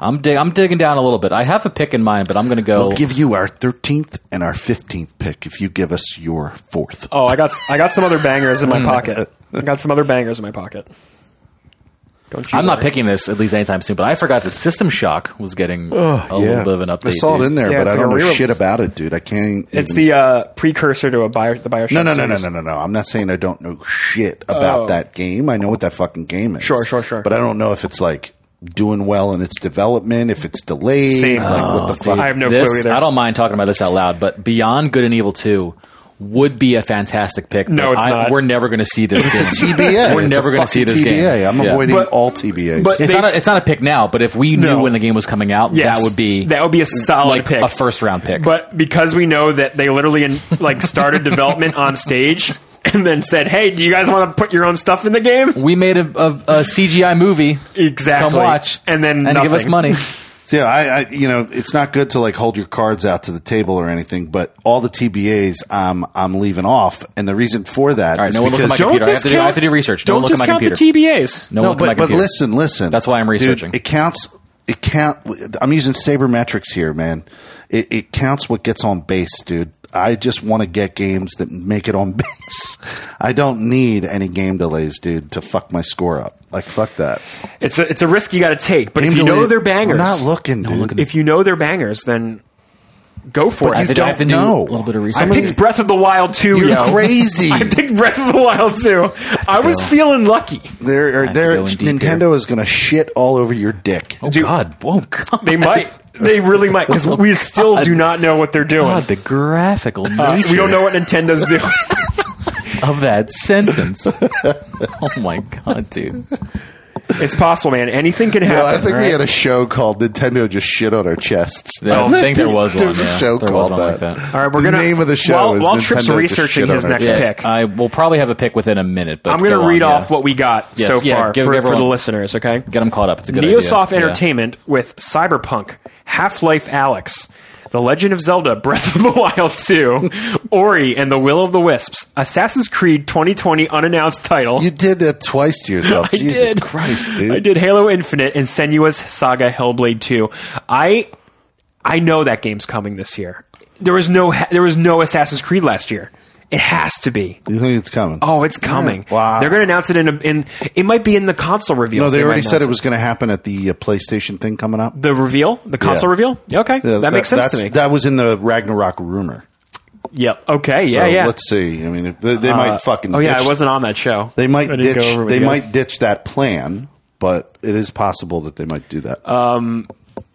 C: I'm dig- I'm digging down a little bit. I have a pick in mind, but I'm going to go.
A: We'll give you our thirteenth and our fifteenth pick if you give us your fourth.
B: Oh, I got s- I got some other bangers in my pocket. I got some other bangers in my pocket. Don't you?
C: I'm not
B: worry.
C: picking this at least anytime soon, but I forgot that System Shock was getting a
A: Oh, Yeah.
C: little bit of an update.
A: I saw
C: dude.
A: it in there,
B: Yeah,
A: but
B: it's
A: I
B: like
A: don't
B: a
A: know
B: re-release.
A: shit about it, dude. I can't.
B: It's
A: even-
B: the uh, precursor to a bio the Bioshock.
A: no, no, no, no,
B: series.
A: no, no, no. I'm not saying I don't know shit about that game. I know what that fucking game is.
B: Sure, sure, sure.
A: But I don't know if it's like doing well in its development, if it's delayed,
B: Same.
A: like what the fuck.
B: I have no
C: This-
B: clue either.
C: I don't mind talking about this out loud, but Beyond Good and Evil 2 would be a fantastic pick.
B: No,
C: but
B: it's
C: I-
B: not.
C: We're never going to see this game.
A: TBA.
C: We're
A: It's
C: never
A: a
C: going to see
A: fucking
C: this game.
A: TBA. I'm
C: Yeah.
A: avoiding
B: But-
A: all TBAs.
B: but-
C: It's
B: They-
C: not, a, it's not a pick now, but if we
B: No.
C: knew when the game was coming out,
B: Yes.
C: that would be
B: that would be a solid
C: like
B: pick,
C: a first round pick.
B: But because we know that they literally in, like started development on stage and then said, "Hey, do you guys want to put your own stuff in the game?"
C: we made a, a, a CGI movie.
B: Exactly.
C: Come watch
B: and then
C: and give us
B: nothing.
C: money.
A: So, yeah, I, I, you know, it's not good to like hold your cards out to the table or anything, but all the TBAs um, I'm leaving off. And the reason for that is
C: right, no one look at
A: because.
C: my
B: Don't
C: computer. I have to do-
B: discount,
C: I have to do research. Don't
B: Don't,
C: look at my
B: discount
C: computer.
B: the TBAs.
C: No,
A: no,
C: one took my
A: but, but
C: computer.
A: listen, listen.
C: That's why I'm
A: Dude,
C: researching.
A: it counts. It count. I'm using sabermetrics here, man. It, it counts what gets on base, dude. I just want to get games that make it on base. I don't need any game delays, dude, to fuck my score up. Like fuck that.
B: It's a it's a risk you got to take. But if
A: Game
B: you
A: delay-
B: know they're
A: I'm
B: bangers,
A: not looking, dude.
B: if you know they're bangers, then go for
A: you
B: it.
C: I think I
A: don't
C: have to do
A: know.
C: a little bit of
B: I
C: research.
B: picked Breath of the Wild too.
A: You're
B: yo.
A: crazy.
B: I picked Breath of the Wild too. I, was
C: go.
B: feeling lucky.
A: They're,
C: have to
A: they're,
C: go in deep
A: Nintendo is going to shit all over your dick.
C: oh,
B: dude.
C: God. Whoa, God.
B: They might. They really might because we still do not know what they're doing.
C: God, the graphical
B: Uh,
C: nature.
B: we don't know what Nintendo's doing.
C: of that sentence. oh my god, dude!
B: It's possible, man. Anything can happen.
A: Well, I think
B: right?
A: we had a show called Nintendo Just Shit on Our Chests.
C: I don't think there was one.
A: There's a
C: yeah.
A: show
C: there was
A: called
C: one like
A: that.
C: that.
B: All right, we're
A: the
B: gonna
A: name of the show
B: While,
A: is
B: while
A: Nintendo
B: Tripp's
A: Just
B: researching
A: Shit on
B: his
A: Our
B: next
A: Chests.
B: pick,
C: I will probably have a pick within a minute, but
B: I'm going
C: go
B: to
C: on,
B: read
C: yeah.
B: off what we got
C: Yes,
B: so
C: yeah,
B: far
C: give
B: for, for the
C: everyone-
B: listeners. Okay,
C: Get them caught up. It's a good
B: Neosoft
C: idea. Yeah.
B: Entertainment with Cyberpunk, Half Life Alex, The Legend of Zelda, Breath of the Wild 2, Ori and the Will of the Wisps, Assassin's Creed 2020 unannounced title.
A: You did that twice to yourself.
B: I
A: Jesus
B: did.
A: Christ, dude.
B: I did Halo Infinite and Senua's Saga Hellblade 2. I I know that game's coming this year. There was no ha- there was no Assassin's Creed last year. It has to be.
A: You think it's coming?
B: Oh, it's coming.
A: Wow.
B: They're going to announce it in a, in it might be in the console reveal.
A: no, they,
B: might
A: already said
B: announce
A: it was going to happen at the uh, PlayStation thing coming up.
B: the reveal, the console
A: Yeah.
B: reveal. Okay.
A: Uh,
B: that makes sense to
A: that's-
B: me.
A: That was in the Ragnarok rumor.
B: Yep. Okay.
A: So
B: Yeah. yeah.
A: Let's see. I mean, if they, they might fucking.
B: oh yeah,
A: ditch,
B: I wasn't on that show.
A: They might
B: I didn't
A: ditch.
B: go over with
A: They
B: you guys.
A: might ditch that plan, but it is possible that they might do that.
B: Uh,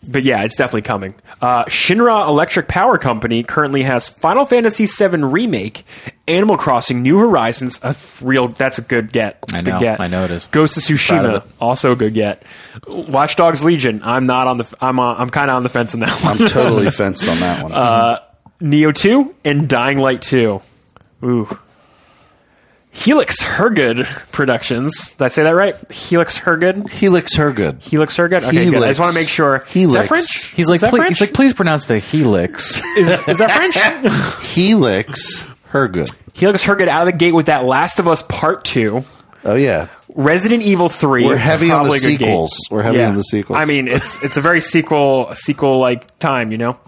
B: but yeah, it's definitely coming. Uh, Shinra Electric Power Company currently has Final Fantasy VII Remake, Animal Crossing: New Horizons. A f- real that's a good get. It's
C: I
B: a good
C: know.
B: get.
C: I know it is.
B: Ghost of
C: Proud of
B: Tsushima
C: it.
B: also a good get. Watch Dogs Legion. I'm not on the. f- I'm uh, I'm kind of on the fence in that one.
A: I'm totally fenced on that one.
B: uh, Neo two and Dying Light two. Ooh. Helix Hergood Productions. Did I say that right? Helix Hergood.
A: Helix Hergood.
B: Helix Hergood. Okay, good. I
A: Helix.
B: just want to make sure. Is that
A: Helix.
B: French?
C: He's
B: is
C: like,
B: that
C: please,
B: French?
C: he's like, please pronounce the helix.
B: is, is that French?
A: Helix Hergood.
B: Helix Hergood out of the gate with that Last of Us Part Two,
A: Oh yeah,
B: Resident Evil Three.
A: We're heavy on the
B: probably a good
A: sequels.
B: game.
A: We're heavy on the sequels.
B: I mean, it's it's a very sequel sequel like time, you know.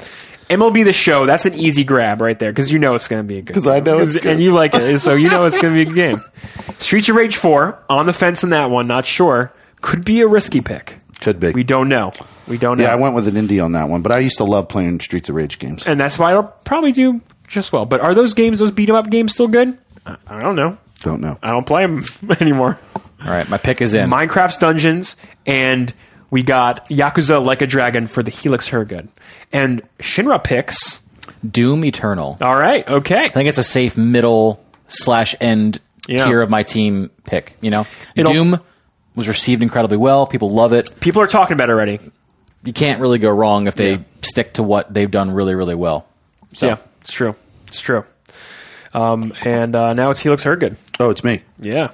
B: MLB the Show. That's an easy grab right there because you know it's going to be a good.
A: 'Cause I know it's good.
B: and you like it, so you know it's going to be a good game. Streets of Rage Four on the fence in that one. Not sure. Could be a risky pick.
A: could be.
B: We don't know. We don't know.
A: yeah, I went with an indie on that one, but I used to love playing Streets of Rage games.
B: and that's why it'll probably do just well. But are those games, those beat 'em up games, still good? I, I don't know.
A: Don't know.
B: I don't play them anymore.
C: All right, my pick is in.
B: Minecraft's Dungeons, and we got Yakuza Like a Dragon for the Helix Hergood. And Shinra picks.
C: Doom Eternal.
B: All right, okay.
C: I think it's a safe middle slash end
B: Yeah.
C: tier of my team pick. You know,
B: It'll-
C: Doom was received incredibly well. People love it.
B: People are talking about it already.
C: You can't really go wrong if they stick to what they've done really, really well. So,
B: Yeah, it's true. It's true. Um, and uh, now it's Helix Hergood.
A: Oh, it's me.
B: Yeah.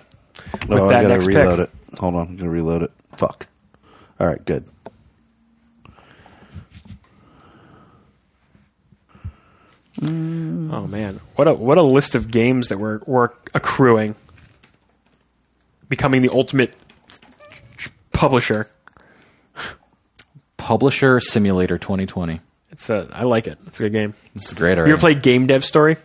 B: With
A: oh,
B: that
A: I gotta
B: next pick.
A: reload it. Hold on, I'm gonna reload it. Fuck. All right, good.
C: Mm.
B: Oh man, what a what a list of games that we're we're accruing, becoming the ultimate publisher.
C: Publisher Simulator 2020.
B: It's a I like it. It's a good game.
C: This is great.
B: You
C: Already.
B: ever played Game Dev Story?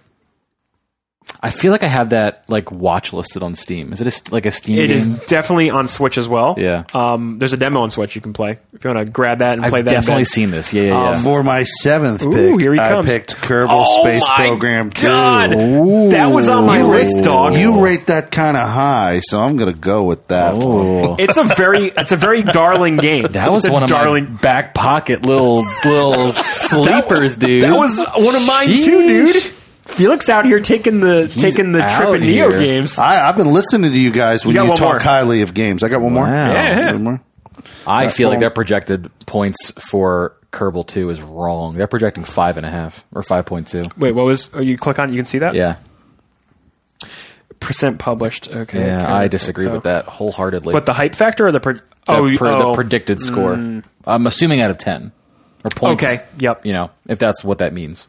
C: I feel like I have that like watch listed on Steam. Is it a s like a Steam?
B: It
C: game?
B: is definitely on Switch as well.
C: Mm-hmm. Yeah.
B: Um, there's a demo on Switch you can play if you want to grab that and
C: I've
B: play that. in
C: definitely
B: bed.
C: seen this. Yeah, yeah, yeah.
A: For my seventh
B: Ooh,
A: pick,
B: here he
A: I
B: comes.
A: picked Kerbal
B: Oh
A: Space
B: my
A: Program
B: God,
A: 2.
B: that was on my
A: You
B: list,
A: rate-
B: dog.
A: You rate that kind of high, so I'm gonna go with that. one.
C: Oh.
B: it's a very it's a very darling game.
C: That was
B: It's a
C: one of
B: darling.
C: my back pocket little little sleepers, dude.
B: That was one of mine too,
C: Sheesh.
B: dude. Felix out here taking the taking the trip
C: out
B: at Neo
C: here.
B: games.
A: I, I've been listening to you guys when
B: got
A: you,
B: one
A: talk
B: more.
A: highly of games. I got one more.
C: Wow.
B: Yeah, yeah.
A: One more.
C: I feel like
A: phone.
C: their projected points for Kerbal Two is wrong. They're projecting five and a half or five point two.
B: Wait, what was? Oh, you click on. it, You can see that.
C: Yeah,
B: Percent published. Okay.
C: yeah.
B: okay,
C: I disagree
B: okay.
C: with that wholeheartedly.
B: But the hype factor or the per-
C: the,
B: oh,
C: per-
B: oh Mm.
C: the predicted score, I'm assuming out of ten or points.
B: Okay. Yep.
C: You know, if that's what that means.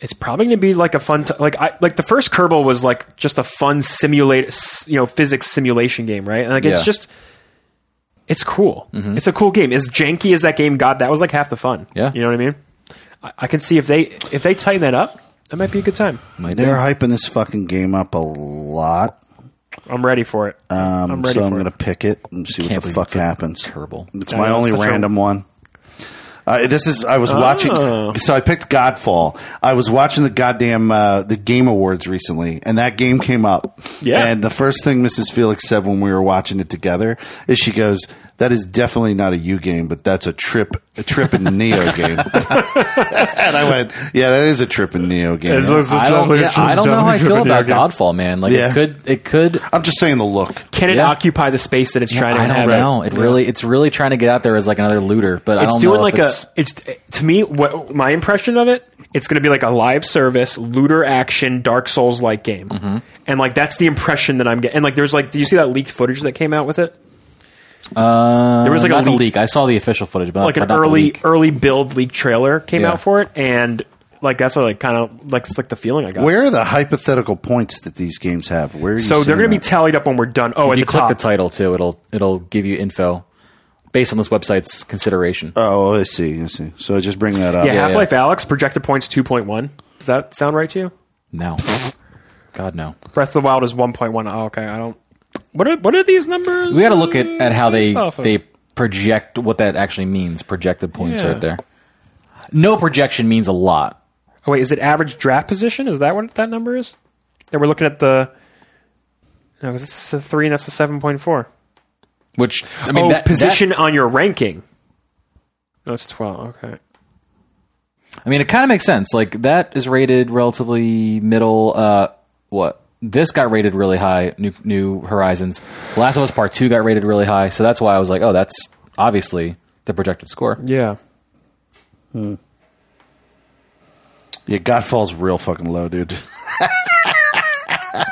B: it's probably going to be like a fun t- like I like the first Kerbal was like just a fun simulate s- you know physics simulation game, right? And like it's
C: Yeah. Mm-hmm.
B: just it's cool. It's a cool game. As janky as that game got, that was like half the fun.
C: Yeah.
B: you know what I mean. I, I can see if they if they tighten that up, that might be a good time.
C: Might be.
A: They're hyping this fucking game up a lot.
B: I'm ready for it.
C: Uh,
A: Um,
B: I'm ready
A: so I'm
B: for
A: going
B: it.
A: to pick it and see what
C: Can't
A: the
C: believe
A: fuck
C: it's a
A: happens.
C: Kerbal.
A: It's
B: I
A: my
B: know,
A: only
B: such a-
A: random one. Uh, this is I was watching,
B: Oh.
A: so I picked Godfall. I was watching the goddamn uh, the Game Awards recently, and that game came up.
B: Yeah.
A: And the first thing Mrs. Felix said when we were watching it together is she goes, That is definitely not a you game, but that's a trip, a trip and Neo game. and I went, yeah, that is a trip and Neo game.
C: I don't, yeah, I don't know how I feel about Godfall, man. Like
A: Yeah.
C: it could, it could.
A: I'm just saying the look.
B: Can it
C: Yeah.
B: occupy the space that it's trying to
C: I don't
B: have?
C: know. It really, it's really trying to get out there as like another looter, but I
B: It's
C: don't
B: doing
C: know if
B: like
C: it's,
B: a. It's to me. What my impression of it? It's going to be like a live service looter action Dark Souls like game, and like that's the impression that I'm getting. And like, there's like, do you see that leaked footage that came out with it? Uh, there was like
C: not
B: a
C: the
B: leak,
C: leak. I saw the official footage, but
B: like
C: but
B: an
C: not the
B: early
C: leak.
B: early build leak trailer came
C: Yeah.
B: out for it, and like that's what like kind of like it's like the feeling I got.
A: Where are the hypothetical points that these games have? Where are you
B: so they're
A: going to
B: be tallied up when we're done. Oh,
D: If
B: at
D: you
B: the
D: click
B: top,
D: the title too, it'll it'll give you info based on this website's consideration.
A: oh, I see, I see. So I just bring that up.
B: yeah, Half Life Alex projected points two point one. Does that sound right to you?
C: No, God no.
B: Breath of the Wild is 1.1. Oh, okay. I don't. What are what are these numbers?
C: We got to look at,
B: uh,
C: at how they
B: based off of?
C: they project what that actually means. Projected points
B: Yeah.
C: right there. No projection means a lot.
B: Oh, wait, is it average draft position? Is that what that number is? That we're looking at the. No, because it's a three and that's a seven point four.
C: Which I mean,
B: oh,
C: that,
B: position on your ranking. No, it's twelve. Okay.
C: that- I mean, it kind of makes sense. Like that is rated relatively middle. Uh, what this got rated really high. New New Horizons. Last of Us Part Two got rated really high. So that's why I was like, oh, that's obviously the projected score.
B: Yeah.
A: Yeah, Godfall's real fucking low, dude. I,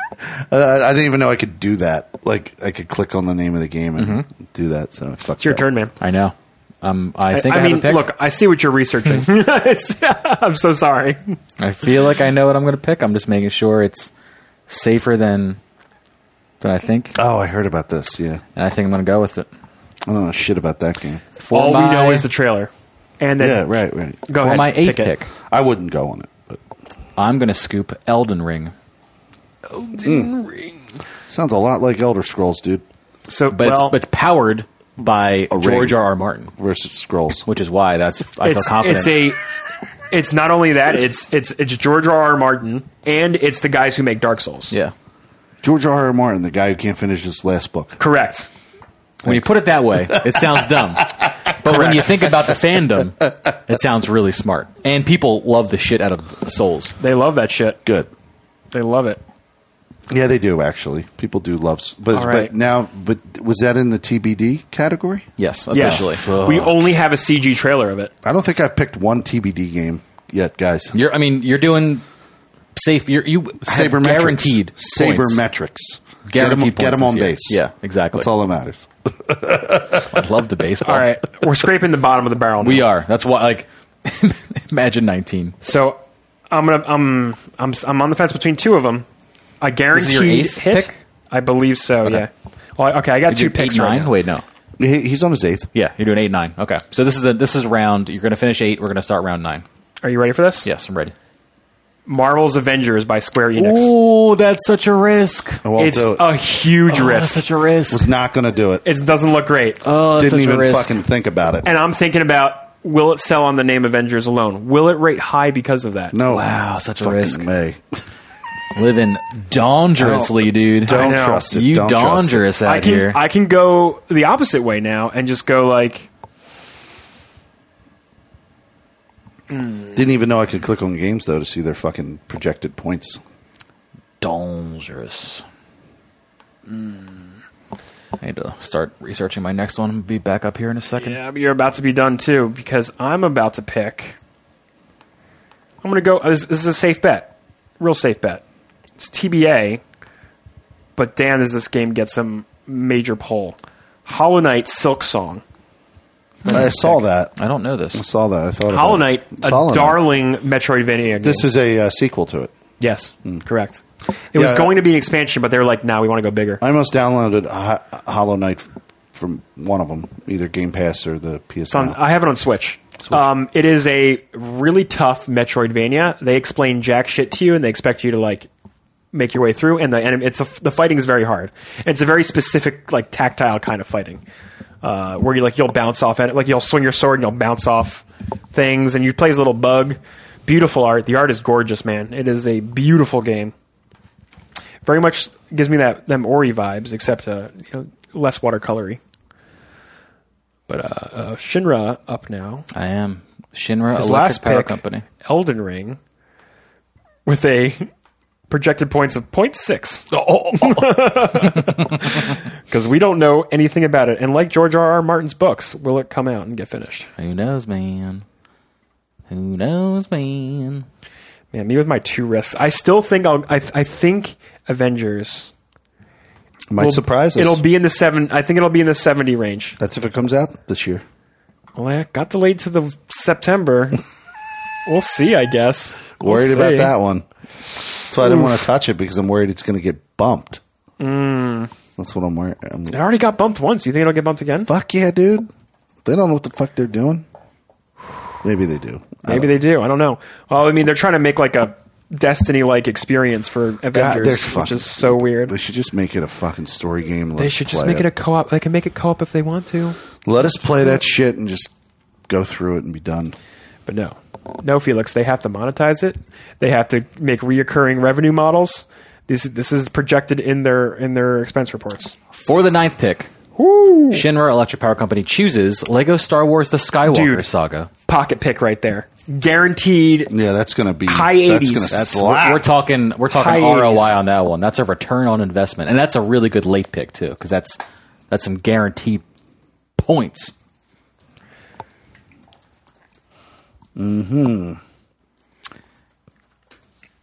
A: I didn't even know I could do that. Like, I could click on the name of the game and do that. So it fucked
B: Mm-hmm. It's your
A: up.
B: turn, man.
C: I know. Um, I think I,
B: I,
C: have
B: mean,
C: a pick.
B: look, I see what you're researching. I'm so sorry.
C: I feel like I know what I'm going to pick. I'm just making sure it's safer than than I think,
A: Oh, I heard about this. Yeah,
C: and I think I'm going to go with it.
A: I don't know shit about that game.
C: For
B: All
C: my,
B: we know is the trailer, and then
A: Yeah, right, right.
B: Go
C: for
B: ahead.
C: my eighth
B: it.
C: pick.
A: I wouldn't go on it. But
C: I'm going to scoop Elden Ring,
A: sounds a lot like Elder Scrolls, dude.
B: So,
D: But
B: well,
D: it's, but it's powered by
A: ring.
D: George R. R. Martin,
A: Versus Scrolls.
C: which is why that's I feel
B: it's, it's
C: confident.
B: a it's not only that it's it's it's George R. R. Martin and it's the guys who make Dark Souls.
D: yeah.
A: George R. R. Martin, the guy who can't finish his last book.
B: Correct.
D: When you put it that way, it sounds dumb. But when
B: Correct.
D: you think about the fandom, it sounds really smart.
C: and people love the shit out of Souls.
B: They love that shit.
A: Good.
B: They love it.
A: Yeah, they do actually. People do love, s- but
B: All
A: but
B: right.
A: now, but was that in the TBD category?
C: Yes,
B: Yes.
C: officially.
B: We only have a CG trailer of it.
A: I don't think I've picked one TBD game yet, guys.
C: You're, I mean, you're doing safe. You're, you have
A: Sabermetrics.
C: guaranteed points.
A: Sabermetrics.
C: Guaranteed
A: Get them,
C: points
A: on
C: this year.
A: base.
C: Yeah, exactly.
A: That's all that matters.
C: I love the baseball.
B: All right, we're scraping the bottom of the barrel. Now.
C: Oh. we are. That's why. Like, imagine 19.
B: So I'm gonna I'm I'm I'm on the fence between two of them. I guarantee
C: is your eighth
B: hit.
C: pick?
B: I believe so. Yeah. Well, I- okay, I got two
C: You're doing
B: picks
C: eight,
B: right
C: nine?
B: now.
C: Wait, no.
A: He, he's on his eighth.
C: Yeah, you're doing eight, nine. Okay, so this is the this is round. You're going to finish eight. We're going to start round nine.
B: Are you ready for this?
C: Yes, I'm ready.
B: Marvel's Avengers by Square Enix.
C: Oh, that's such a risk.
A: I won't
B: it's
A: do it.
B: a huge
C: Oh, That's
B: risk.
C: such a risk.
A: was not going to do it.
B: It doesn't look great.
C: Oh, that's
A: Didn't
C: such a
A: even
C: risk.
A: fucking think about it.
B: and I'm thinking about will it sell on the name Avengers alone? Will it rate high because of that?
A: no.
C: Wow, such a
A: Fucking
C: risk.
A: May.
C: Living dangerously, dude.
A: Don't
B: I know.
A: trust it.
C: you
A: don't trust it.
C: dangerous
B: Oh. I
C: out
B: can
C: here.
B: I can go the opposite way now and just go like
A: Didn't even know I could click on games though to see their fucking projected points.
C: dangerous. I need to start researching my next one. I'll be back up here in a second.
B: yeah, but you're about to be done too because I'm about to pick. I'm gonna go. uh, This, this is a safe bet, real safe bet. It's TBA, but damn, does this game get some major pull? Hollow Knight, Silk Song.
A: I saw that.
C: I don't know this.
A: I saw that. I thought about
B: Hollow
A: it.
B: Knight,
A: It's
B: a
A: Hollow Knight.
B: darling Metroidvania. Game.
A: Oh, This is a uh, sequel to it.
B: Yes, correct. It was
A: Yeah. uh,
B: going to be an expansion, but they were like, "Now nah, we want to go bigger."
A: I almost downloaded Ho- uh, Hollow Knight f- from one of them, either Game Pass or the PS.
B: It's on, I have it on Switch. Um, it is a really tough Metroidvania. They explain jack shit to you, and they expect you to like make your way through. And the and it's a, the fighting is very hard. And it's a very specific like tactile kind of fighting, uh, where you like you'll bounce off at it, like you'll swing your sword and you'll bounce off things, and you play as a little bug. Beautiful art. The art is gorgeous, man. It is a beautiful game. Very much gives me that them Ori vibes, except uh, you know, less watercolory. But uh, uh, Shinra up now.
C: I am Shinra
B: His
C: Electric
B: last
C: Power
B: pick,
C: Company.
B: Elden Ring, with a projected points of 0.6. Because we don't know anything about it. And like George R. R. Martin's books, will it come out and get finished?
C: Who knows, man? Who knows, man?
B: Man, me with my two wrists. I still think I'll. I, I think Avengers.
A: Might
B: will-
A: surprise us.
B: It'll be in the seven. I think it'll be in the seventy range.
A: That's if it comes out this year.
B: Well, it got delayed to the September. we'll see. I guess. We'll
A: Worried about
B: see.
A: that one. So I didn't want to touch it because I'm worried it's going to get bumped.
B: Mm.
A: That's what I'm worried. I'm,
B: It already got bumped once. You think it'll get bumped again?
A: Fuck yeah, dude. They don't know what the fuck they're doing. Maybe they do. I
B: Maybe
A: don't-
B: they do. I don't know. Well, I mean, they're trying to make like a Destiny-like experience for
A: God, they're
B: Avengers, which
A: fucking
B: is so
A: stupid.
B: weird.
A: They should just make it a fucking story game. Let
B: They
A: us
B: should just
A: play
B: make it a co-op. They can make it co-op if they want to.
A: Let us play that shit and just go through it and be done.
B: But no, no, Felix. They have to monetize it. They have to make reoccurring revenue models. This this is projected in their in their expense reports.
C: For the ninth pick, Shinra Electric Power Company chooses Lego Star Wars: The Skywalker
B: Dude.
C: Saga.
B: Pocket pick right there, guaranteed.
A: Yeah, that's going to be
B: High
A: That's going
B: 80s.
A: to
B: That's-
A: slap.
C: We're talking we're talking
B: High
C: ROI
B: 80s.
C: on that one. That's a return on investment, and that's a really good late pick too, because that's that's some guaranteed points.
A: Mm-hmm.
C: Hmm.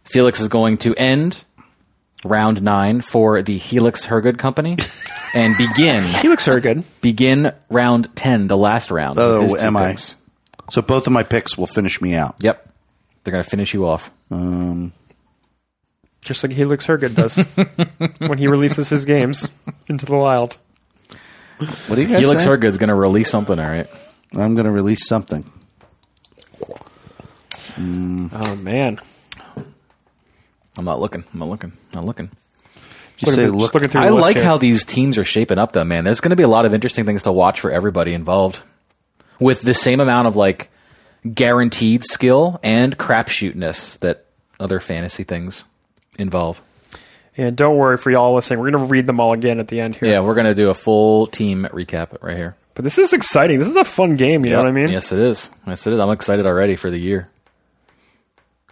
C: Felix is going to end round nine for the Helix Hergood Company, and begin
B: Felix Hergood.
C: begin round ten, the last round. with his
A: oh,
C: two
A: am I?
C: picks.
A: So both of my picks will finish me out.
C: Yep, they're gonna finish you off.
B: just like Helix Hergood does when he releases his games into the wild.
A: What do you guys
C: Helix
A: say?
C: Hergood's gonna release something. All right.
A: I'm going to release something.
B: Oh man,
C: I'm not looking. I'm not looking. I'm not looking.
A: You say,
B: through-
A: look,
B: looking through.
C: I
B: the list
C: like
B: here.
C: how these teams are shaping up, though, man. There's going to be a lot of interesting things to watch for everybody involved with the same amount of like guaranteed skill and crapshootness that other fantasy things involve.
B: And don't worry for y'all listening, we're gonna read them all again at the end here.
C: Yeah, we're going to do a full team recap right here.
B: But this is exciting. This is a fun game. You know what I mean?
C: Yes, it is. Yes, it is. I'm excited already for the year.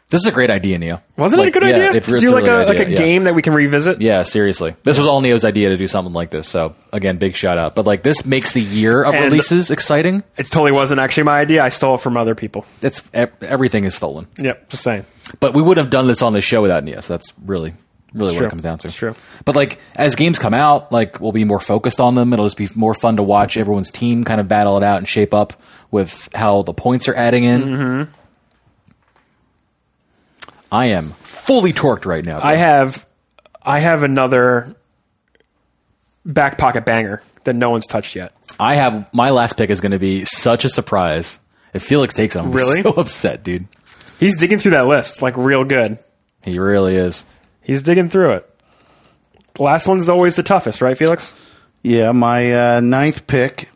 C: This is a great idea, Neil.
B: Wasn't
C: Like,
B: it a good
C: yeah,
B: idea?
C: if
B: to
C: it's
B: do
C: a
B: like
C: really
B: a
C: good
B: like a
C: idea, yeah.
B: game that we can revisit.
C: Yeah, seriously. This was all Neo's idea to do something like this. So, again, big shout out. But, like, this makes the year of
B: And-
C: releases exciting.
B: It totally wasn't actually my idea. I stole it from other people.
C: It's e- everything is stolen.
B: Yep, just saying.
C: But we wouldn't have done this on the show without Neo. So, that's really, really what
B: true.
C: it comes down to.
B: It's true.
C: But, like, as games come out, like, we'll be more focused on them. It'll just be more fun to watch everyone's team kind of battle it out and shape up with how the points are adding in. Mm-hmm. I am fully torqued right now.
B: I
C: bro.
B: have I have another back pocket banger that no one's touched yet.
C: I have my last pick is going to be such a surprise. If Felix takes it, I'm
B: Really?
C: so upset, dude.
B: He's digging through that list like real good.
C: He really is.
B: He's digging through it. The last one's always the toughest, right, Felix?
A: yeah, my uh, ninth pick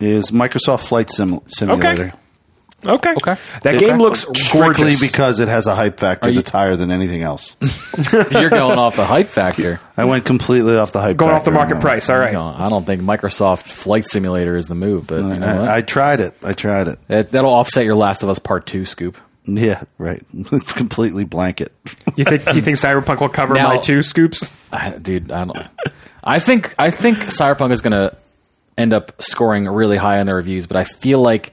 A: is Microsoft Flight Sim- Simulator.
B: Okay.
C: Okay.
B: That
A: It-
B: game looks
A: strictly
B: gorgeous.
A: because it has a hype factor that's higher than anything else.
C: You're going off the hype factor.
A: I went completely off the hype.
B: going off
A: factor
B: the
A: on
B: market
A: that
B: price. All
C: You know,
B: right.
C: I don't think Microsoft Flight Simulator is the move, but you
A: one.
C: know what?
A: I, I tried it. I tried it.
C: that, that'll offset your Last of Us Part Two scoop.
A: Yeah, right. completely blanket.
B: You think you think Cyberpunk will cover
C: Now-
B: my two scoops?
C: I, dude, I don't. I think I think Cyberpunk is going to end up scoring really high on their reviews, but I feel like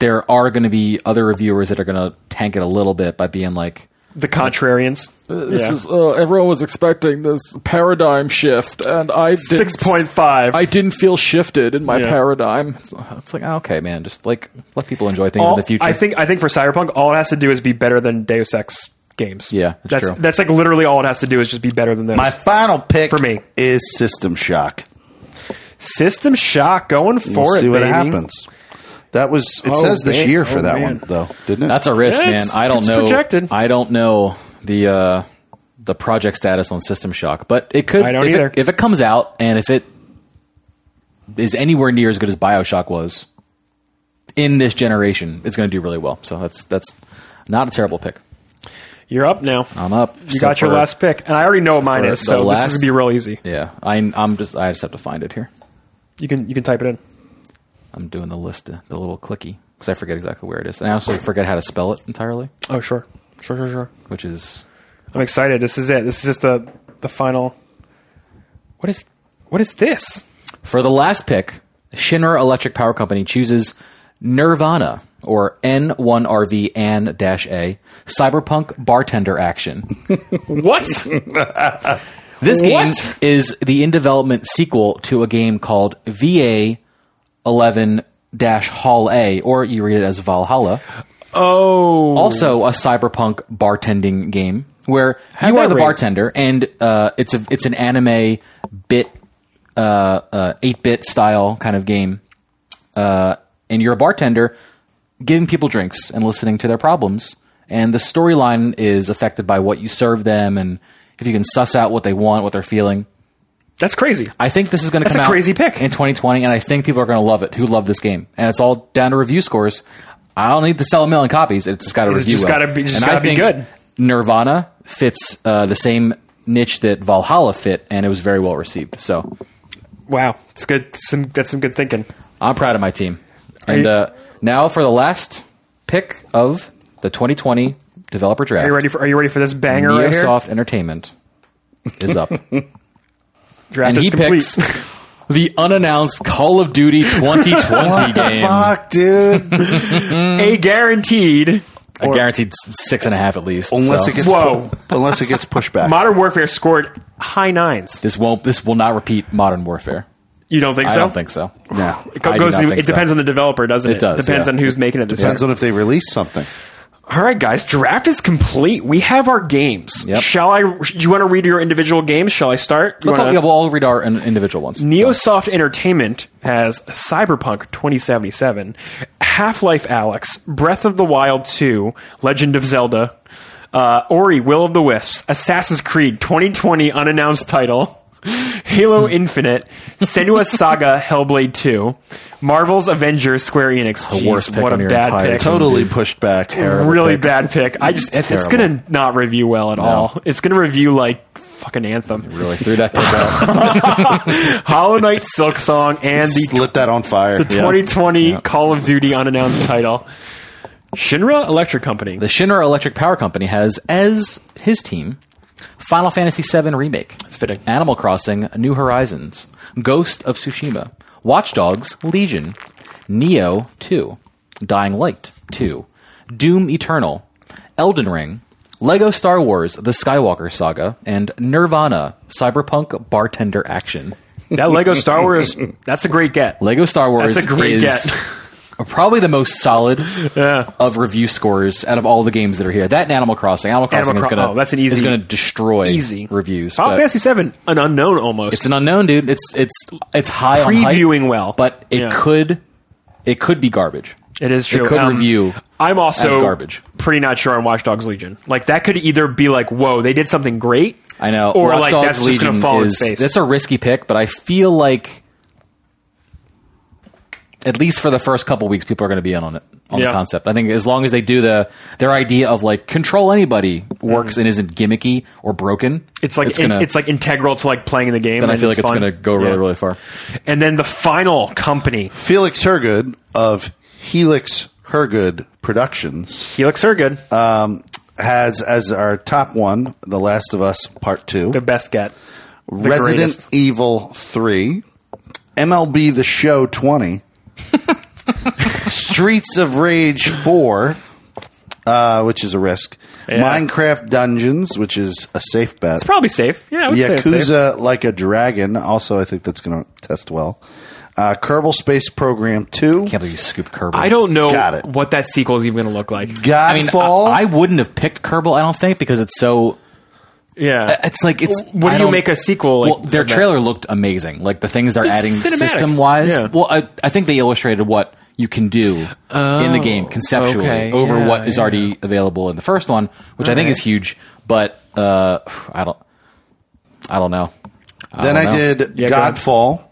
C: there are going to be other reviewers that are going to tank it a little bit by being like,
B: The contrarians.
E: This is uh, everyone was expecting this paradigm shift, and I didn't,
B: six point five.
E: I didn't feel shifted in my
B: Yeah.
E: paradigm.
C: it's like ah, okay, man, just like let people enjoy things in the future.
B: I think I think for Cyberpunk, all it has to do is be better than Deus Ex games.
C: Yeah, that's
B: that's
C: true.
B: that's like literally all it has to do is just be better than those.
A: My final pick
B: For me.
A: is System Shock.
B: System Shock going for
A: We'll
B: it.
A: see what
B: baby.
A: happens. That was it
B: Oh,
A: says this
B: man.
A: year for
B: Oh,
A: that
B: man.
A: one though, didn't it?
C: That's a risk,
B: Yeah,
C: man.
B: it's-
C: I don't
B: it's
C: know.
B: projected.
C: I don't know the uh, the project status on System Shock, but it could.
B: I don't
C: if
B: either.
C: It, if it comes out and if it is anywhere near as good as Bioshock was in this generation, it's going to do really well. So that's that's not a terrible pick.
B: You're up now.
C: I'm up.
B: you
C: So
B: got your
C: for-
B: last pick, and I already know what mine
C: for
B: is.
C: the
B: So this
C: last-
B: is gonna be real easy.
C: Yeah, I, I'm just. I just have to find it here.
B: You can you can type it in.
C: I'm doing the list, uh, the little clicky, because I forget exactly where it is, and I also forget how to spell it entirely,
B: Oh, sure. Sure, sure, sure.
C: which is
B: I'm excited. This is it. This is just the the final. What is what is this?
C: For the last pick, Shinra Electric Power Company chooses Nirvana or N1RV and dash A Cyberpunk Bartender Action.
B: What?
C: This game
B: What?
C: is the in development sequel to a game called VA 11 dash Hall A, or you read it as Valhalla.
B: oh,
C: Also, a cyberpunk bartending game where you
B: that
C: are the
B: rate?
C: bartender, and uh, it's a it's an anime bit uh, eight bit style kind of game, uh, and you're a bartender giving people drinks and listening to their problems, and the storyline is affected by what you serve them and if you can suss out what they want, what they're feeling.
B: that's crazy.
C: I think this is going to
B: That's
C: come
B: a
C: out
B: crazy pick.
C: in 2020, and I think people are going to love it. Who love this game? And it's all down to review scores. I don't need to sell a million copies. It's just got to
B: It's
C: review.
B: just
C: well.
B: gotta be- just
C: And I
B: gotta be
C: think
B: good.
C: Nirvana fits uh, the same niche that Valhalla fit, and it was very well received. So
B: Wow, it's good. Some that's some good thinking.
C: I'm proud of my team. And
B: you-
C: uh, now for the last pick of the 2020 developer draft.
B: Are you ready for Are you ready for this banger right here?
C: Neosoft Entertainment is up.
B: Draft
C: and
B: is
C: he
B: complete.
C: picks the unannounced Call of Duty 2020 game.
A: Fuck, dude.
B: a guaranteed
C: I guaranteed s- six and a half at least.
A: Unless
C: so.
A: it gets
B: Whoa.
A: pu- unless it gets pushed back.
B: Modern Warfare scored high nines.
C: this won't. This will not repeat Modern Warfare.
B: You don't think
C: I
B: so?
C: don't think so.
A: no.
B: It,
C: I do
B: goes
C: not
B: in-
C: think
B: it depends
C: so.
B: on the developer, doesn't it?
C: It does,
B: Depends
C: yeah.
B: on who's making it. This
A: Depends
B: year.
A: on if they release something.
B: All right, guys. Draft is complete. We have our games.
C: Yep.
B: Shall I? Do you want to read your individual games? Shall I start? You
C: Let's all,
B: wanna-
C: yeah, we'll all read our in- individual ones. So,
B: Neosoft Entertainment has Cyberpunk 2077, Half Life Alex, Breath of the Wild 2, Legend of Zelda, uh, Ori, Will of the Wisps, Assassin's Creed 2020 unannounced title, Halo
C: Hmm.
B: Infinite, Senua Saga Hellblade 2, Marvel's Avengers Square Enix. Jeez,
C: worst pick
B: what
C: on
B: a
C: your
B: bad
C: entire
B: pick.
C: team.
A: Totally pushed back.
B: Really bad pick. I just
C: It's
B: it's gonna not review well at all. It's gonna review like fucking Anthem,
C: really threw that pick out.
B: Hollow Knight Silk Song, and the
A: Just lit that on fire.
B: the 2020 Call of Duty unannounced title. Shinra Electric Company.
C: The Shinra Electric Power Company has as his team Final Fantasy VII Remake,
B: fitting.
C: Animal Crossing: New Horizons, Ghost of Tsushima, Watch Dogs: Legion, Neo 2, Dying Light 2, Doom Eternal, Elden Ring, Lego Star Wars: The Skywalker Saga, and Nirvana: Cyberpunk Bartender Action.
B: That Lego Star Wars, that's a great get.
C: Lego Star Wars
B: That's a great
C: is probably the most solid of review scores out of all the games that are here. That and Animal Crossing. Animal Crossing
B: Animal
C: is
B: Cro-
C: going to
B: oh, that's an easy-
C: is going to destroy
B: Easy. Oh,
C: reviews.
B: Final
C: but
B: Fantasy VII, an unknown almost.
C: It's an unknown, dude. It's it's it's high on hype,
B: Previewing well.
C: but it
B: Yeah.
C: could it could be garbage.
B: It is true. Um,
C: It could review
B: I'm also
C: as garbage.
B: pretty not sure on Watch Dogs Legion. Like, that could either be like, whoa, they did something great.
C: I know.
B: Or,
C: Watch
B: like,
C: Dogs
B: that's just going to
C: Legion
B: fall
C: is-
B: in space.
C: That's a risky pick, but I feel like at least for the first couple weeks, people are going to be in on it on
B: Yeah.
C: the concept. I think as long as they do the their idea of like control anybody works and isn't gimmicky or broken,
B: Mm-hmm. it's like it's,
C: gonna,
B: it's like integral to like playing the game.
C: then I
B: and
C: feel like it's,
B: fun.
C: going to go really
B: Yeah.
C: really far.
B: And then the final company,
A: Felix Hergood of Helix Hergood Productions
B: Helix Hergood,
A: Uh, has as our top one The Last of Us Part 2,
B: the best get. The
A: Resident
B: greatest.
A: Evil 3, MLB The Show 20, Streets of Rage 4, uh, which is a risk,
B: Yeah.
A: Minecraft Dungeons, which is a safe bet.
B: It's probably safe. Yeah, I would say it's safe.
A: Yakuza Like a Dragon. Also, I think that's going to test well. Uh, Kerbal Space Program 2.
C: Can't believe you scooped Kerbal.
B: I don't know
A: Got it.
B: what that sequel is even going to look like.
C: I mean, I,
A: Godfall.
C: I wouldn't have picked Kerbal. I don't think because it's so.
B: Yeah,
C: It's like it's.
B: What do
C: I
B: you
C: don't-
B: make a sequel, like,
C: well, their
B: of that?
C: trailer looked amazing. Like the things they're
B: It's
C: adding
B: cinematic.
C: system wise.
B: Yeah.
C: Well, I, I think they illustrated what you can do in the game conceptually
B: Oh, okay.
C: over
B: Yeah,
C: what is
B: yeah.
C: already available in the first one, which I think is huge. But uh, I don't. I don't know.
A: then I,
C: don't know.
A: did
B: Yeah, go ahead.
A: Godfall.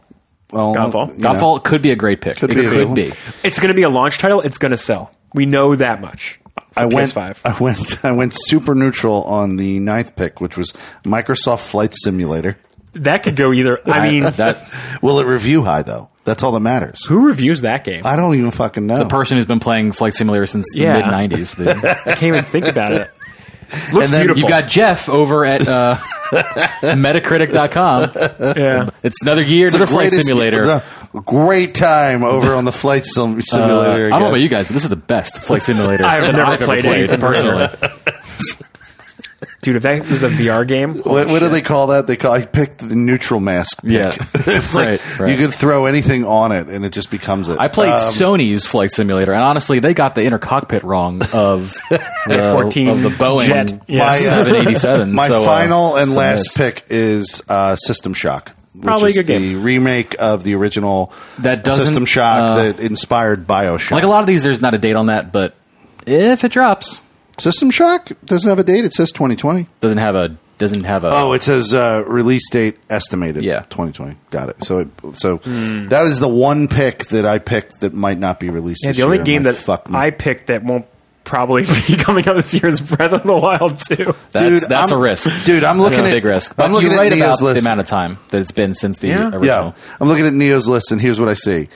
A: Well,
B: Godfall.
A: you know,
C: Godfall could be a great pick.
A: Could
C: it
A: be a good
C: could
A: one.
C: be.
B: it's going to be a launch title. It's going to sell. We know that much.
A: I went.
B: five.
A: I went. I went super neutral on the ninth pick, which was Microsoft Flight Simulator.
B: That could go either. I mean,
C: that
A: Will it review high though? That's all that matters.
B: Who reviews that game? I
A: I don't even fucking know.
C: The person who's been playing Flight Simulator since the
B: Yeah.
C: mid '90s. dude.
B: can't even think about it.
A: And
B: Looks
A: then
B: beautiful.
C: You've got Jeff over at uh, Metacritic.com.
B: yeah.
C: It's another year to the Flight
A: Latest-
C: Simulator. Uh,
A: the great time over on the flight sim- simulator.
C: I don't know
A: again.
C: about you guys, but this is the best Flight Simulator
B: I have
C: that
B: never
C: I've
B: played
C: ever
B: anything
C: personally.
B: Dude, if that is a VR game, oh,
A: What, what do they call that? They call I picked the neutral mask. Pick.
C: Yeah.
A: it's like
C: Right, right.
A: you could throw anything on it and it just becomes it.
C: I played
A: Um,
C: Sony's Flight Simulator, and honestly, they got the inner cockpit wrong of the,
B: F-14
C: of the Boeing
B: jet.
A: My, uh,
C: 787.
A: my
C: so, uh,
A: final and
C: it's a
A: last
C: miss.
A: pick is uh, System Shock. Which
B: Probably a
A: is
B: good
A: the remake of the original
C: That doesn't,
A: System Shock
C: uh,
A: that inspired Bioshock.
C: Like a lot of these, there's not a date on that, but if it drops,
A: System Shock doesn't have a date. It says 2020.
C: doesn't have a doesn't have a.
A: Oh, it says uh, release date estimated.
C: Yeah.
A: 2020. Got it. So, it, so that is the one pick that I picked that might not be released.
B: yeah,
A: this
B: the only
A: year,
B: game
A: and I
B: that
A: fucked me.
B: I picked that won't probably be coming out this year is Breath of the Wild 2.
C: that's
A: dude,
C: that's
A: I'm-
C: a risk,
A: dude, I'm looking
C: That's a
A: at-
C: big risk.
A: I'm
C: But
A: looking
C: you're
A: at
C: right
A: Neo's
C: about
A: list.
C: the amount of time that it's been since the
B: Yeah.
C: original.
A: Yeah, I'm looking at Neo's list, and here's what I see.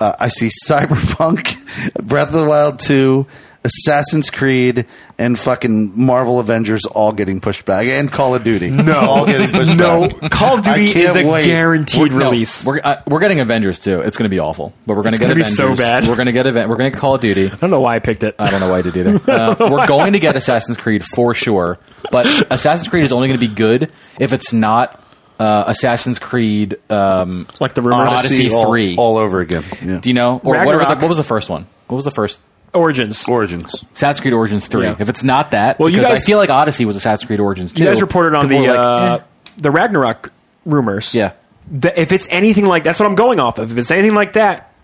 A: Uh, I see Cyberpunk, Breath of the Wild 2, Assassin's Creed, and fucking Marvel Avengers all getting pushed back, and Call of Duty. No, all getting pushed
B: No,
A: back.
B: Call of
A: I
B: Duty
A: can't
B: is a
A: wait.
B: guaranteed release.
C: We're uh, we're getting Avengers too. It's going to be awful, but we're going to
B: It's
C: get
B: gonna be
C: Avengers.
B: so bad.
C: We're going to get event. We're going to get Call of Duty.
B: I don't know why I picked it.
C: I don't know why I did either. Uh, we're going to get Assassin's Creed for sure, but Assassin's Creed is only going to be good if it's not uh, Assassin's Creed. Um,
B: like the rumors.
C: Odyssey
A: all,
C: 3.
A: all over again. Yeah.
C: do you know or whatever?
B: Ragnarok.
C: The, what was the first one? What was the first
B: Origins.
A: Origins.
C: Assassin's Creed Origins three?
B: Yeah.
C: If it's not that,
B: Well, you
C: because
B: guys-
C: I feel like Odyssey was Assassin's Creed Origins two.
B: you guys reported on the
C: people were like,
B: uh,
C: eh.
B: the Ragnarok rumors.
C: Yeah.
B: The- if it's anything like that's what I'm going off of. If it's anything like that,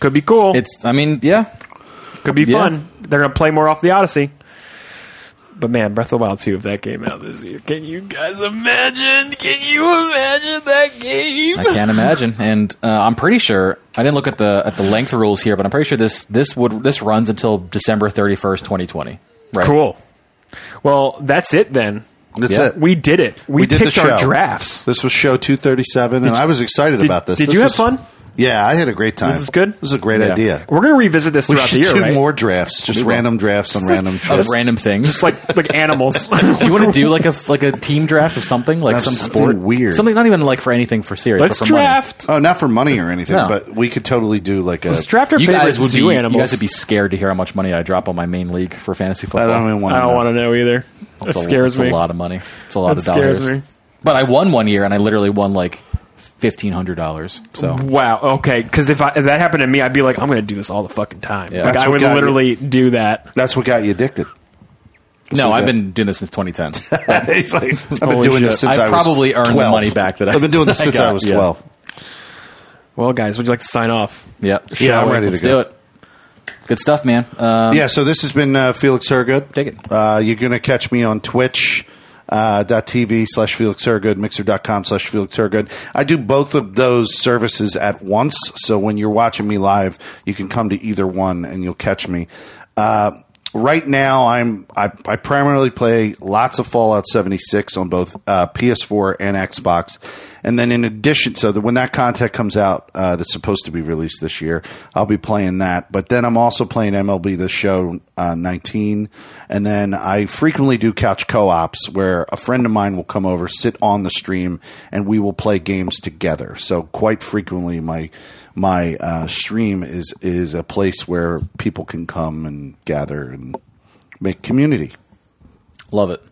B: could be cool. It
C: It's I mean yeah,
B: could be
C: yeah.
B: fun. They're gonna play more off the Odyssey. But man, Breath of the Wild 2, if that came out this year, can you guys imagine? Can you imagine that game?
C: I can't imagine. And uh, I'm pretty sure I didn't look at the at the length rules here, but I'm pretty sure this this would this runs until December 31st, 2020. Right.
B: Cool. Well, that's it then.
A: That's
C: Yeah.
A: it.
B: We did it. We,
A: We did the
B: picked our
A: show.
B: drafts.
A: This was show 237, and I was excited
B: did-
A: about this.
B: did
A: This
B: you have
A: was-
B: fun?
A: Yeah, I had a great time.
B: This is good?
A: This is a great
C: Yeah.
A: idea.
B: We're gonna revisit this
A: We
B: throughout the
A: should
B: year,
A: do
B: right?
A: more drafts, just random drafts on random
C: Of
A: shows.
C: random things.
B: Just like like animals.
C: do you want to do like a like a team draft of something like
A: Of
C: some
A: something
C: sport
A: weird.
C: something not even like for anything for serious.
B: Let's
C: but for money.
B: draft.
A: Oh, not for money or anything,
C: No.
A: but we could totally do like a.
B: Let's draft our
C: You
B: favorite
C: guys would
B: zoo
C: be
B: animals.
C: you guys would be scared to hear how much money I drop on my main league for fantasy
A: I
C: football.
A: don't even want.
B: I don't
A: know.
B: want to know either. That
C: It's a-
B: scares
C: it's
B: me.
C: A lot of money. It's a lot
B: That
C: of dollars.
B: scares me.
C: But I won one year and I literally won like fifteen hundred dollars. So
B: Wow. Okay. Because if, I- if that happened to me, I'd be like, I'm going to do this all the fucking time.
C: Yeah.
B: Like,
A: That's
B: I
A: what
B: would
A: got you.
B: literally do that.
A: That's what got you addicted.
C: no,
A: what
C: I've
A: that-
C: been doing this since 2010.
A: He's like, I've been
B: Holy
A: doing
B: shit.
A: this since
C: I
A: I, was
C: probably earned the
A: 12.
C: money back that I-
A: I've been doing this
C: I
A: since
C: got,
A: I was
C: yeah.
A: twelve.
B: Well, guys, would you like to sign off?
C: yep.
A: Yeah,
C: Shall
A: I'm
C: we?
A: ready to
C: Let's
A: go.
C: do it. Good stuff, man. Uh,
A: yeah, so this has been uh, Felix Hergood.
C: Take it.
A: Uh, you're going to catch me on Twitch. Uh, dot TV slash Felix Hergood, mixer.com slash Felix Hergood. I do both of those services at once. So when you're watching me live, you can come to either one and you'll catch me. Uh, right now, I'm, I, I primarily play lots of Fallout 76 on both, uh, PS4 and Xbox. And then in addition, so that when that content comes out, uh, that's supposed to be released this year, I'll be playing that. But then I'm also playing MLB The Show uh, 19, and then I frequently do couch co-ops where a friend of mine will come over, sit on the stream, and we will play games together. So quite frequently, my my uh, stream is is a place where people can come and gather and make community.
C: Love it.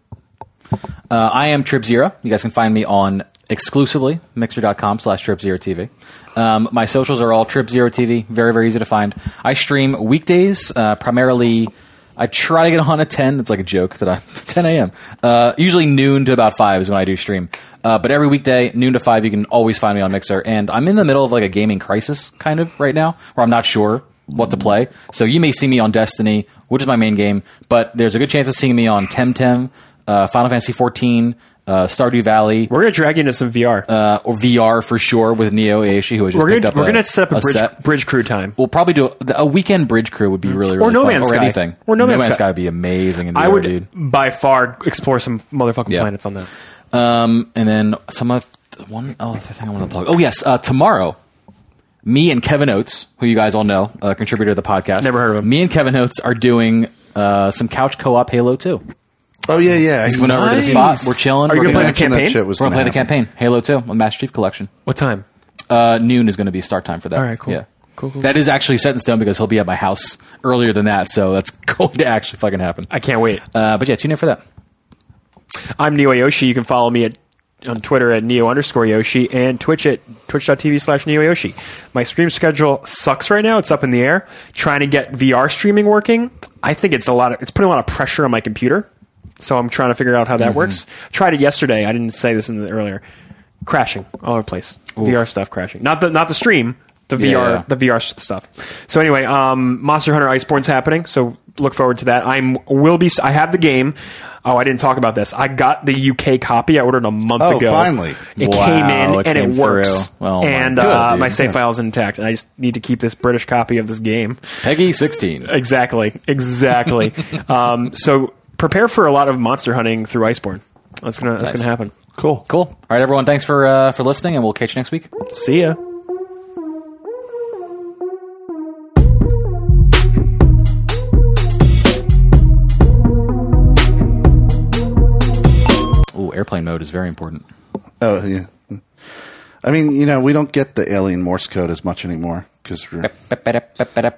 C: Uh, I am Trip Zero. You guys can find me on exclusively mixer.com slash Trip Zero TV. Um, my socials are all Trip Zero TV. Very, very easy to find. I stream weekdays, uh, primarily. I try to get on at 10. It's like a joke that I 10 a.m. Uh, usually noon to about 5 is when I do stream. Uh, but every weekday, noon to 5, you can always find me on Mixer. And I'm in the middle of like a gaming crisis kind of right now where I'm not sure what to play. So you may see me on Destiny, which is my main game, but there's a good chance of seeing me on Temtem, uh, Final Fantasy 14, uh, Stardew Valley,
B: We're going to drag you into some VR.
C: uh, or VR for sure with Neo Aishi, who I just
B: we're
C: picked
B: gonna,
C: up.
B: we're
C: a-
B: gonna set up a, bridge,
C: set.
B: bridge crew time.
C: We'll probably do a, a weekend bridge crew would be really, really
B: No
C: fun.
B: Man's
C: or
B: Sky.
C: anything.
B: Or No Man's Sky.
C: would be amazing. In VR,
B: I would
C: dude.
B: by far explore some motherfucking
C: Yeah.
B: planets on that.
C: Um, and then some other one other thing I want to plug. Oh yes, uh, oh, tomorrow me and Kevin Oates, who you guys all know, a contributor to the podcast.
B: Never heard of him.
C: Me and Kevin Oates are doing uh, some couch co-op Halo 2.
A: Oh yeah, yeah.
C: He's going over to the spot. We're chilling.
B: Are you
C: we're
B: gonna
C: gonna-
B: play the
A: Imagine that
B: campaign?
A: shit was
C: we're gonna play
A: gonna
C: the campaign Halo 2 on Master Chief Collection.
B: What time?
C: Uh, noon is going to be start time for that.
B: All right, cool.
C: Yeah.
B: Cool, cool,
C: That is actually set in stone because he'll be at my house earlier than that, so that's going to actually fucking happen.
B: I can't wait.
C: Uh, but yeah, tune in for that.
B: I'm Neo Yoshi. You can follow me at on Twitter at Neo underscore Yoshi and Twitch at twitch.tv slash Neo Yoshi. My stream schedule sucks right now. It's up in the air. Trying to get VR streaming working. I think it's a lot of it's putting a lot of pressure on my computer. So I'm trying to figure out how
C: Mm-hmm.
B: that works. Tried it yesterday. I didn't say this in the earlier. Crashing all over the place. VR stuff crashing. Not the not the stream. The VR
C: yeah.
B: the VR s- stuff. So anyway, um, Monster Hunter Iceborne's happening, so look forward to that. I'm will be. I have the game. Oh, I didn't talk about this. I got the UK copy. I ordered a month
A: Oh,
B: ago.
A: finally.
B: it
C: Wow,
B: came in
C: it
B: and
C: came
B: it works.
C: through. Oh, my
B: and
A: God,
B: uh,
A: dude.
B: my save
A: Yeah.
B: files intact. And I just need to keep this British copy of this game.
C: Peggy 16.
B: Exactly, exactly. um, so prepare for a lot of monster hunting through Iceborne. That's gonna that's gonna happen.
A: Cool.
C: Cool. All right, everyone. Thanks for uh, for listening, and we'll catch you next week.
B: See ya.
C: Ooh, airplane mode is very important.
A: Oh yeah. I mean, you know, we don't get the alien Morse code as much anymore because we're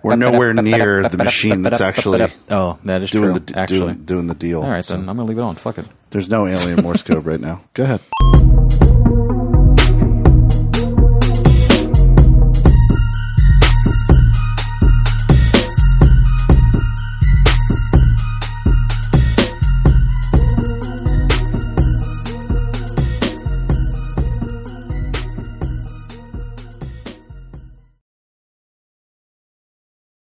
C: We're
A: nowhere near the machine that's actually
C: Oh, that is
A: doing
C: true.
A: the
C: actually,
A: doing, doing the deal.
C: all right,
A: So
C: then I'm gonna leave it on. Fuck it.
A: there's no alien Morse code right now. Go ahead.